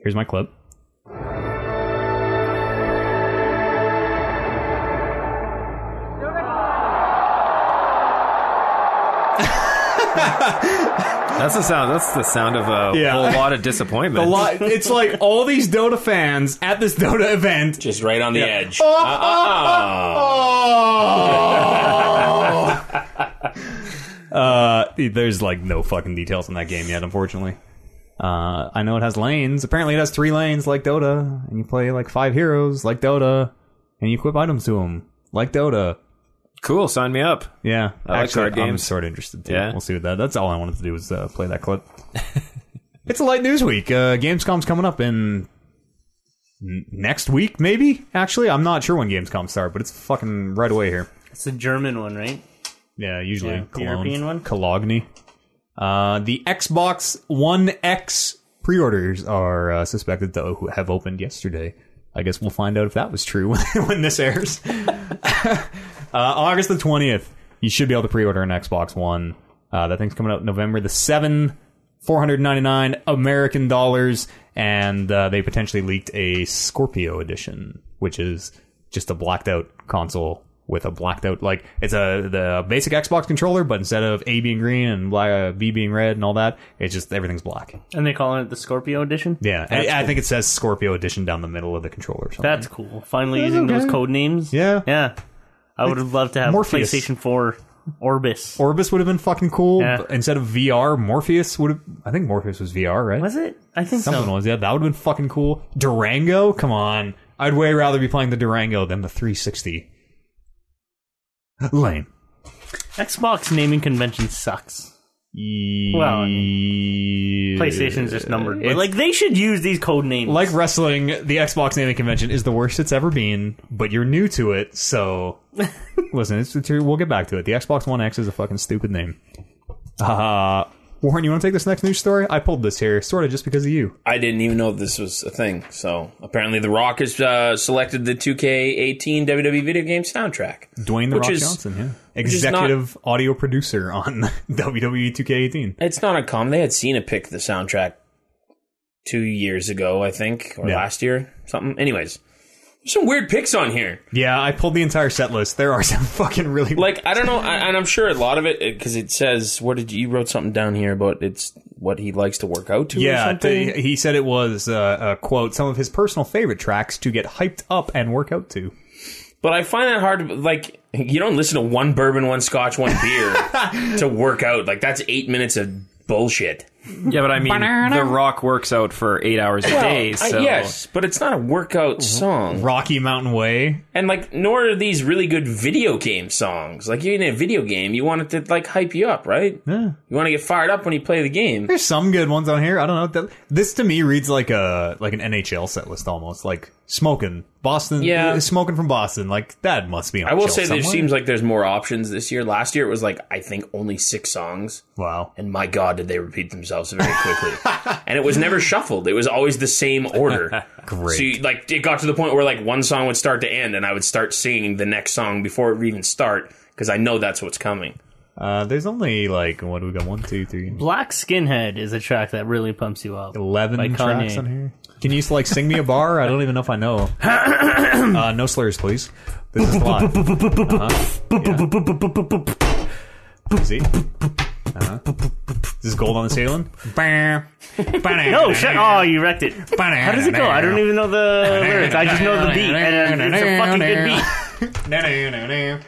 Speaker 2: Here's my clip.
Speaker 4: That's the sound. That's the sound of a
Speaker 2: Yeah.
Speaker 4: whole lot of disappointment.
Speaker 2: A lot. It's like all these Dota fans at this Dota event.
Speaker 3: Just right on the edge. Ah.
Speaker 2: Oh, oh, oh, oh. uh, there's like no fucking details on that game yet, unfortunately. Uh, I know it has lanes. Apparently, it has three lanes like Dota, and you play like five heroes like Dota, and you equip items to them like Dota.
Speaker 4: Cool. Sign me up.
Speaker 2: Yeah,
Speaker 4: like
Speaker 2: actually,
Speaker 4: card
Speaker 2: I'm
Speaker 4: games.
Speaker 2: sort of interested. Too.
Speaker 4: Yeah.
Speaker 2: we'll see what that. That's all I wanted to do was uh, play that clip. it's a light news week. Uh, Gamescom's coming up in n- next week, maybe. Actually, I'm not sure when Gamescom start, but it's fucking right away here.
Speaker 1: It's the German one, right?
Speaker 2: Yeah, usually
Speaker 1: Yeah, the
Speaker 2: Cologne,
Speaker 1: European one?
Speaker 2: Cologne. Uh, the Xbox One X pre-orders are uh, suspected to have opened yesterday. I guess we'll find out if that was true when this airs. Uh, August the 20th, you should be able to pre-order an Xbox One. Uh, that thing's coming out November the 7th, 499 American dollars, and uh, they potentially leaked a Scorpio edition, which is just a blacked out console with a blacked out like it's a the basic Xbox controller, but instead of A being green and black, uh, B being red and all that, it's just everything's black.
Speaker 1: And they call it the Scorpio edition.
Speaker 2: Yeah, I, I think it says Scorpio edition down the middle of the controller. Or something.
Speaker 1: That's cool. Finally using those code names.
Speaker 2: Yeah.
Speaker 1: Yeah. I would have loved to have
Speaker 2: Morpheus.
Speaker 1: PlayStation 4 Orbis.
Speaker 2: Orbis would have been fucking cool.
Speaker 1: Yeah.
Speaker 2: but Instead of VR, Morpheus would have. I think Morpheus was VR, right?
Speaker 1: was it? I think
Speaker 2: Something
Speaker 1: so.
Speaker 2: was. Yeah, that would have been fucking cool. Durango, come on. I'd way rather be playing the Durango than the 360. Lame.
Speaker 1: Xbox naming convention sucks. Well, I PlayStation's just numbered. But
Speaker 2: It's-
Speaker 1: like they should use these code names.
Speaker 2: Like wrestling, the Xbox naming convention is the worst it's ever been, but you're new to it, so listen, it's, it's, we'll get back to it. The Xbox One X is a fucking stupid name. Uh, Warren, you want to take this next news story? I pulled this here, sort of just because of you.
Speaker 3: I didn't even know this was a thing. So apparently, The Rock has uh, selected the 2K18 WWE E video game soundtrack.
Speaker 2: Dwayne the
Speaker 3: Which
Speaker 2: Rock
Speaker 3: is-
Speaker 2: Johnson, yeah,
Speaker 3: is not-
Speaker 2: executive audio producer on E WWE 2K18.
Speaker 3: It's not uncommon. They had Cena pick the soundtrack two years ago, I think, or
Speaker 2: Yeah.
Speaker 3: last year, something. Anyways, there's some weird picks on here.
Speaker 2: Yeah, I pulled the entire set list. There are some fucking really
Speaker 3: Like I don't know, I, and I'm sure a lot of it because it says what did you, you wrote something down here about it's what he likes to work out to. or
Speaker 2: Yeah,
Speaker 3: something?
Speaker 2: t- he said it was uh, uh, quote some of his personal favorite tracks to get hyped up and work out to.
Speaker 3: But I find that hard. to- Like, you don't listen to one bourbon, one scotch, one beer to work out. Like, that's eight minutes of bullshit.
Speaker 4: Yeah, but I mean, The Rock works out for eight hours a day,
Speaker 3: I-
Speaker 4: so
Speaker 3: yes, but it's not a workout
Speaker 2: Mm-hmm.
Speaker 3: song.
Speaker 2: Rocky Mountain Way.
Speaker 3: And, like, nor are these really good video game songs. Like, you're in a video game, you want it to, like, hype you up, right?
Speaker 2: Yeah.
Speaker 3: You want to get fired up when you play the game.
Speaker 2: There's some good ones on here. I don't know. That, this to me reads like a like an NHL set list almost. Like smoking Boston.
Speaker 3: Yeah.
Speaker 2: uh, smoking from Boston. Like that must be. on
Speaker 3: I will
Speaker 2: shelf
Speaker 3: say there
Speaker 2: somewhere.
Speaker 3: seems like there's more options this year. Last year it was like I think only six songs,
Speaker 2: wow.
Speaker 3: and my god, did they repeat themselves very quickly. and it was never shuffled; it was always the same order.
Speaker 2: Great.
Speaker 3: So you, like it got to the point where like one song would start to end, and I would start singing the next song before it would even start because I know that's what's coming.
Speaker 2: uh, there's only like what do we got? One, two, three,
Speaker 1: Black Skinhead is a track that really pumps you up.
Speaker 2: eleven
Speaker 1: By
Speaker 2: tracks
Speaker 1: Kanye.
Speaker 2: on here. Can you like sing me a bar? I don't even know if I know. uh, no slurs, please. This is live. See? Uh-huh. Is this gold on the ceiling?
Speaker 1: No, shut! Oh, you wrecked it. How does it go? I don't even know the lyrics. I just know the beat, and it's a fucking good beat.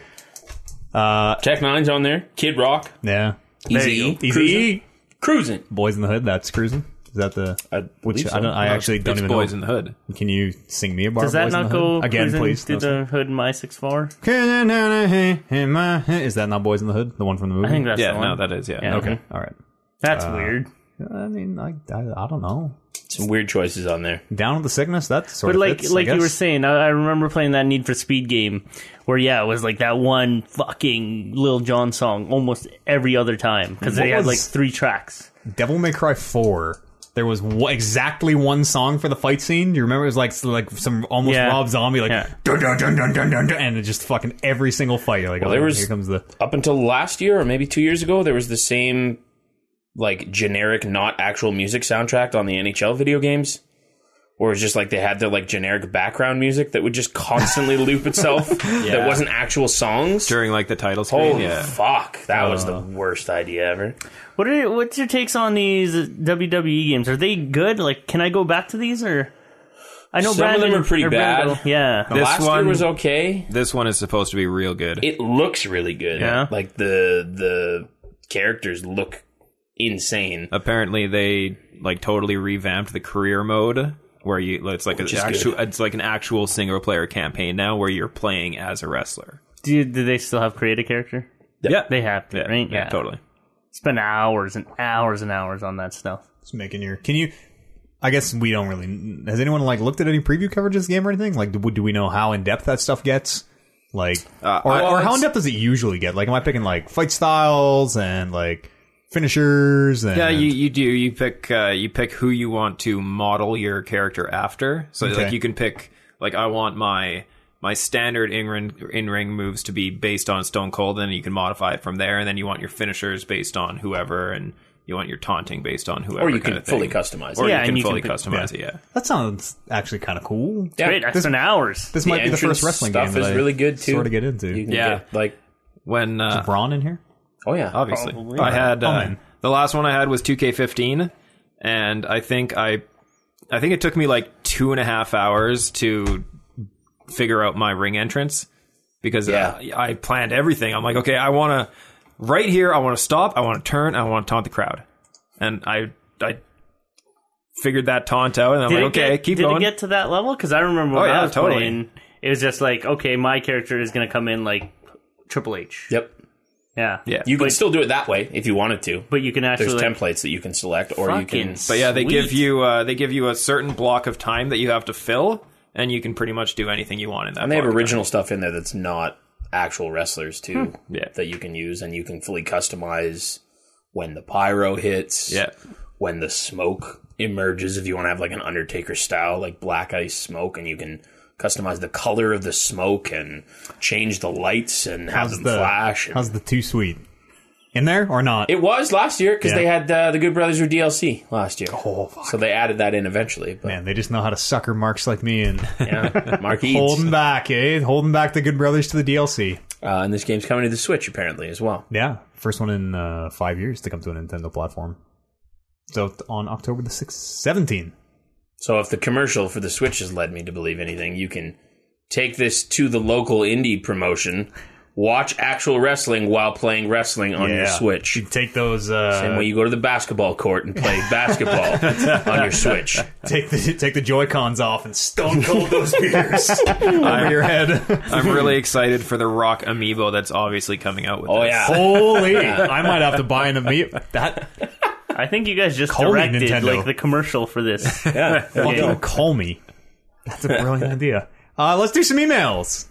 Speaker 2: beat.
Speaker 3: Tech Nine's on there, Kid Rock,
Speaker 2: Yeah.
Speaker 3: Easy,
Speaker 1: you
Speaker 3: E,
Speaker 1: go.
Speaker 2: Easy.
Speaker 3: Cruisin',
Speaker 2: E.
Speaker 3: Cruisin'.
Speaker 2: Boys in the Hood, that's cruising. Is that the
Speaker 3: I
Speaker 2: which
Speaker 3: believe so.
Speaker 2: I don't I actually don't
Speaker 4: it's
Speaker 2: even
Speaker 4: boys
Speaker 2: know.
Speaker 4: in the hood.
Speaker 2: Can you sing me a bar?
Speaker 1: Does that
Speaker 2: Boys in
Speaker 1: not
Speaker 2: the Hood?
Speaker 1: go
Speaker 2: again,
Speaker 1: cruising
Speaker 2: please?
Speaker 1: Through
Speaker 2: No,
Speaker 1: the hood, in my six four.
Speaker 2: Is that not Boys in the Hood? The one from the movie?
Speaker 1: I think that's
Speaker 4: Yeah,
Speaker 1: the one.
Speaker 4: no, that is yeah.
Speaker 1: Yeah. Mm-hmm.
Speaker 2: Okay. Uh, All right.
Speaker 1: That's weird.
Speaker 2: I mean, I, I, I don't know.
Speaker 3: Some weird choices on there.
Speaker 2: Down with the sickness. That's sort
Speaker 1: But
Speaker 2: of
Speaker 1: like,
Speaker 2: fits, I
Speaker 1: like you were
Speaker 2: guess.
Speaker 1: saying, I, I remember playing that Need for Speed game, where yeah, it was like that one fucking Lil Jon song almost every other time because they
Speaker 2: What
Speaker 1: had like
Speaker 2: was-
Speaker 1: three tracks.
Speaker 2: Devil May Cry Four. There was one, exactly one song for the fight scene. Do you remember? It was like s- like some almost
Speaker 1: Yeah.
Speaker 2: Rob Zombie, like
Speaker 1: Yeah.
Speaker 2: dun, dun, dun, dun, dun, dun, dun, and it just fucking every single fight. You're like, oh,
Speaker 3: there was-
Speaker 2: here comes the
Speaker 3: Up until last year or maybe two years ago, there was the same like generic, not actual music soundtrack on the NHL video games. Or it's just like they had their like generic background music that would just constantly loop itself. That wasn't actual songs.
Speaker 4: During like the title screen,
Speaker 3: Holy
Speaker 4: yeah. Uh.
Speaker 3: fuck! That was the worst idea ever.
Speaker 1: What are your- what's your takes on these WWE games? Are they good? Like, can I go back to these or? I know
Speaker 3: Some of them
Speaker 1: Brandon-
Speaker 3: are pretty
Speaker 1: or Brando-
Speaker 3: bad.
Speaker 1: Yeah,
Speaker 4: This
Speaker 3: Last
Speaker 4: one-
Speaker 3: year was okay.
Speaker 4: This one is supposed to be real good.
Speaker 3: It looks really good.
Speaker 1: Yeah.
Speaker 3: Like the the characters look insane.
Speaker 4: Apparently, they like totally revamped the career mode where you it's like an
Speaker 3: is good.
Speaker 4: actual it's like an actual single player campaign now where you're playing as a wrestler.
Speaker 1: do, do they still have create a character?
Speaker 4: Yeah,
Speaker 1: They have to,
Speaker 4: yeah,
Speaker 1: right?
Speaker 4: yeah, totally.
Speaker 1: Spend hours and hours and hours on that stuff.
Speaker 2: just making your. Can you? I guess we don't really. Has anyone like looked at any preview coverage of this game or anything? Like, do, do we know how in depth that stuff gets? Like,
Speaker 4: Uh,
Speaker 2: or,
Speaker 4: well,
Speaker 2: or how
Speaker 4: it's-
Speaker 2: in depth does it usually get? Like, am I picking like fight styles and like finishers? And,
Speaker 4: Yeah, you, you do. You pick uh, you pick who you want to model your character after. So
Speaker 2: Okay.
Speaker 4: like you can pick like I want my my standard in ring in ring moves to be based on Stone Cold, and you can modify it from there. And then you want your finishers based on whoever, and you want your taunting based on whoever.
Speaker 3: Or you
Speaker 4: kind
Speaker 3: can
Speaker 4: of thing.
Speaker 3: fully customize it.
Speaker 4: Or
Speaker 1: Yeah,
Speaker 4: you
Speaker 1: and
Speaker 4: can
Speaker 1: you can
Speaker 4: fully
Speaker 1: pick-
Speaker 4: customize it. Yeah.
Speaker 2: that sounds actually kind of cool.
Speaker 3: Yeah.
Speaker 1: Great, I spent hours.
Speaker 2: This
Speaker 3: The
Speaker 2: might be the
Speaker 3: entrance
Speaker 2: first wrestling
Speaker 3: stuff
Speaker 2: game that
Speaker 3: is
Speaker 2: I
Speaker 3: really good, too.
Speaker 2: Sort of get into.
Speaker 3: You can
Speaker 4: Yeah. Uh,
Speaker 3: get, like
Speaker 4: When uh,
Speaker 2: Braun in here?
Speaker 3: oh yeah,
Speaker 4: obviously.
Speaker 1: Probably.
Speaker 4: I had
Speaker 2: Oh,
Speaker 4: uh,
Speaker 2: man.
Speaker 4: the last one I had was 2K15, and I think I, I think it took me like two and a half hours to figure out my ring entrance because uh, I planned everything. I'm like, okay, I want to. right here, I want to stop. I want to turn. I want to taunt the crowd. And I, I figured that taunt out, and I'm
Speaker 1: Did
Speaker 4: like,
Speaker 1: it
Speaker 4: okay,
Speaker 1: get,
Speaker 4: keep
Speaker 1: did
Speaker 4: going.
Speaker 1: it get to that level? Because I remember when
Speaker 4: Oh, yeah,
Speaker 1: I was
Speaker 4: totally.
Speaker 1: playing, it was just like, okay, my character is going to come in like Triple H.
Speaker 3: Yep.
Speaker 1: Yeah.
Speaker 4: yeah,
Speaker 3: You can still do it that way if you wanted to.
Speaker 1: But you can
Speaker 3: There's
Speaker 1: actually. like,
Speaker 3: templates that you can select, or you
Speaker 1: fucking
Speaker 3: can.
Speaker 4: but yeah, they give
Speaker 1: sweet.
Speaker 4: you uh, they give you a certain block of time that you have to fill, and you can pretty much do anything you want in that.
Speaker 3: And they have
Speaker 4: block of
Speaker 3: original stuff in there that's not actual wrestlers too.
Speaker 1: Hmm.
Speaker 4: Yeah.
Speaker 3: That you can use, and you can fully customize when the pyro hits.
Speaker 4: time. Yeah,
Speaker 3: when the smoke emerges if you want to have like an undertaker style like black ice smoke and you can customize the color of the smoke and change the lights and have
Speaker 2: How's
Speaker 3: them
Speaker 2: the
Speaker 3: flash and-
Speaker 2: How's the too sweet? In there or not?
Speaker 3: it was last year because
Speaker 2: Yeah. Oh,
Speaker 3: they had uh, the good brothers were dlc last year so they added that in eventually but
Speaker 2: Man, they just know how to sucker marks like me and
Speaker 3: yeah mark Eads.
Speaker 2: holding back, eh? Holding back the Good Brothers to the DLC.
Speaker 3: Uh, and this game's coming to the switch apparently as well
Speaker 2: Yeah, first one in uh, five years to come to a Nintendo platform. So it's on October the sixth, seventeen.
Speaker 3: so if the commercial for the switch has led me to believe anything you can take this to the local indie promotion watch actual wrestling while playing wrestling on your switch
Speaker 2: You take those. Uh,
Speaker 3: Same way you go to the basketball court and play basketball on your Switch.
Speaker 2: Take the take the Joy Cons off and stone cold those beers over your head.
Speaker 4: I'm really excited for the Rock amiibo that's obviously coming out with.
Speaker 3: Oh
Speaker 4: this.
Speaker 3: yeah,
Speaker 2: Holy! I might have to buy an meat. That
Speaker 1: I think you guys just
Speaker 2: Call me
Speaker 1: directed
Speaker 2: Nintendo.
Speaker 1: like the commercial for this.
Speaker 3: yeah. Well,
Speaker 2: fucking call me. That's a brilliant idea. Uh, let's do some emails.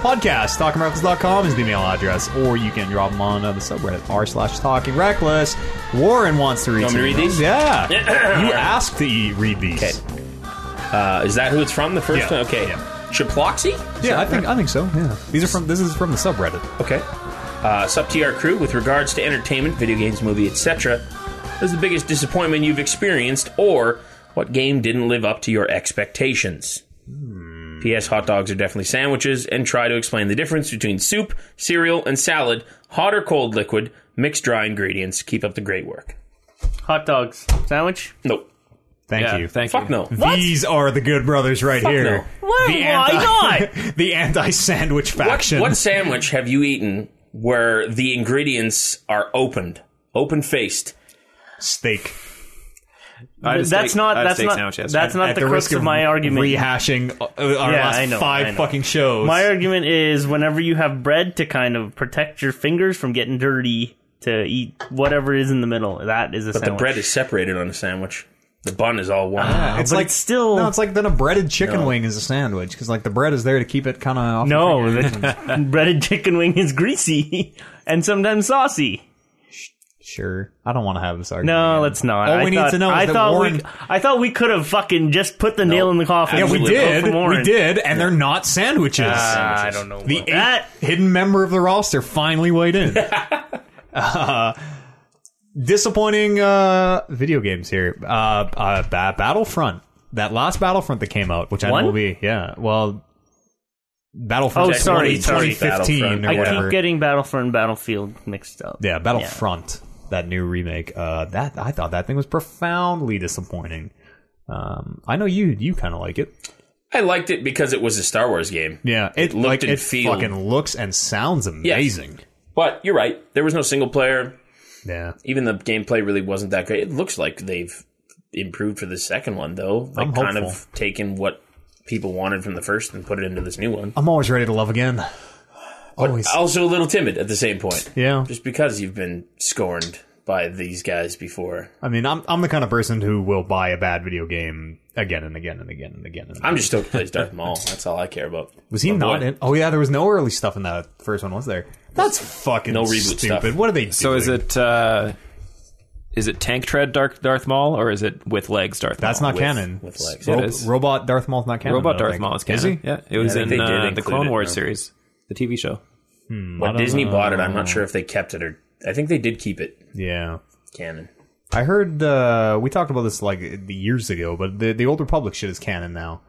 Speaker 2: Podcast, talkingreckless.com is the email address, or you can drop them on uh, the subreddit r slash talking reckless. Warren wants to read,
Speaker 3: want
Speaker 2: some
Speaker 3: me to read
Speaker 2: emails.
Speaker 3: these?
Speaker 2: Yeah. you asked to e- read these.
Speaker 3: Okay. uh, is that who it's from? The first
Speaker 2: Yeah.
Speaker 3: one. Okay.
Speaker 2: Yeah.
Speaker 3: Chiploxy.
Speaker 2: Yeah, I think I think so. Yeah. These are from this is from the subreddit.
Speaker 3: Okay. Uh, it's up to our crew with regards to entertainment, video games, movie, etc. What is the biggest disappointment you've experienced, or what game didn't live up to your expectations? P.S. Hot dogs are definitely sandwiches, and try to explain the difference between soup, cereal, and salad, hot or cold liquid, mixed dry ingredients. Keep up the great work.
Speaker 1: Hot dogs. Sandwich?
Speaker 3: Nope.
Speaker 2: Thank
Speaker 4: Yeah,
Speaker 2: you.
Speaker 4: thank
Speaker 3: Fuck
Speaker 4: you.
Speaker 3: no.
Speaker 2: These are the good brothers right here.
Speaker 1: What?
Speaker 2: The
Speaker 1: Why
Speaker 2: anti, the anti sandwich
Speaker 3: What,
Speaker 2: faction.
Speaker 3: what sandwich have you eaten where the ingredients are opened, open faced?
Speaker 2: steak?
Speaker 4: I had a
Speaker 1: that's
Speaker 4: steak-
Speaker 1: not.
Speaker 4: I had a
Speaker 1: That's
Speaker 4: steak
Speaker 1: not.
Speaker 4: sandwich yesterday.
Speaker 1: That's not
Speaker 2: at
Speaker 1: the,
Speaker 2: the, risk
Speaker 1: crux of my argument.
Speaker 2: rehashing uh, our
Speaker 1: Yeah,
Speaker 2: last
Speaker 1: I know,
Speaker 2: five
Speaker 1: I know.
Speaker 2: fucking shows.
Speaker 1: my argument is whenever you have bread to kind of protect your fingers from getting dirty to eat whatever is in the middle, that is a
Speaker 3: But the
Speaker 1: sandwich.
Speaker 3: bread is separated on a sandwich. The bun is all one.
Speaker 2: it's
Speaker 1: but
Speaker 2: like
Speaker 1: it's still-
Speaker 2: no. It's like then a breaded chicken
Speaker 3: No.
Speaker 2: wing is a sandwich because like the bread is there to keep it kind of off.
Speaker 1: no, the breaded chicken wing is greasy and sometimes saucy.
Speaker 2: sure. I don't want to have this argument.
Speaker 1: No, let's not.
Speaker 2: All
Speaker 1: I
Speaker 2: we need
Speaker 1: thought,
Speaker 2: to know is
Speaker 1: I
Speaker 2: that
Speaker 1: thought we,
Speaker 2: Warren-
Speaker 1: I thought we could have fucking just put the nail in the coffin.
Speaker 2: yeah, we
Speaker 1: Absolutely.
Speaker 2: did.
Speaker 1: Go from
Speaker 2: We
Speaker 1: Warren.
Speaker 2: did, and they're not sandwiches.
Speaker 1: Ah, I don't know.
Speaker 2: the
Speaker 1: what-
Speaker 2: eighth
Speaker 1: that
Speaker 2: hidden member of the roster finally weighed in. uh, disappointing uh, video games here. Uh, uh, Ba- Battlefront, that last Battlefront that came out, which I
Speaker 1: One?
Speaker 2: know will be yeah. Well, Battlefront.
Speaker 1: Oh, sorry,
Speaker 2: 20-
Speaker 1: sorry.
Speaker 2: 2015
Speaker 3: Battlefront.
Speaker 2: or
Speaker 1: I
Speaker 2: whatever.
Speaker 1: keep getting Battlefront and Battlefield mixed up.
Speaker 2: yeah, Battlefront. That new remake. Uh, that I thought that thing was profoundly disappointing. Um, I know you. You kind of like it.
Speaker 3: I liked it because it was a Star Wars game.
Speaker 2: Yeah, it,
Speaker 3: looked
Speaker 2: like
Speaker 3: and
Speaker 2: it
Speaker 3: feel-
Speaker 2: fucking looks and sounds amazing.
Speaker 3: But you're right. There was no single player.
Speaker 2: Yeah,
Speaker 3: Even the gameplay really wasn't that great. It looks like they've improved for the second one, though. Like,
Speaker 2: I'm
Speaker 3: kind of
Speaker 2: hopeful.
Speaker 3: taken what people wanted from the first and put it into this new one.
Speaker 2: I'm always ready to love again. Always.
Speaker 3: Also, a little timid at the same point.
Speaker 2: Yeah.
Speaker 3: Just because you've been scorned by these guys before.
Speaker 2: I mean, I'm I'm the kind of person who will buy a bad video game again and again and again and again. And again.
Speaker 3: I'm just stoked he plays Darth Maul. That's all I care about.
Speaker 2: Was he
Speaker 3: My
Speaker 2: not
Speaker 3: boy.
Speaker 2: in? Oh yeah, there was no early stuff in that first one, was there? That's fucking
Speaker 3: No reboot
Speaker 2: stupid.
Speaker 3: stuff.
Speaker 2: What are they?
Speaker 4: So is it uh, is it tank tread Dark Darth Maul or is it with legs Darth?
Speaker 2: That's
Speaker 4: Maul?
Speaker 2: not canon.
Speaker 3: with legs.
Speaker 4: It
Speaker 2: Ro-
Speaker 4: is.
Speaker 2: Robot Darth Maul's not canon. I
Speaker 4: Robot
Speaker 2: don't
Speaker 4: Darth
Speaker 2: think.
Speaker 4: Maul is
Speaker 2: Is
Speaker 4: canon.
Speaker 2: he?
Speaker 4: Yeah, it was
Speaker 3: I think
Speaker 4: in
Speaker 3: they did
Speaker 4: uh, the
Speaker 3: include
Speaker 4: Clone
Speaker 3: it,
Speaker 4: Wars
Speaker 3: no.
Speaker 4: series, the TV show.
Speaker 3: When Disney bought
Speaker 2: uh,
Speaker 3: it, I'm not sure if they kept it or. I think they did keep it
Speaker 2: Yeah.
Speaker 3: canon.
Speaker 2: I heard uh, we talked about this like the years ago, but the the old Republic shit is canon now.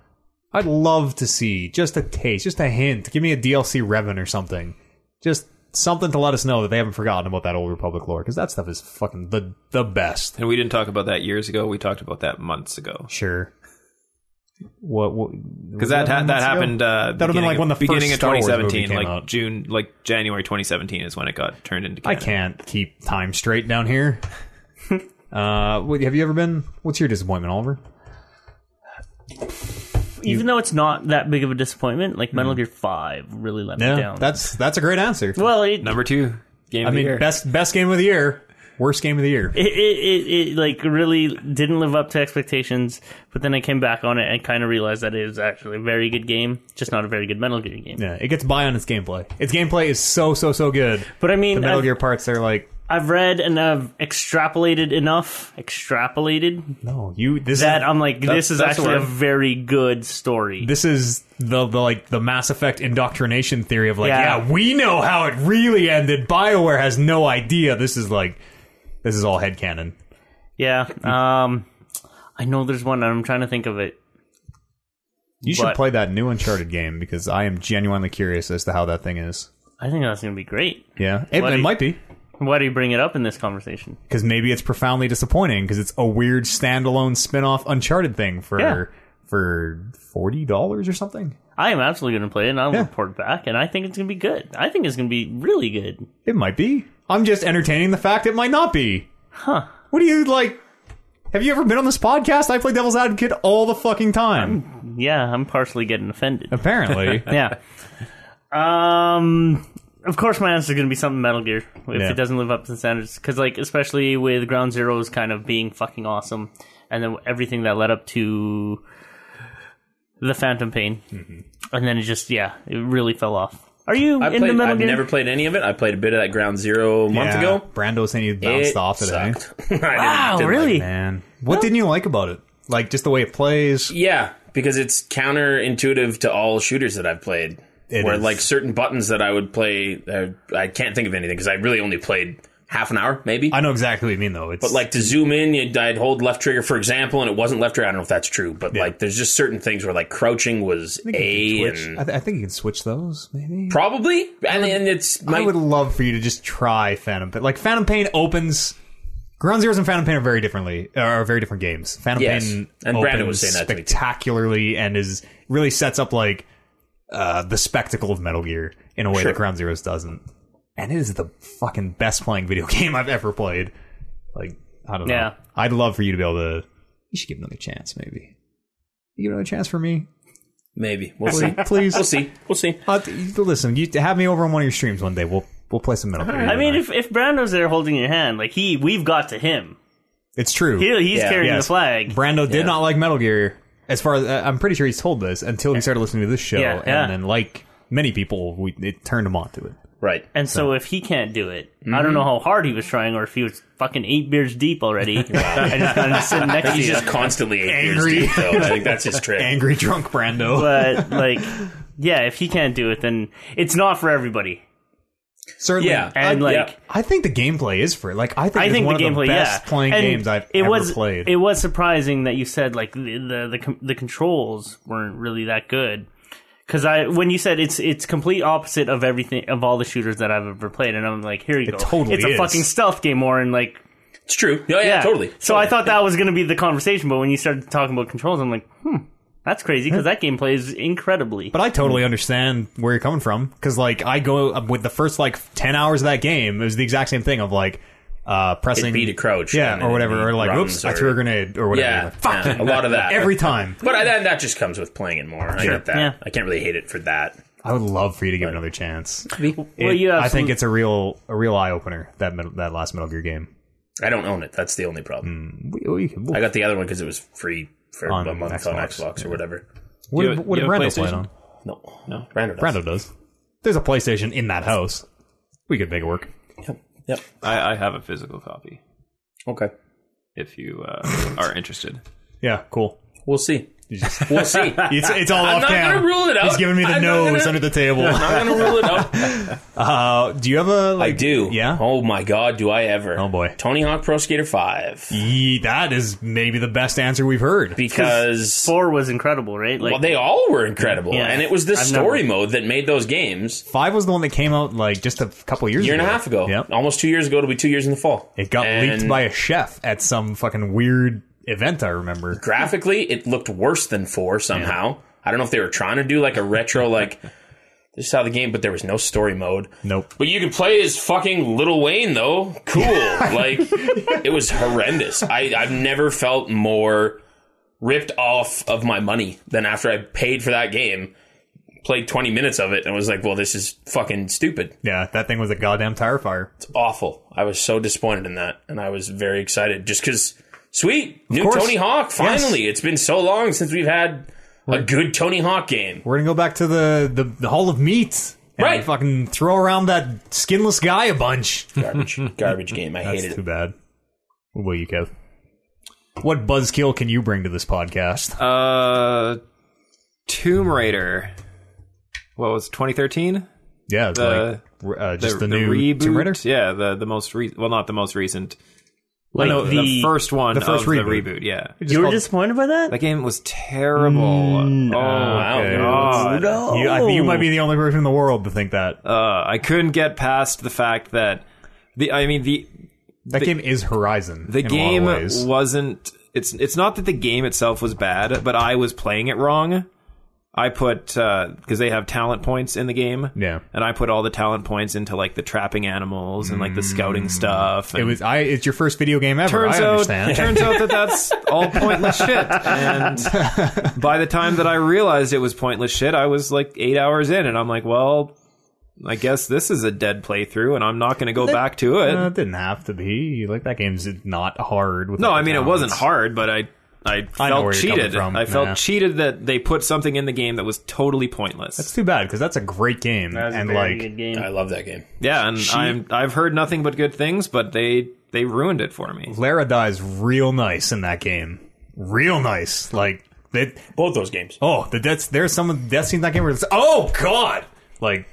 Speaker 2: I'd love to see just a taste, just a hint. Give me a DLC Revan or something. Just something to let us know that they haven't forgotten about that old Republic lore because that stuff is fucking the the best.
Speaker 4: And we didn't talk about that years ago. We talked about that months ago.
Speaker 2: Sure. What? what
Speaker 4: because that ha- that happened. Uh,
Speaker 2: That would've been, like, when the first
Speaker 4: beginning
Speaker 2: Star
Speaker 4: of
Speaker 2: Wars movie
Speaker 4: 2017,
Speaker 2: came
Speaker 4: like
Speaker 2: out.
Speaker 4: June, like January 2017 is when it got turned into.
Speaker 2: I
Speaker 4: Canon.
Speaker 2: can't keep time straight down here. uh, what, have you ever been? What's your disappointment, Oliver?
Speaker 1: Even though it's not that big of a disappointment, like Metal Gear Five really let me down.
Speaker 2: Mm. that's that's a great answer.
Speaker 1: well, it,
Speaker 4: Number two game.
Speaker 2: I
Speaker 4: of the
Speaker 2: mean,
Speaker 4: year.
Speaker 2: best best game of the year, worst game of the year.
Speaker 1: it, it, it, it like really didn't live up to expectations. But then I came back on it and kind of realized that it was actually a very good game, just not a very good Metal Gear game.
Speaker 2: Yeah, it gets by on its gameplay. Its gameplay is so so so good.
Speaker 1: But I mean,
Speaker 2: The Metal
Speaker 1: I've,
Speaker 2: Gear parts are like,
Speaker 1: I've read and I've extrapolated enough, extrapolated
Speaker 2: no, you this
Speaker 1: that
Speaker 2: is,
Speaker 1: I'm like, this is
Speaker 4: that's
Speaker 1: actually
Speaker 4: what
Speaker 1: a
Speaker 4: I'm-
Speaker 1: very good story.
Speaker 2: this is the, the like the Mass Effect indoctrination theory of like,
Speaker 1: Yeah.
Speaker 2: yeah. we know how it really ended. Bioware has no idea. This is like, this is all headcanon.
Speaker 1: yeah. Um, I know there's one. I'm trying to think of it.
Speaker 2: You should
Speaker 1: But-
Speaker 2: play that new Uncharted game because I am genuinely curious as to how that thing is.
Speaker 1: I think that's going to be great.
Speaker 2: Yeah, it,
Speaker 1: Why
Speaker 2: it
Speaker 1: do you-
Speaker 2: might be
Speaker 1: Why do you bring it up in this conversation?
Speaker 2: because maybe it's profoundly disappointing because it's a weird standalone spin-off Uncharted thing for
Speaker 1: Yeah.
Speaker 2: for forty dollars or something.
Speaker 1: I am absolutely going to play it, and I'll report back. And I think it's going to be good. I think it's going to be really good.
Speaker 2: It might be. I'm just entertaining the fact it might not be. Huh? What do you like? Have you ever been on this podcast? I play Devil's Advocate all the fucking time.
Speaker 1: Yeah, I'm partially getting offended.
Speaker 2: Apparently,
Speaker 1: yeah. Um. Of course, my answer is going to be something Metal Gear if
Speaker 2: Yeah.
Speaker 1: it doesn't live up to the standards. Because, like, especially with Ground Zeroes kind of being fucking awesome, and then everything that led up to the Phantom Pain, and then it just yeah, it really fell off. Are you
Speaker 3: Mm-hmm. I
Speaker 1: into
Speaker 3: played,
Speaker 1: Metal
Speaker 3: I've
Speaker 1: Gear?
Speaker 3: never played any of it. I played a bit of that Ground Zero a month
Speaker 2: Yeah,
Speaker 3: ago.
Speaker 2: Brando was saying you bounced
Speaker 3: It
Speaker 2: off today.
Speaker 3: sucked. I didn't-
Speaker 1: wow,
Speaker 3: didn't like it.
Speaker 1: really?
Speaker 2: Man, what didn't you like about it? Like just the way it plays.
Speaker 3: Yeah, because it's counterintuitive to all shooters that I've played.
Speaker 2: It
Speaker 3: where
Speaker 2: is.
Speaker 3: like certain buttons that I would play, uh, I can't think of anything because I really only played half an hour, maybe.
Speaker 2: I know exactly what you mean though. It's
Speaker 3: but like to zoom in, you'd, I'd hold left trigger, for example, and it wasn't left trigger. I don't know if that's true, but like there's just certain things where like crouching was A
Speaker 2: Switch. I,
Speaker 3: and
Speaker 2: th- I think you can switch those, maybe.
Speaker 3: probably, and, and it's
Speaker 2: I
Speaker 3: might-
Speaker 2: would love for you to just try Phantom Pain. Like Phantom Pain opens. Ground Zeroes and Phantom Pain are very differently are very different games. Phantom
Speaker 3: Yes.
Speaker 2: Pain
Speaker 3: And
Speaker 2: opens
Speaker 3: Brandon was saying that to me, too.
Speaker 2: spectacularly and is really sets up like uh, the spectacle of Metal Gear in a way
Speaker 3: Sure.
Speaker 2: that Ground Zeroes doesn't. And it is the fucking best playing video game I've ever played. Like I don't know.
Speaker 1: Yeah.
Speaker 2: I'd love for you to be able to. You should give it another chance, maybe. You give it another chance for me,
Speaker 3: maybe we'll see,
Speaker 2: please.
Speaker 3: we'll see, we'll see.
Speaker 2: Uh, t- listen, you have me over on one of your streams one day. We'll we'll play some Metal Gear.
Speaker 1: I mean, if if Brando's there holding your hand, like he, we've got to him.
Speaker 2: it's true.
Speaker 1: He, he's
Speaker 3: Yeah.
Speaker 1: carrying
Speaker 2: Yes.
Speaker 1: the flag.
Speaker 2: Brando did
Speaker 3: Yeah.
Speaker 2: not like Metal Gear. As far as uh, I'm pretty sure he's told this until he started listening to this show,
Speaker 1: Yeah, yeah.
Speaker 2: and then like many people, we, it turned him on to it.
Speaker 3: Right,
Speaker 1: And so, if he can't do it, I
Speaker 2: Mm-hmm.
Speaker 1: don't know how hard he was trying, or if he was fucking eight beers deep already, and just kind of sitting next to
Speaker 3: he's
Speaker 1: you.
Speaker 3: just constantly eight years
Speaker 2: Angry.
Speaker 3: deep, though. I think that's his trick.
Speaker 2: Angry drunk Brando.
Speaker 1: but like, yeah, if he can't do it, then it's not for everybody.
Speaker 2: Certainly,
Speaker 3: Yeah.
Speaker 1: And
Speaker 2: I,
Speaker 1: like,
Speaker 3: yeah.
Speaker 2: I think the gameplay is for it. Like I think,
Speaker 1: I
Speaker 2: Uh, it's
Speaker 1: think
Speaker 2: one
Speaker 1: the
Speaker 2: of
Speaker 1: gameplay,
Speaker 2: the best
Speaker 1: yeah,
Speaker 2: playing
Speaker 1: And
Speaker 2: games I've
Speaker 1: it
Speaker 2: ever
Speaker 1: was,
Speaker 2: played.
Speaker 1: It was surprising that you said like the the the, com- the controls weren't really that good. Because I, when you said it's it's complete opposite of everything of all the shooters that I've ever played, and I'm like, here you go,
Speaker 2: totally
Speaker 1: it's a
Speaker 2: is.
Speaker 1: fucking stealth game, or in like
Speaker 3: It's true. Yeah, yeah,
Speaker 1: Yeah,
Speaker 3: totally.
Speaker 1: So I thought that was going to be the conversation, but when you started talking about controls, I'm like, hmm, that's crazy because that game plays incredibly.
Speaker 2: But I totally understand where you're coming from because, like, I go with the first like ten hours of that game. It was the exact same thing of like uh pressing
Speaker 3: It beat a crouch, and
Speaker 2: yeah,
Speaker 3: then
Speaker 2: or
Speaker 3: it
Speaker 2: whatever,
Speaker 3: beat
Speaker 2: or like,
Speaker 3: runs
Speaker 2: oops,
Speaker 3: or-
Speaker 2: I threw a grenade or whatever.
Speaker 3: Yeah,
Speaker 2: Like, fuck
Speaker 3: yeah, a lot of that.
Speaker 2: every time.
Speaker 3: But I, that, that just comes with playing it more. I get that.
Speaker 1: Yeah.
Speaker 3: I can't really hate it for that.
Speaker 2: I would love for you to give it another chance.
Speaker 1: well,
Speaker 2: It-
Speaker 1: you
Speaker 2: I
Speaker 1: absolutely-
Speaker 2: think it's a real a real eye opener that metal, that last Metal Gear game.
Speaker 3: I don't own it. That's the only problem.
Speaker 2: We, we can,
Speaker 3: I
Speaker 2: we'll,
Speaker 3: got the other one because it was free for
Speaker 2: Hmm. On
Speaker 3: a month on
Speaker 2: Xbox,
Speaker 3: Xbox or whatever.
Speaker 2: what
Speaker 4: You have-
Speaker 2: what
Speaker 4: you
Speaker 2: did
Speaker 4: have a
Speaker 2: Brando play it
Speaker 4: PlayStation?
Speaker 2: on?
Speaker 3: No, no, Brando. Does.
Speaker 2: Brando does. There's a PlayStation in that house. We could make it work.
Speaker 3: Yep. yep.
Speaker 4: I, I have a physical copy
Speaker 3: Okay.
Speaker 4: if you uh, are interested.
Speaker 2: Yeah, cool.
Speaker 3: We'll see. We'll see.
Speaker 2: It's, it's all off
Speaker 3: not
Speaker 2: cam.
Speaker 3: gonna rule it
Speaker 2: He's
Speaker 3: out.
Speaker 2: giving me the
Speaker 3: I'm not
Speaker 2: nose
Speaker 3: gonna-
Speaker 2: under the table.
Speaker 3: I'm gonna rule it out.
Speaker 2: Uh, do you have a?
Speaker 3: I
Speaker 2: Like,
Speaker 3: do.
Speaker 2: Yeah.
Speaker 3: Oh my God, do I ever?
Speaker 2: Oh, boy.
Speaker 3: Tony Hawk Pro Skater Five.
Speaker 2: Ye- that is maybe the best answer we've heard.
Speaker 3: Because
Speaker 1: Four was incredible, right? Like,
Speaker 3: well, they all were incredible,
Speaker 1: Yeah.
Speaker 3: and it was this
Speaker 1: I've
Speaker 3: story mode that made those games.
Speaker 2: Five was the one that came out like just a couple years
Speaker 3: year and
Speaker 2: ago.
Speaker 3: a half ago.
Speaker 2: Yep.
Speaker 3: Almost two years ago. It'll be two years in the fall.
Speaker 2: It got
Speaker 3: And
Speaker 2: leaked by a chef at some fucking weird event I remember.
Speaker 3: graphically it looked worse than four somehow i don't know if they were trying to do like a retro like this is how the game but there was no story mode
Speaker 2: Nope.
Speaker 3: but you could play as fucking little wayne though cool like it was horrendous I, i've never felt more ripped off of my money than after i paid for that game played 20 minutes of it and was like well this is fucking stupid
Speaker 2: Yeah, that thing was a goddamn tire fire.
Speaker 3: it's awful i was so disappointed in that and i was very excited just because sweet new
Speaker 2: course.
Speaker 3: tony hawk finally it's been so long since we've had a good tony hawk game
Speaker 2: We're gonna go back to the the, the Hall of Meat. and
Speaker 3: Right.
Speaker 2: Fucking throw around that skinless guy a bunch.
Speaker 3: garbage garbage game i
Speaker 2: That's
Speaker 3: hated
Speaker 2: too
Speaker 3: it
Speaker 2: bad. What about you, Kev? What buzzkill can you bring to this podcast?
Speaker 4: Uh, Tomb Raider. What was 2013?
Speaker 2: yeah, it's
Speaker 4: the-
Speaker 2: like uh, just the,
Speaker 4: the
Speaker 2: new
Speaker 4: reboot.
Speaker 2: Tomb Raider.
Speaker 4: Yeah, the the most re- well, not the most recent.
Speaker 1: Like
Speaker 4: no, the, first one,
Speaker 2: the first
Speaker 4: of
Speaker 2: reboot.
Speaker 4: the reboot. Yeah,
Speaker 1: you were disappointed by that?
Speaker 4: that game was terrible.
Speaker 2: Mm,
Speaker 4: oh
Speaker 3: wow
Speaker 2: Okay.
Speaker 3: dude.
Speaker 4: god.
Speaker 1: no.
Speaker 2: You, I think you might be the only person in the world to think that.
Speaker 4: Uh, I couldn't get past the fact that the I mean the
Speaker 2: that game is Horizon.
Speaker 4: the
Speaker 2: in a lot of
Speaker 4: game
Speaker 2: ways.
Speaker 4: wasn't it's it's not that the game itself was bad, but I was playing it wrong. I put because they have talent points in the game.
Speaker 2: Yeah.
Speaker 4: And I put all the talent points into like the trapping animals and like the scouting stuff.
Speaker 2: Mm. It
Speaker 4: and-
Speaker 2: was. I. It's your first video game ever.
Speaker 4: turns
Speaker 2: I
Speaker 4: out
Speaker 2: understand.
Speaker 4: turns out that that's all pointless shit and by the time that i realized it was pointless shit i was like eight hours in and i'm like well i guess this is a dead playthrough and i'm not going to go back to it
Speaker 2: Uh, it didn't have to be like that. Game's not hard. With
Speaker 4: no
Speaker 2: all
Speaker 4: i
Speaker 2: the
Speaker 4: mean it
Speaker 2: talents.
Speaker 4: wasn't hard but i i felt
Speaker 2: where you're coming
Speaker 4: cheated
Speaker 2: from.
Speaker 4: i felt
Speaker 2: Yeah.
Speaker 4: cheated that they put something in the game that was totally pointless
Speaker 2: It's too bad because that's a great game
Speaker 1: That was a
Speaker 2: and
Speaker 1: very
Speaker 2: like
Speaker 1: good game.
Speaker 3: i love that game
Speaker 4: yeah and i'm i've heard nothing but good things but they they ruined it for me
Speaker 2: Lara dies real nice in that game. Real nice. Like they.
Speaker 3: both those games
Speaker 2: Oh, the deaths. There's some of the death scenes in that game where it's oh god. Like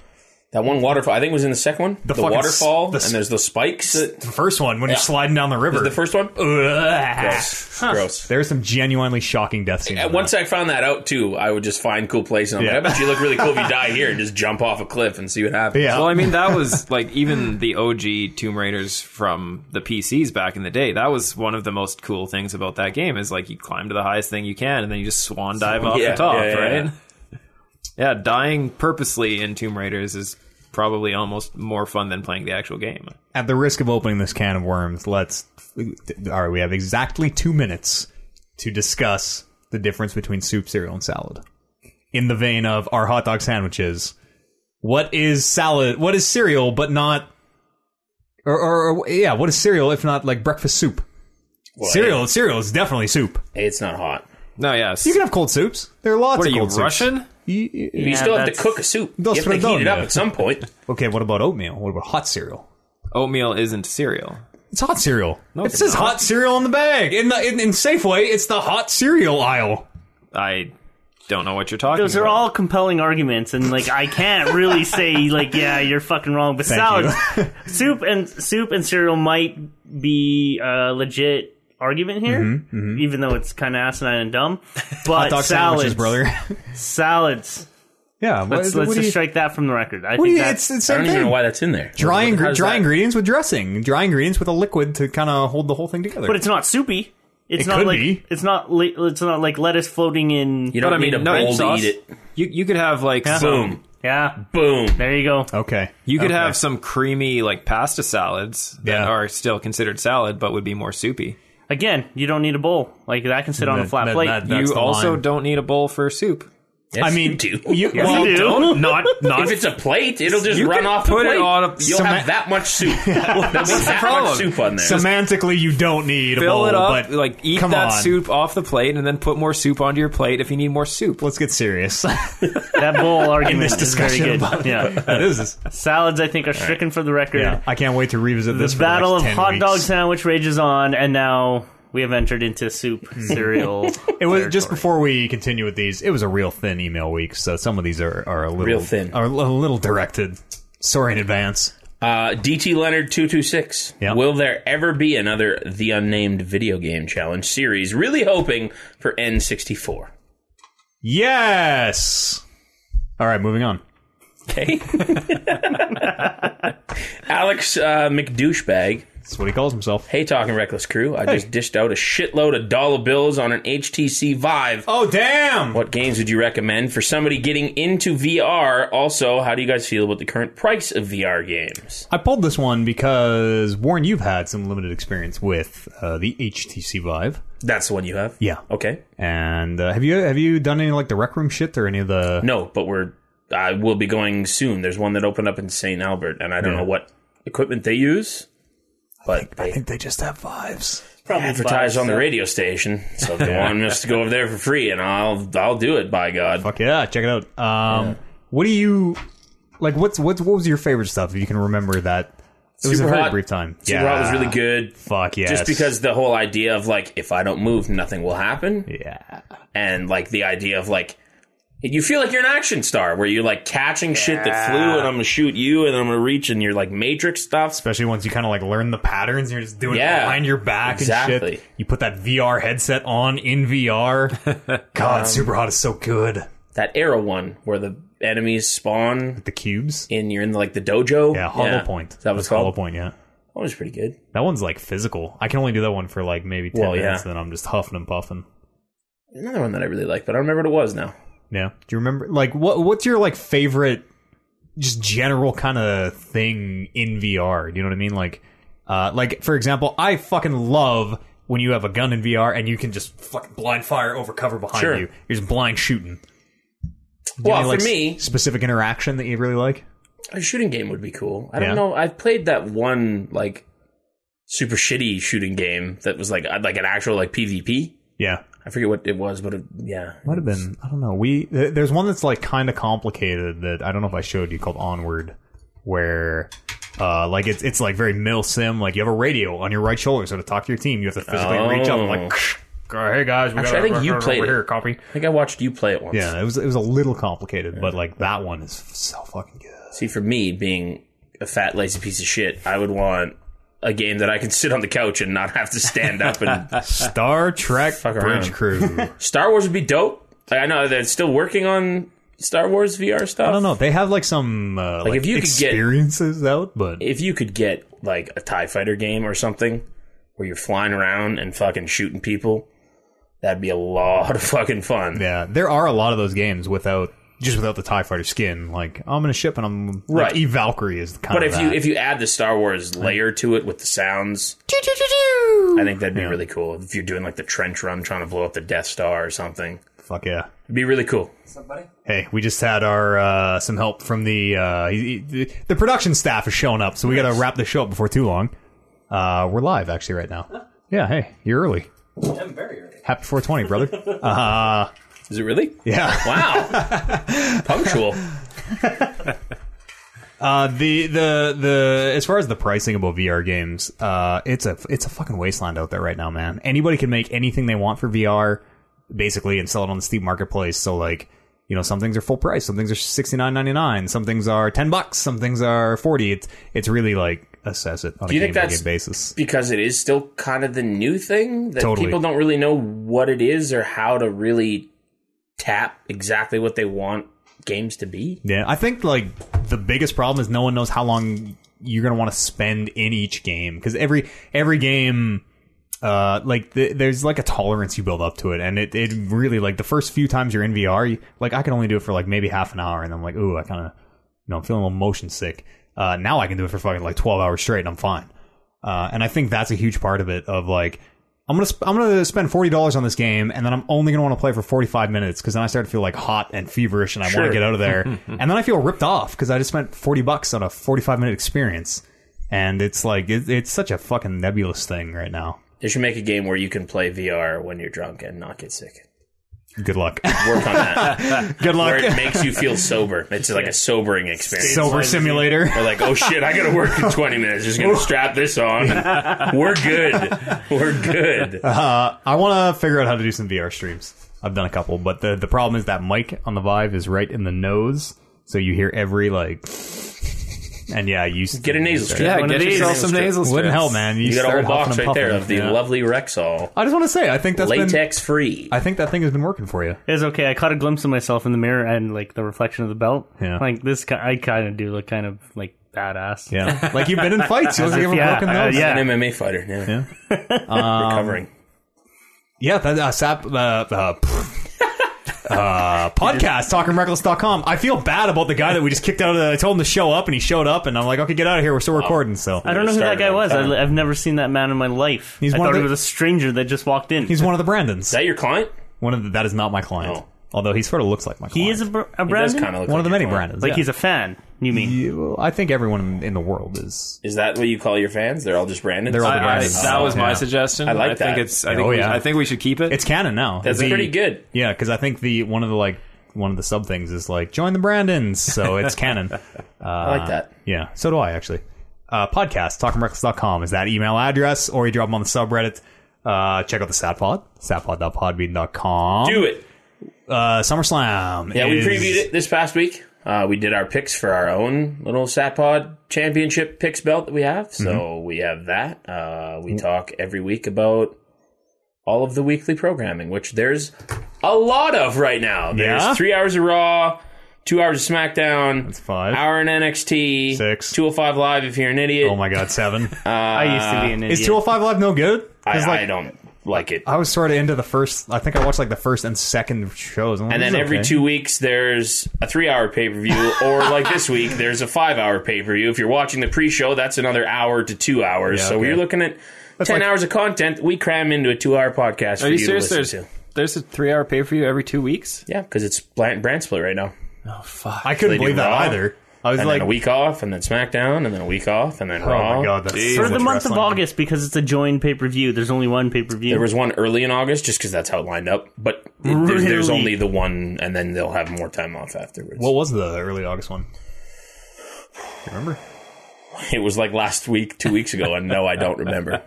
Speaker 3: that one waterfall i think it was in the second one the,
Speaker 2: fucking
Speaker 3: waterfall
Speaker 2: s- the
Speaker 3: and there's the spikes that,
Speaker 2: the first one when you're sliding down the river.
Speaker 3: the first one
Speaker 2: Ugh.
Speaker 3: gross gross
Speaker 2: There's some genuinely shocking death scenes.
Speaker 3: And
Speaker 2: in
Speaker 3: once I found that out too, I would just find cool places. and I'm
Speaker 2: Yeah.
Speaker 3: like, I bet you look really cool if you die here and just jump off a cliff and see what
Speaker 2: that.
Speaker 3: happens.
Speaker 2: yeah.
Speaker 4: Well, I mean, that was like even the OG Tomb Raiders from the PCs back in the day. That was one of the most cool things about that game is like you climb to the highest thing you can and then you just swan dive off
Speaker 3: yeah,
Speaker 4: the top,
Speaker 3: yeah, yeah,
Speaker 4: right?
Speaker 3: yeah.
Speaker 4: Yeah. dying purposely in Tomb Raiders is probably almost more fun than playing the actual game.
Speaker 2: at the risk of opening this can of worms, let's. All right, we have exactly two minutes to discuss the difference between soup, cereal, and salad. In the vein of our hot dog sandwiches, what is salad? What is cereal, but not? Or, or, or yeah, what is cereal if not like breakfast soup?
Speaker 3: Well,
Speaker 2: cereal, cereal is definitely soup.
Speaker 3: hey, it's not hot.
Speaker 4: No, yes.
Speaker 2: You can have cold soups. There are lots
Speaker 4: what are
Speaker 2: of
Speaker 4: you
Speaker 2: cold soups.
Speaker 4: Russian?
Speaker 2: You- you-
Speaker 3: But you
Speaker 1: Yeah,
Speaker 3: still have to
Speaker 1: that's-
Speaker 3: cook a soup. You
Speaker 2: Those
Speaker 3: have to
Speaker 2: for
Speaker 3: heat it up
Speaker 2: dough.
Speaker 3: at some point.
Speaker 2: Okay, what about oatmeal? What about hot cereal?
Speaker 4: Oatmeal isn't cereal.
Speaker 2: It's hot cereal. it
Speaker 4: it's
Speaker 2: says
Speaker 4: not.
Speaker 2: hot cereal on the bag. In the in, in Safeway, it's the hot cereal aisle.
Speaker 4: I don't know what you're talking
Speaker 1: Those
Speaker 4: about.
Speaker 1: are all compelling arguments, and like I can't really say like yeah you're fucking wrong. But
Speaker 2: Thank
Speaker 1: salad, soup and soup and cereal might be a legit argument here, even though it's kind of asinine and dumb. But
Speaker 2: Mm-hmm, Hot dog
Speaker 1: salads,
Speaker 2: sandwiches, brother.
Speaker 1: salads.
Speaker 2: yeah, what,
Speaker 1: Let's, let's
Speaker 2: what do
Speaker 1: just
Speaker 2: you,
Speaker 1: strike that from the record. I
Speaker 2: what do
Speaker 1: think
Speaker 2: you, it's
Speaker 1: that's
Speaker 2: it's
Speaker 3: I
Speaker 2: same
Speaker 3: don't even know
Speaker 2: thing.
Speaker 3: why that's in there.
Speaker 2: Dry,
Speaker 3: How
Speaker 2: ingre-
Speaker 3: does
Speaker 2: dry
Speaker 3: that-
Speaker 2: ingredients with dressing. Dry ingredients with a liquid to kind of hold the whole thing together.
Speaker 1: but it's not soupy. It's
Speaker 2: It
Speaker 1: not
Speaker 2: could
Speaker 1: like
Speaker 2: be.
Speaker 1: it's not li- it's not like lettuce floating in.
Speaker 3: You don't
Speaker 4: But I mean,
Speaker 3: need a
Speaker 4: no,
Speaker 3: bowl
Speaker 4: it's
Speaker 3: to
Speaker 4: sauce.
Speaker 3: eat it.
Speaker 4: You you could have like some
Speaker 3: Boom,
Speaker 1: Yeah,
Speaker 3: boom.
Speaker 1: there you go.
Speaker 2: okay.
Speaker 4: You could
Speaker 2: Okay.
Speaker 4: have some creamy like pasta salads that
Speaker 2: Yeah.
Speaker 4: are still considered salad but would be more soupy.
Speaker 1: Again, you don't need a bowl. Like that can sit on a
Speaker 2: That-
Speaker 1: flat
Speaker 2: that-
Speaker 1: plate.
Speaker 2: that- That's
Speaker 4: you
Speaker 2: the
Speaker 4: also
Speaker 2: line.
Speaker 4: don't need a bowl for soup.
Speaker 3: Yes,
Speaker 2: I mean,
Speaker 3: you do.
Speaker 2: you- well,
Speaker 1: you do.
Speaker 4: Don't not not
Speaker 3: if it's a plate, it'll just
Speaker 4: You
Speaker 3: run
Speaker 4: can
Speaker 3: off the
Speaker 4: put it
Speaker 3: plate.
Speaker 4: on a-
Speaker 3: You'll
Speaker 2: Sema-
Speaker 3: have that much soup. There'll be that
Speaker 4: problem.
Speaker 3: much soup on there.
Speaker 2: semantically you don't need a
Speaker 4: fill
Speaker 2: bowl,
Speaker 4: it up
Speaker 2: but
Speaker 4: like eat
Speaker 2: come
Speaker 4: that
Speaker 2: on.
Speaker 4: soup off the plate and then put more soup onto your plate if you need more soup.
Speaker 2: Let's get serious.
Speaker 1: that bowl argument
Speaker 2: this
Speaker 1: is very
Speaker 2: discussion
Speaker 1: good.
Speaker 2: about-
Speaker 1: yeah,
Speaker 2: that is.
Speaker 1: salads I think are stricken for the record.
Speaker 2: Yeah, I can't wait to revisit this.
Speaker 1: The
Speaker 2: for the
Speaker 1: battle of
Speaker 2: next 10
Speaker 1: hot dog
Speaker 2: weeks.
Speaker 1: sandwich rages on, and now we have entered into soup cereal.
Speaker 2: It was just before we continue with these. It was a real thin email week, so some of these are, are a little
Speaker 3: Real thin.
Speaker 2: are a little directed. Sorry in advance.
Speaker 3: Uh, DT Leonard two two six.
Speaker 2: Yeah.
Speaker 3: Will there ever be another the unnamed video game challenge series? Really hoping for N sixty four.
Speaker 2: Yes. All right, moving on.
Speaker 3: Okay. Alex uh, McDouchebag
Speaker 2: That's what he calls himself.
Speaker 3: Hey, talking reckless crew. I just dished out a shitload of dollar bills on an HTC Vive.
Speaker 2: Oh damn!
Speaker 3: What games would you recommend for somebody getting into VR? Also, how do you guys feel about the current price of VR games?
Speaker 2: I pulled this one because Warren, you've had some limited experience with uh, the HTC Vive.
Speaker 3: That's the one you have.
Speaker 2: Yeah.
Speaker 3: Okay.
Speaker 2: And uh, have you have you done any like the rec room shit or any of the?
Speaker 3: No, but we're I will be going soon. There's one that opened up in St. Albert, and I don't know what equipment they use. But
Speaker 2: I think they just have Vives.
Speaker 1: Probably
Speaker 3: advertise
Speaker 1: five,
Speaker 3: on the
Speaker 1: so-
Speaker 3: radio station, so if they want us to go over there for free, and I'll I'll do it. By God,
Speaker 2: Fuck yeah! Check it out. Um, what do you like? What's what's what was your favorite stuff? If you can remember that, it was a
Speaker 3: Super
Speaker 2: very
Speaker 3: Hot.
Speaker 2: brief time.
Speaker 3: Super Hot was really good.
Speaker 2: Fuck yeah!
Speaker 3: Just because the whole idea of like if I don't move, nothing will happen.
Speaker 2: Yeah.
Speaker 3: and like the idea of like you feel like you're an action star where you're like catching shit that flew and I'm gonna shoot you and I'm gonna reach and you're like matrix stuff.
Speaker 2: Especially once you kind of like learn the patterns, you're just doing
Speaker 3: Yeah.
Speaker 2: it behind your back and
Speaker 3: Exactly.
Speaker 2: shit. You put that VR headset on in VR. God,
Speaker 3: Um,
Speaker 2: Super Hot is so good.
Speaker 3: That arrow one where the enemies spawn
Speaker 2: The cubes.
Speaker 3: in you're in like the dojo.
Speaker 2: Yeah, Hollow Point.
Speaker 3: That was
Speaker 2: That's
Speaker 3: called?
Speaker 2: Hollow Point. Yeah,
Speaker 3: That was pretty good.
Speaker 2: that one's like physical. I can only do that one for like maybe ten
Speaker 3: Well, yeah.
Speaker 2: minutes, then I'm just huffing and puffing.
Speaker 3: Another one that I really like, but I don't remember what it was now.
Speaker 2: Yeah. Do you remember like what what's your like favorite just general kind of thing in VR? Do you know what I mean? Like uh like for example, I fucking love when you have a gun in VR and you can just fucking blind fire over cover behind
Speaker 3: Sure.
Speaker 2: you. You're just blind shooting. Do you
Speaker 3: Well,
Speaker 2: have any, like,
Speaker 3: for me-
Speaker 2: s- specific interaction that you really like?
Speaker 3: A shooting game would be cool. I
Speaker 2: Yeah.
Speaker 3: don't know. I've played that one like super shitty shooting game that was like uh, like an actual like PvP.
Speaker 2: Yeah.
Speaker 3: I forget what it was, but it, yeah,
Speaker 2: Might have been. I don't know. We th- there's one that's like kind of complicated that I don't know if I showed you called Onward, where uh like it's it's like very mill sim. Like you have a radio on your right shoulder, so to talk to your team, you have to physically reach up and like, "Go, hey guys, we
Speaker 3: Oh. Actually, I
Speaker 2: got
Speaker 3: think you played
Speaker 2: over
Speaker 3: it.
Speaker 2: here, copy.
Speaker 3: I think I watched you play it once.
Speaker 2: Yeah, it was it was a little complicated, but like that one is so fucking good.
Speaker 3: See, for me, being a fat, lazy piece of shit, I would want a game that I can sit on the couch and not have to stand up. And
Speaker 2: Star Trek Bridge
Speaker 3: around.
Speaker 2: Crew.
Speaker 3: Star Wars would be dope. Like, I know they're still working on Star Wars VR stuff.
Speaker 2: I don't know. They have like some uh, like,
Speaker 3: if you could get-
Speaker 2: experiences out, but
Speaker 3: If you could get like a Tie Fighter game or something where you're flying around and fucking shooting people, that'd be a lot of fucking fun.
Speaker 2: Yeah, there are a lot of those games without just without the Tie Fighter skin. Like I'm in a ship and I'm right.
Speaker 3: Right.
Speaker 2: Like, e Valkyrie is the kind
Speaker 3: But
Speaker 2: of
Speaker 3: if you if you add the Star Wars layer to it with the sounds, I think that'd be really cool. If you're doing like the trench run, trying to blow up the Death Star or something,
Speaker 2: fuck yeah.
Speaker 3: it'd be really cool.
Speaker 2: Hey, we just had our uh, some help from the uh, he- he- the- the production staff has shown up, so we got to wrap this show up before too long. Uh, we're live actually right now. Yeah, hey, you're early.
Speaker 4: I'm very early.
Speaker 2: Happy 420, brother.
Speaker 3: Is it really?
Speaker 2: Yeah.
Speaker 3: Wow. Punctual.
Speaker 2: Uh, the the the as far as the pricing about VR games, uh, it's a it's a fucking wasteland out there right now, man. Anybody can make anything they want for VR, basically, and sell it on the Steam marketplace. So like, you know, some things are full price, some things are sixty nine ninety nine, some things are ten bucks, some things are forty. It's it's really like assess it on a
Speaker 3: you
Speaker 2: game
Speaker 3: think
Speaker 2: by
Speaker 3: that's-
Speaker 2: game basis.
Speaker 3: Because it is still kind of the new thing that
Speaker 2: Totally.
Speaker 3: people don't really know what it is or how to really tap exactly what they want games to be.
Speaker 2: Yeah, I think like the biggest problem is no one knows how long you're gonna want to spend in each game because every every game, uh, like th- there's like a tolerance you build up to it, and it it really like the first few times you're in VR, you, like I can only do it for like maybe half an hour, and I'm like, ooh, I kind of, you know, I'm feeling a little motion sick. Uh, now I can do it for fucking like twelve hours straight, and I'm fine. Uh, and I think that's a huge part of it. Of like, I'm gonna sp- I'm gonna spend forty dollars on this game, and then I'm only gonna want to play for forty five minutes because then I start to feel like hot and feverish, and I want
Speaker 3: Sure.
Speaker 2: to get out of there. and then I feel ripped off because I just spent forty bucks on a forty five minute experience, and it's like it, it's such a fucking nebulous thing right now.
Speaker 3: They should make a game where you can play VR when you're drunk and not get sick.
Speaker 2: Good luck.
Speaker 3: Work on that.
Speaker 2: Good
Speaker 3: where it
Speaker 2: luck.
Speaker 3: makes you feel sober. It's like a sobering experience.
Speaker 2: Sober simulator.
Speaker 3: They're like, oh shit, I gotta work in 20 minutes. Just gonna strap this on. We're good. We're good.
Speaker 2: Uh-huh. I want to figure out how to do some VR streams. I've done a couple, but the the problem is that mic on the Vive is right in the nose, so you hear every like. And yeah, you
Speaker 3: Get a nasal strip.
Speaker 4: Yeah,
Speaker 3: Why don't
Speaker 4: get
Speaker 3: you
Speaker 4: yourself
Speaker 3: get a
Speaker 4: some
Speaker 3: strip?
Speaker 4: nasal strips.
Speaker 2: Wouldn't help, man.
Speaker 3: You got a
Speaker 2: start
Speaker 3: whole box
Speaker 2: huffing and
Speaker 3: right there
Speaker 2: puffing.
Speaker 3: of the
Speaker 2: Yeah.
Speaker 3: lovely Rexall.
Speaker 2: I just want to say, I think that's been.
Speaker 3: Latex free.
Speaker 2: I think that thing has been working for you.
Speaker 1: It's okay. I caught a glimpse of myself in the mirror and like the reflection of the belt.
Speaker 2: Yeah.
Speaker 1: Like this, ki- I kind of do look kind of like badass.
Speaker 2: Yeah, like you've been in fights. You look like you have a
Speaker 1: Yeah,
Speaker 2: broken
Speaker 1: uh,
Speaker 2: nose.
Speaker 1: yeah.
Speaker 3: An MMA fighter. Yeah.
Speaker 2: Um,
Speaker 3: Recovering.
Speaker 2: Yeah, that uh, sap, uh, uh, pff. uh, podcast talkingreckless.com. I feel bad about the guy that we just kicked out of the. I told him to show up, and he showed up, and I'm like, okay, get out of here. We're still recording. So
Speaker 1: I don't know who that
Speaker 3: Started
Speaker 1: guy
Speaker 3: on
Speaker 1: was. I,
Speaker 3: time.
Speaker 1: I've never seen that man in my life.
Speaker 2: He's
Speaker 1: I
Speaker 2: one
Speaker 1: thought
Speaker 2: of
Speaker 1: he
Speaker 2: the-
Speaker 1: was a stranger that just walked in.
Speaker 2: he's one of the Brandons.
Speaker 3: Is that your client?
Speaker 2: one of the, that is not my client.
Speaker 3: Oh.
Speaker 2: Although he sort of looks like my client.
Speaker 1: he is a, br- a
Speaker 3: It does
Speaker 1: Brandon.
Speaker 3: kind of
Speaker 2: one of
Speaker 3: look like
Speaker 2: the
Speaker 3: your
Speaker 2: many
Speaker 3: client.
Speaker 2: Brandons.
Speaker 1: like
Speaker 2: yeah.
Speaker 1: he's a fan. You mean?
Speaker 2: You- I think everyone in the world is.
Speaker 3: Is that what you call your fans? They're all just Brandons.
Speaker 2: They're all
Speaker 4: I,
Speaker 2: the
Speaker 4: I,
Speaker 2: Brandons.
Speaker 4: that was my
Speaker 2: Yeah.
Speaker 4: suggestion.
Speaker 3: I like
Speaker 4: think
Speaker 3: that.
Speaker 4: it's. I
Speaker 2: Oh,
Speaker 4: think, we,
Speaker 2: yeah.
Speaker 4: I think we should keep it.
Speaker 2: It's canon now.
Speaker 3: That's
Speaker 2: The-
Speaker 3: pretty good.
Speaker 2: Yeah, because I think the one of the like one of the sub things is like join the Brandons, so it's canon. Uh,
Speaker 3: I like that.
Speaker 2: Yeah, so do I actually. Uh, podcast talkingreckless.com is that email address, or you drop them on the subreddit. Uh, check out the Satpod, satpod.podbean.com.
Speaker 3: Do it.
Speaker 2: Uh, SummerSlam.
Speaker 3: Yeah, we
Speaker 2: is-
Speaker 3: previewed it this past week. Uh, we did our picks for our own little Satpod Championship picks belt that we have. So
Speaker 2: Mm-hmm.
Speaker 3: we have that. Uh, we talk every week about all of the weekly programming, which there's a lot of right now. There's
Speaker 2: Yeah?
Speaker 3: three hours of Raw, two hours of SmackDown, That's
Speaker 2: five.
Speaker 3: hour in NXT,
Speaker 2: Six.
Speaker 3: 205 Live if you're an idiot.
Speaker 2: Oh my god, seven.
Speaker 1: I used to be an
Speaker 2: is
Speaker 1: idiot.
Speaker 2: 205 Live no good?
Speaker 3: Uh, I,
Speaker 2: 'Cause, like,
Speaker 3: I don't like it.
Speaker 2: I was sort of into the first. I think I watched like the first and second shows, I'm like,
Speaker 3: And then
Speaker 2: "This is
Speaker 3: every
Speaker 2: okay."
Speaker 3: two weeks, there's a three hour pay per view, or like this week, there's a five hour pay per view. If you're watching the pre show, that's another hour to two hours.
Speaker 2: Yeah,
Speaker 3: so
Speaker 2: okay.
Speaker 3: you're looking at 10
Speaker 2: like-
Speaker 3: hours of content we cram into a two hour podcast for
Speaker 4: Are
Speaker 3: you,
Speaker 4: you serious?
Speaker 3: to
Speaker 4: There's
Speaker 3: listen to.
Speaker 4: there's a three hour pay per view every two weeks.
Speaker 3: Yeah, because it's brand, brand split right now.
Speaker 4: Oh fuck!
Speaker 2: I couldn't
Speaker 3: they do
Speaker 2: believe that
Speaker 3: Raw,
Speaker 2: either. I was
Speaker 3: And
Speaker 2: like,
Speaker 3: then a week off, and then SmackDown, and then a week off, and then
Speaker 2: oh
Speaker 3: Raw.
Speaker 2: my god, that's so
Speaker 1: for the
Speaker 2: much
Speaker 1: month of
Speaker 2: wrestling.
Speaker 1: August because it's a joined pay per view. There's only one pay per
Speaker 3: There
Speaker 1: view.
Speaker 3: was one early in August just because that's how it lined up, but it- there's, there's
Speaker 1: Really?
Speaker 3: only the one, and then they'll have more time off afterwards.
Speaker 2: What was the early August one? You remember?
Speaker 3: It was like last week, two weeks ago, and no, I don't remember.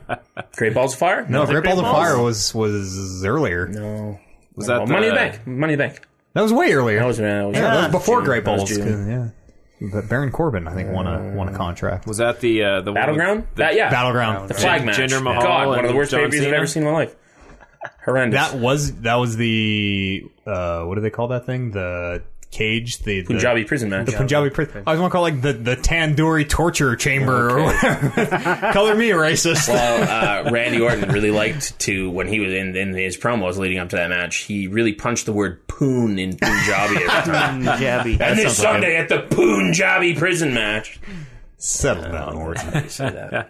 Speaker 3: Great Balls of Fire?
Speaker 2: No, Great
Speaker 1: Great
Speaker 2: Balls of
Speaker 1: Balls?
Speaker 2: Fire was was earlier.
Speaker 3: No.
Speaker 4: Was that
Speaker 3: Well,
Speaker 4: the,
Speaker 3: Money in the Bank. Money in the Bank.
Speaker 2: That was way earlier.
Speaker 3: That was, uh, that was-
Speaker 2: yeah, that was before
Speaker 3: June.
Speaker 2: Great
Speaker 3: That was
Speaker 2: Balls.
Speaker 3: June. Uh,
Speaker 2: 'cause, Yeah, but Baron Corbin, I think, won a won a contract.
Speaker 4: Was that the uh, the one with
Speaker 3: Battleground?
Speaker 4: The,
Speaker 3: that, yeah.
Speaker 2: Battleground.
Speaker 3: The flag match.
Speaker 4: Jinder Mahal
Speaker 3: God, one of the
Speaker 4: and
Speaker 3: worst
Speaker 4: John
Speaker 3: pay-per-views I've
Speaker 4: Cena.
Speaker 3: ever seen in my life. Horrendous.
Speaker 2: That was that was the uh, what do they call that thing? The cage. The, the
Speaker 3: Punjabi prison match.
Speaker 2: The Punjabi prison. I was want to call it like the the tandoori torture chamber or whatever. Color me racist.
Speaker 3: well, uh, Randy Orton really liked to when he was in, in his promos leading up to that match. He really punched the word "poon" in Punjabi. Every time.
Speaker 1: Jabby.
Speaker 3: and this
Speaker 2: sounds like
Speaker 3: Sunday at the Punjabi prison match.
Speaker 2: Settle down, Orton.
Speaker 3: You say that.
Speaker 2: Uh,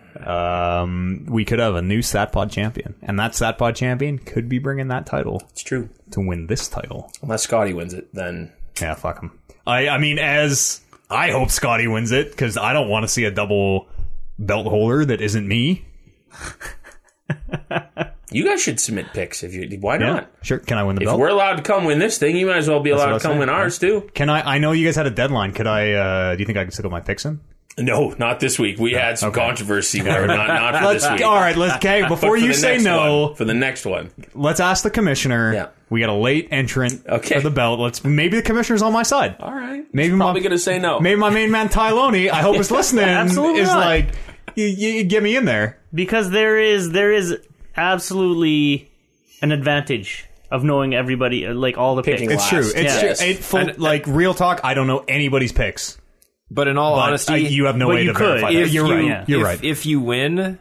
Speaker 2: Um, we could have a new Satpod champion, and that Satpod champion could be bringing that title
Speaker 3: It's true.
Speaker 2: to win this title.
Speaker 3: Unless Scotty wins it, then
Speaker 2: Yeah, fuck him. I I mean, as I hope Scotty wins it because I don't want to see a double belt holder that isn't me.
Speaker 3: you guys should submit picks. If you why
Speaker 2: Yeah,
Speaker 3: not?
Speaker 2: sure. Can I win the
Speaker 3: If
Speaker 2: belt?
Speaker 3: we're allowed to come win this thing, you might as well be allowed
Speaker 2: what I
Speaker 3: to
Speaker 2: was
Speaker 3: come
Speaker 2: saying,
Speaker 3: win
Speaker 2: yeah.
Speaker 3: ours too.
Speaker 2: Can I? I know you guys had a deadline. Could I? uh Do you think I could still get my picks in?
Speaker 3: No, not this week. We had some controversy where not not for this
Speaker 2: Let's.
Speaker 3: week.
Speaker 2: All right. Let's. Okay.
Speaker 3: But
Speaker 2: Before
Speaker 3: for
Speaker 2: you
Speaker 3: the
Speaker 2: say
Speaker 3: next
Speaker 2: no,
Speaker 3: one. for the next one,
Speaker 2: let's ask the commissioner.
Speaker 3: Yeah.
Speaker 2: We got a late entrant
Speaker 3: Okay. Oh.
Speaker 2: for the belt. Let's. Maybe the commissioner's on my side.
Speaker 3: all right,
Speaker 2: Maybe
Speaker 3: He's probably
Speaker 2: my-
Speaker 3: gonna say no.
Speaker 2: Maybe my main man Ty Loney, I hope is listening.
Speaker 1: Absolutely
Speaker 2: is
Speaker 1: not.
Speaker 2: like, you, you get me in there.
Speaker 1: because there is there is absolutely an advantage of knowing everybody uh, like all the
Speaker 3: Picking
Speaker 1: picks.
Speaker 2: It's
Speaker 3: Last,
Speaker 2: true. It's
Speaker 1: yeah.
Speaker 2: true.
Speaker 3: yes. uh,
Speaker 2: It full, like real talk. I don't know anybody's picks.
Speaker 4: But in all
Speaker 2: But
Speaker 4: honesty,
Speaker 2: I- you have no
Speaker 1: but
Speaker 2: way
Speaker 1: you
Speaker 2: to verify.
Speaker 1: could.
Speaker 2: that.
Speaker 1: If
Speaker 2: You're
Speaker 1: you-
Speaker 2: right.
Speaker 1: yeah.
Speaker 2: You're
Speaker 4: if,
Speaker 2: right.
Speaker 4: If you win,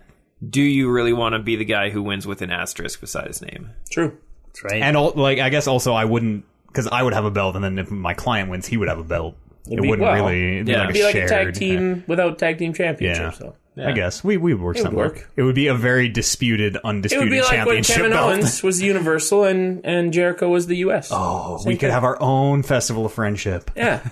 Speaker 4: do you really want to be the guy who wins with an asterisk beside his name?
Speaker 3: True.
Speaker 1: That's right.
Speaker 2: and all, like, I guess also I wouldn't because I would have a belt, and then if my client wins, he would have a belt. It
Speaker 3: be-
Speaker 2: wouldn't
Speaker 3: well,
Speaker 2: really it'd be
Speaker 4: yeah.
Speaker 2: like,
Speaker 3: It'd be
Speaker 2: a
Speaker 3: like
Speaker 2: shared,
Speaker 3: a tag team without tag team championship.
Speaker 2: Yeah.
Speaker 3: So.
Speaker 2: I guess we we would work something.
Speaker 3: work.
Speaker 2: It would be a very disputed,
Speaker 3: It
Speaker 2: undisputed
Speaker 3: would be like when
Speaker 2: championship
Speaker 3: Kevin
Speaker 2: belt.
Speaker 3: Owens was the Universal and, and Jericho was the US.
Speaker 2: Oh, we could have our own festival of friendship.
Speaker 3: Yeah.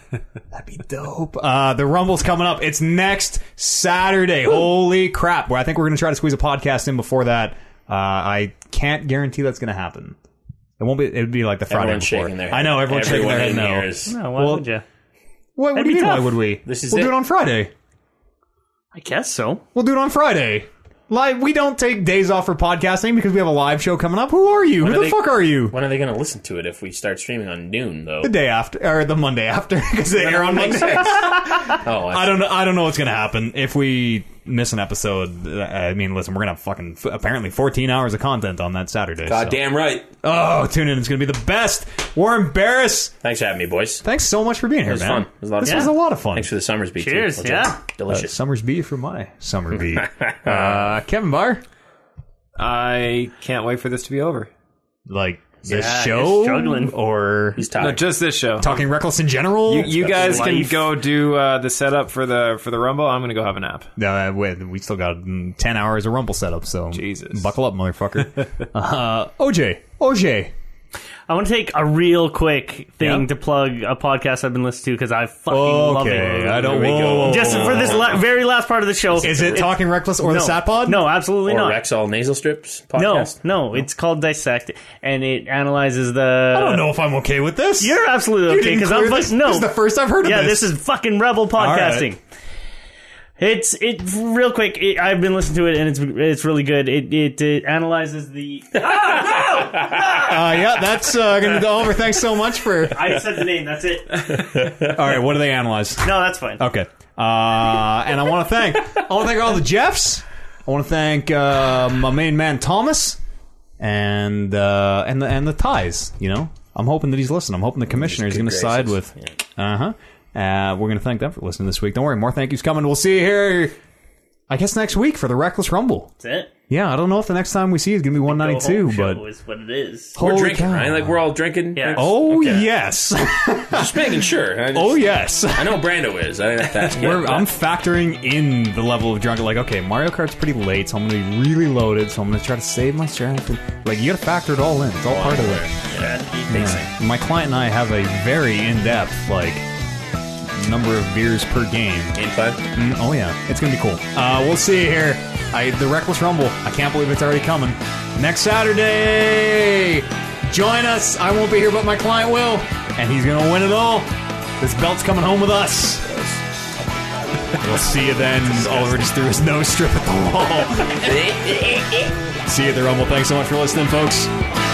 Speaker 2: That'd be dope. Uh, the Rumble's coming up. It's next Saturday. Holy crap. Well, I think we're going to try to squeeze a podcast in before that. Uh, I can't guarantee that's going to happen. It won't be, it would be like the Friday
Speaker 3: Everyone's
Speaker 2: before.
Speaker 3: shaking their head.
Speaker 2: I know, everyone's
Speaker 3: Everyone
Speaker 2: shaking
Speaker 3: in
Speaker 2: their
Speaker 3: here
Speaker 2: head now.
Speaker 3: is-
Speaker 1: No, why
Speaker 2: well-
Speaker 1: would you?
Speaker 2: Why, what
Speaker 1: That'd
Speaker 2: do you
Speaker 1: be
Speaker 2: mean, why
Speaker 1: tough.
Speaker 2: would we?
Speaker 3: This is
Speaker 2: we'll do
Speaker 3: it.
Speaker 2: it on Friday.
Speaker 1: I guess so.
Speaker 2: We'll do it on Friday. Live, we don't take days off for podcasting because we have a live show coming up. Who are you? Who
Speaker 3: are
Speaker 2: the
Speaker 3: they-
Speaker 2: fuck are you?
Speaker 3: When are they going to listen to it if we start streaming on noon, though?
Speaker 2: The day after, or the Monday after, because they air on Monday.
Speaker 3: Oh, I,
Speaker 2: I don't know. I don't know what's gonna happen if we miss an episode, uh, I mean, listen, we're gonna have fucking f- apparently 14 hours of content on that Saturday.
Speaker 3: God
Speaker 2: so-
Speaker 3: damn right.
Speaker 2: Oh, tune in. It's gonna be the best. Warren Barris,
Speaker 3: Thanks for having me, boys. It
Speaker 2: thanks so much for being here,
Speaker 3: was
Speaker 2: man.
Speaker 3: fun. It was a lot of
Speaker 2: This
Speaker 3: fun.
Speaker 2: was a lot of fun.
Speaker 3: Thanks for the summer's beat. too.
Speaker 1: Cheers,
Speaker 3: Legit.
Speaker 1: yeah.
Speaker 2: uh,
Speaker 3: Delicious.
Speaker 2: summer's bee for my summer bee. uh, Kevin Barr,
Speaker 4: I can't wait for this to be over.
Speaker 2: like this
Speaker 1: Yeah,
Speaker 2: show
Speaker 1: he's struggling.
Speaker 2: or
Speaker 3: He's tired.
Speaker 4: No, just this show.
Speaker 2: talking reckless in general.
Speaker 4: You, you guys can
Speaker 1: life.
Speaker 4: go do uh, the setup for the for the rumble. I'm gonna go have a nap.
Speaker 2: Uh, with we still got mm, ten hours of rumble setup, so
Speaker 4: Jesus.
Speaker 2: buckle up, motherfucker. uh, OJ, OJ,
Speaker 1: I want to take a real quick thing
Speaker 2: Yeah.
Speaker 1: to plug a podcast I've been listening to because I fucking love
Speaker 2: okay,
Speaker 1: it.
Speaker 2: I don't.
Speaker 4: Here we
Speaker 2: Whoa,
Speaker 4: go.
Speaker 2: whoa, whoa,
Speaker 1: Just
Speaker 2: whoa,
Speaker 1: for
Speaker 2: whoa.
Speaker 1: this la- very last part of the show.
Speaker 2: Is it talking reckless or
Speaker 1: no,
Speaker 2: the sat pod?
Speaker 1: No, absolutely
Speaker 3: or
Speaker 1: not.
Speaker 3: Rexall nasal strips
Speaker 1: no,
Speaker 3: podcast.
Speaker 1: no, it's called Dissect, and it analyzes the.
Speaker 2: I don't know if I'm okay with this.
Speaker 1: You're absolutely
Speaker 2: You
Speaker 1: okay
Speaker 2: didn't
Speaker 1: because
Speaker 2: clear
Speaker 1: I'm
Speaker 2: this.
Speaker 1: like, no.
Speaker 2: This is the first I've heard of
Speaker 1: yeah,
Speaker 2: this.
Speaker 1: this. is fucking rebel podcasting. It's it real quick. It, I've been listening to it and it's it's really good. It it, it analyzes the.
Speaker 2: Uh, yeah, that's uh, gonna go over. Thanks so much for.
Speaker 1: I said the name. That's it.
Speaker 2: All right, what do they analyze?
Speaker 1: No, that's fine.
Speaker 2: Okay. Uh, and I want to thank I want to thank all the Jeffs. I want to thank uh, my main man Thomas and uh, and the and the ties. You know, I'm hoping that he's listening. I'm hoping the commissioner is
Speaker 3: good
Speaker 2: going to side
Speaker 3: graces.
Speaker 2: with. Uh-huh. Uh We're going to thank them for listening this week. Don't worry, more thank yous coming. We'll see you here. I guess next week for the Reckless Rumble.
Speaker 1: That's it.
Speaker 2: Yeah, I don't know if the next time we see is going to be
Speaker 1: Go home
Speaker 2: 192, but
Speaker 1: show is what it is.
Speaker 3: We're
Speaker 2: Holy
Speaker 3: drinking,
Speaker 2: cow.
Speaker 3: right? Like we're all drinking.
Speaker 1: Yeah.
Speaker 2: oh
Speaker 3: Okay.
Speaker 2: yes,
Speaker 3: Just making sure. I just-
Speaker 2: oh yes.
Speaker 3: I know Brando is. I didn't have to.
Speaker 2: We're, I'm factoring in the level of drunk. Like, okay, Mario Kart's pretty late, so I'm gonna be really loaded. So I'm gonna try to save my strength. and- Like, you gotta factor it all in. It's all part of it.
Speaker 1: Yeah.
Speaker 2: Yeah. My client and I have a very in-depth like number of beers per game.
Speaker 3: Game plan.
Speaker 2: Mm, oh yeah, it's gonna be cool. Uh, we'll see you here. I the Reckless Rumble. I can't believe it's already coming. Next Saturday, join us. I won't be here, but my client will, and he's gonna win it all. This belt's coming home with us. We'll see you then. Oliver just threw his nose strip at the wall. see you at the Rumble. Thanks so much for listening, folks.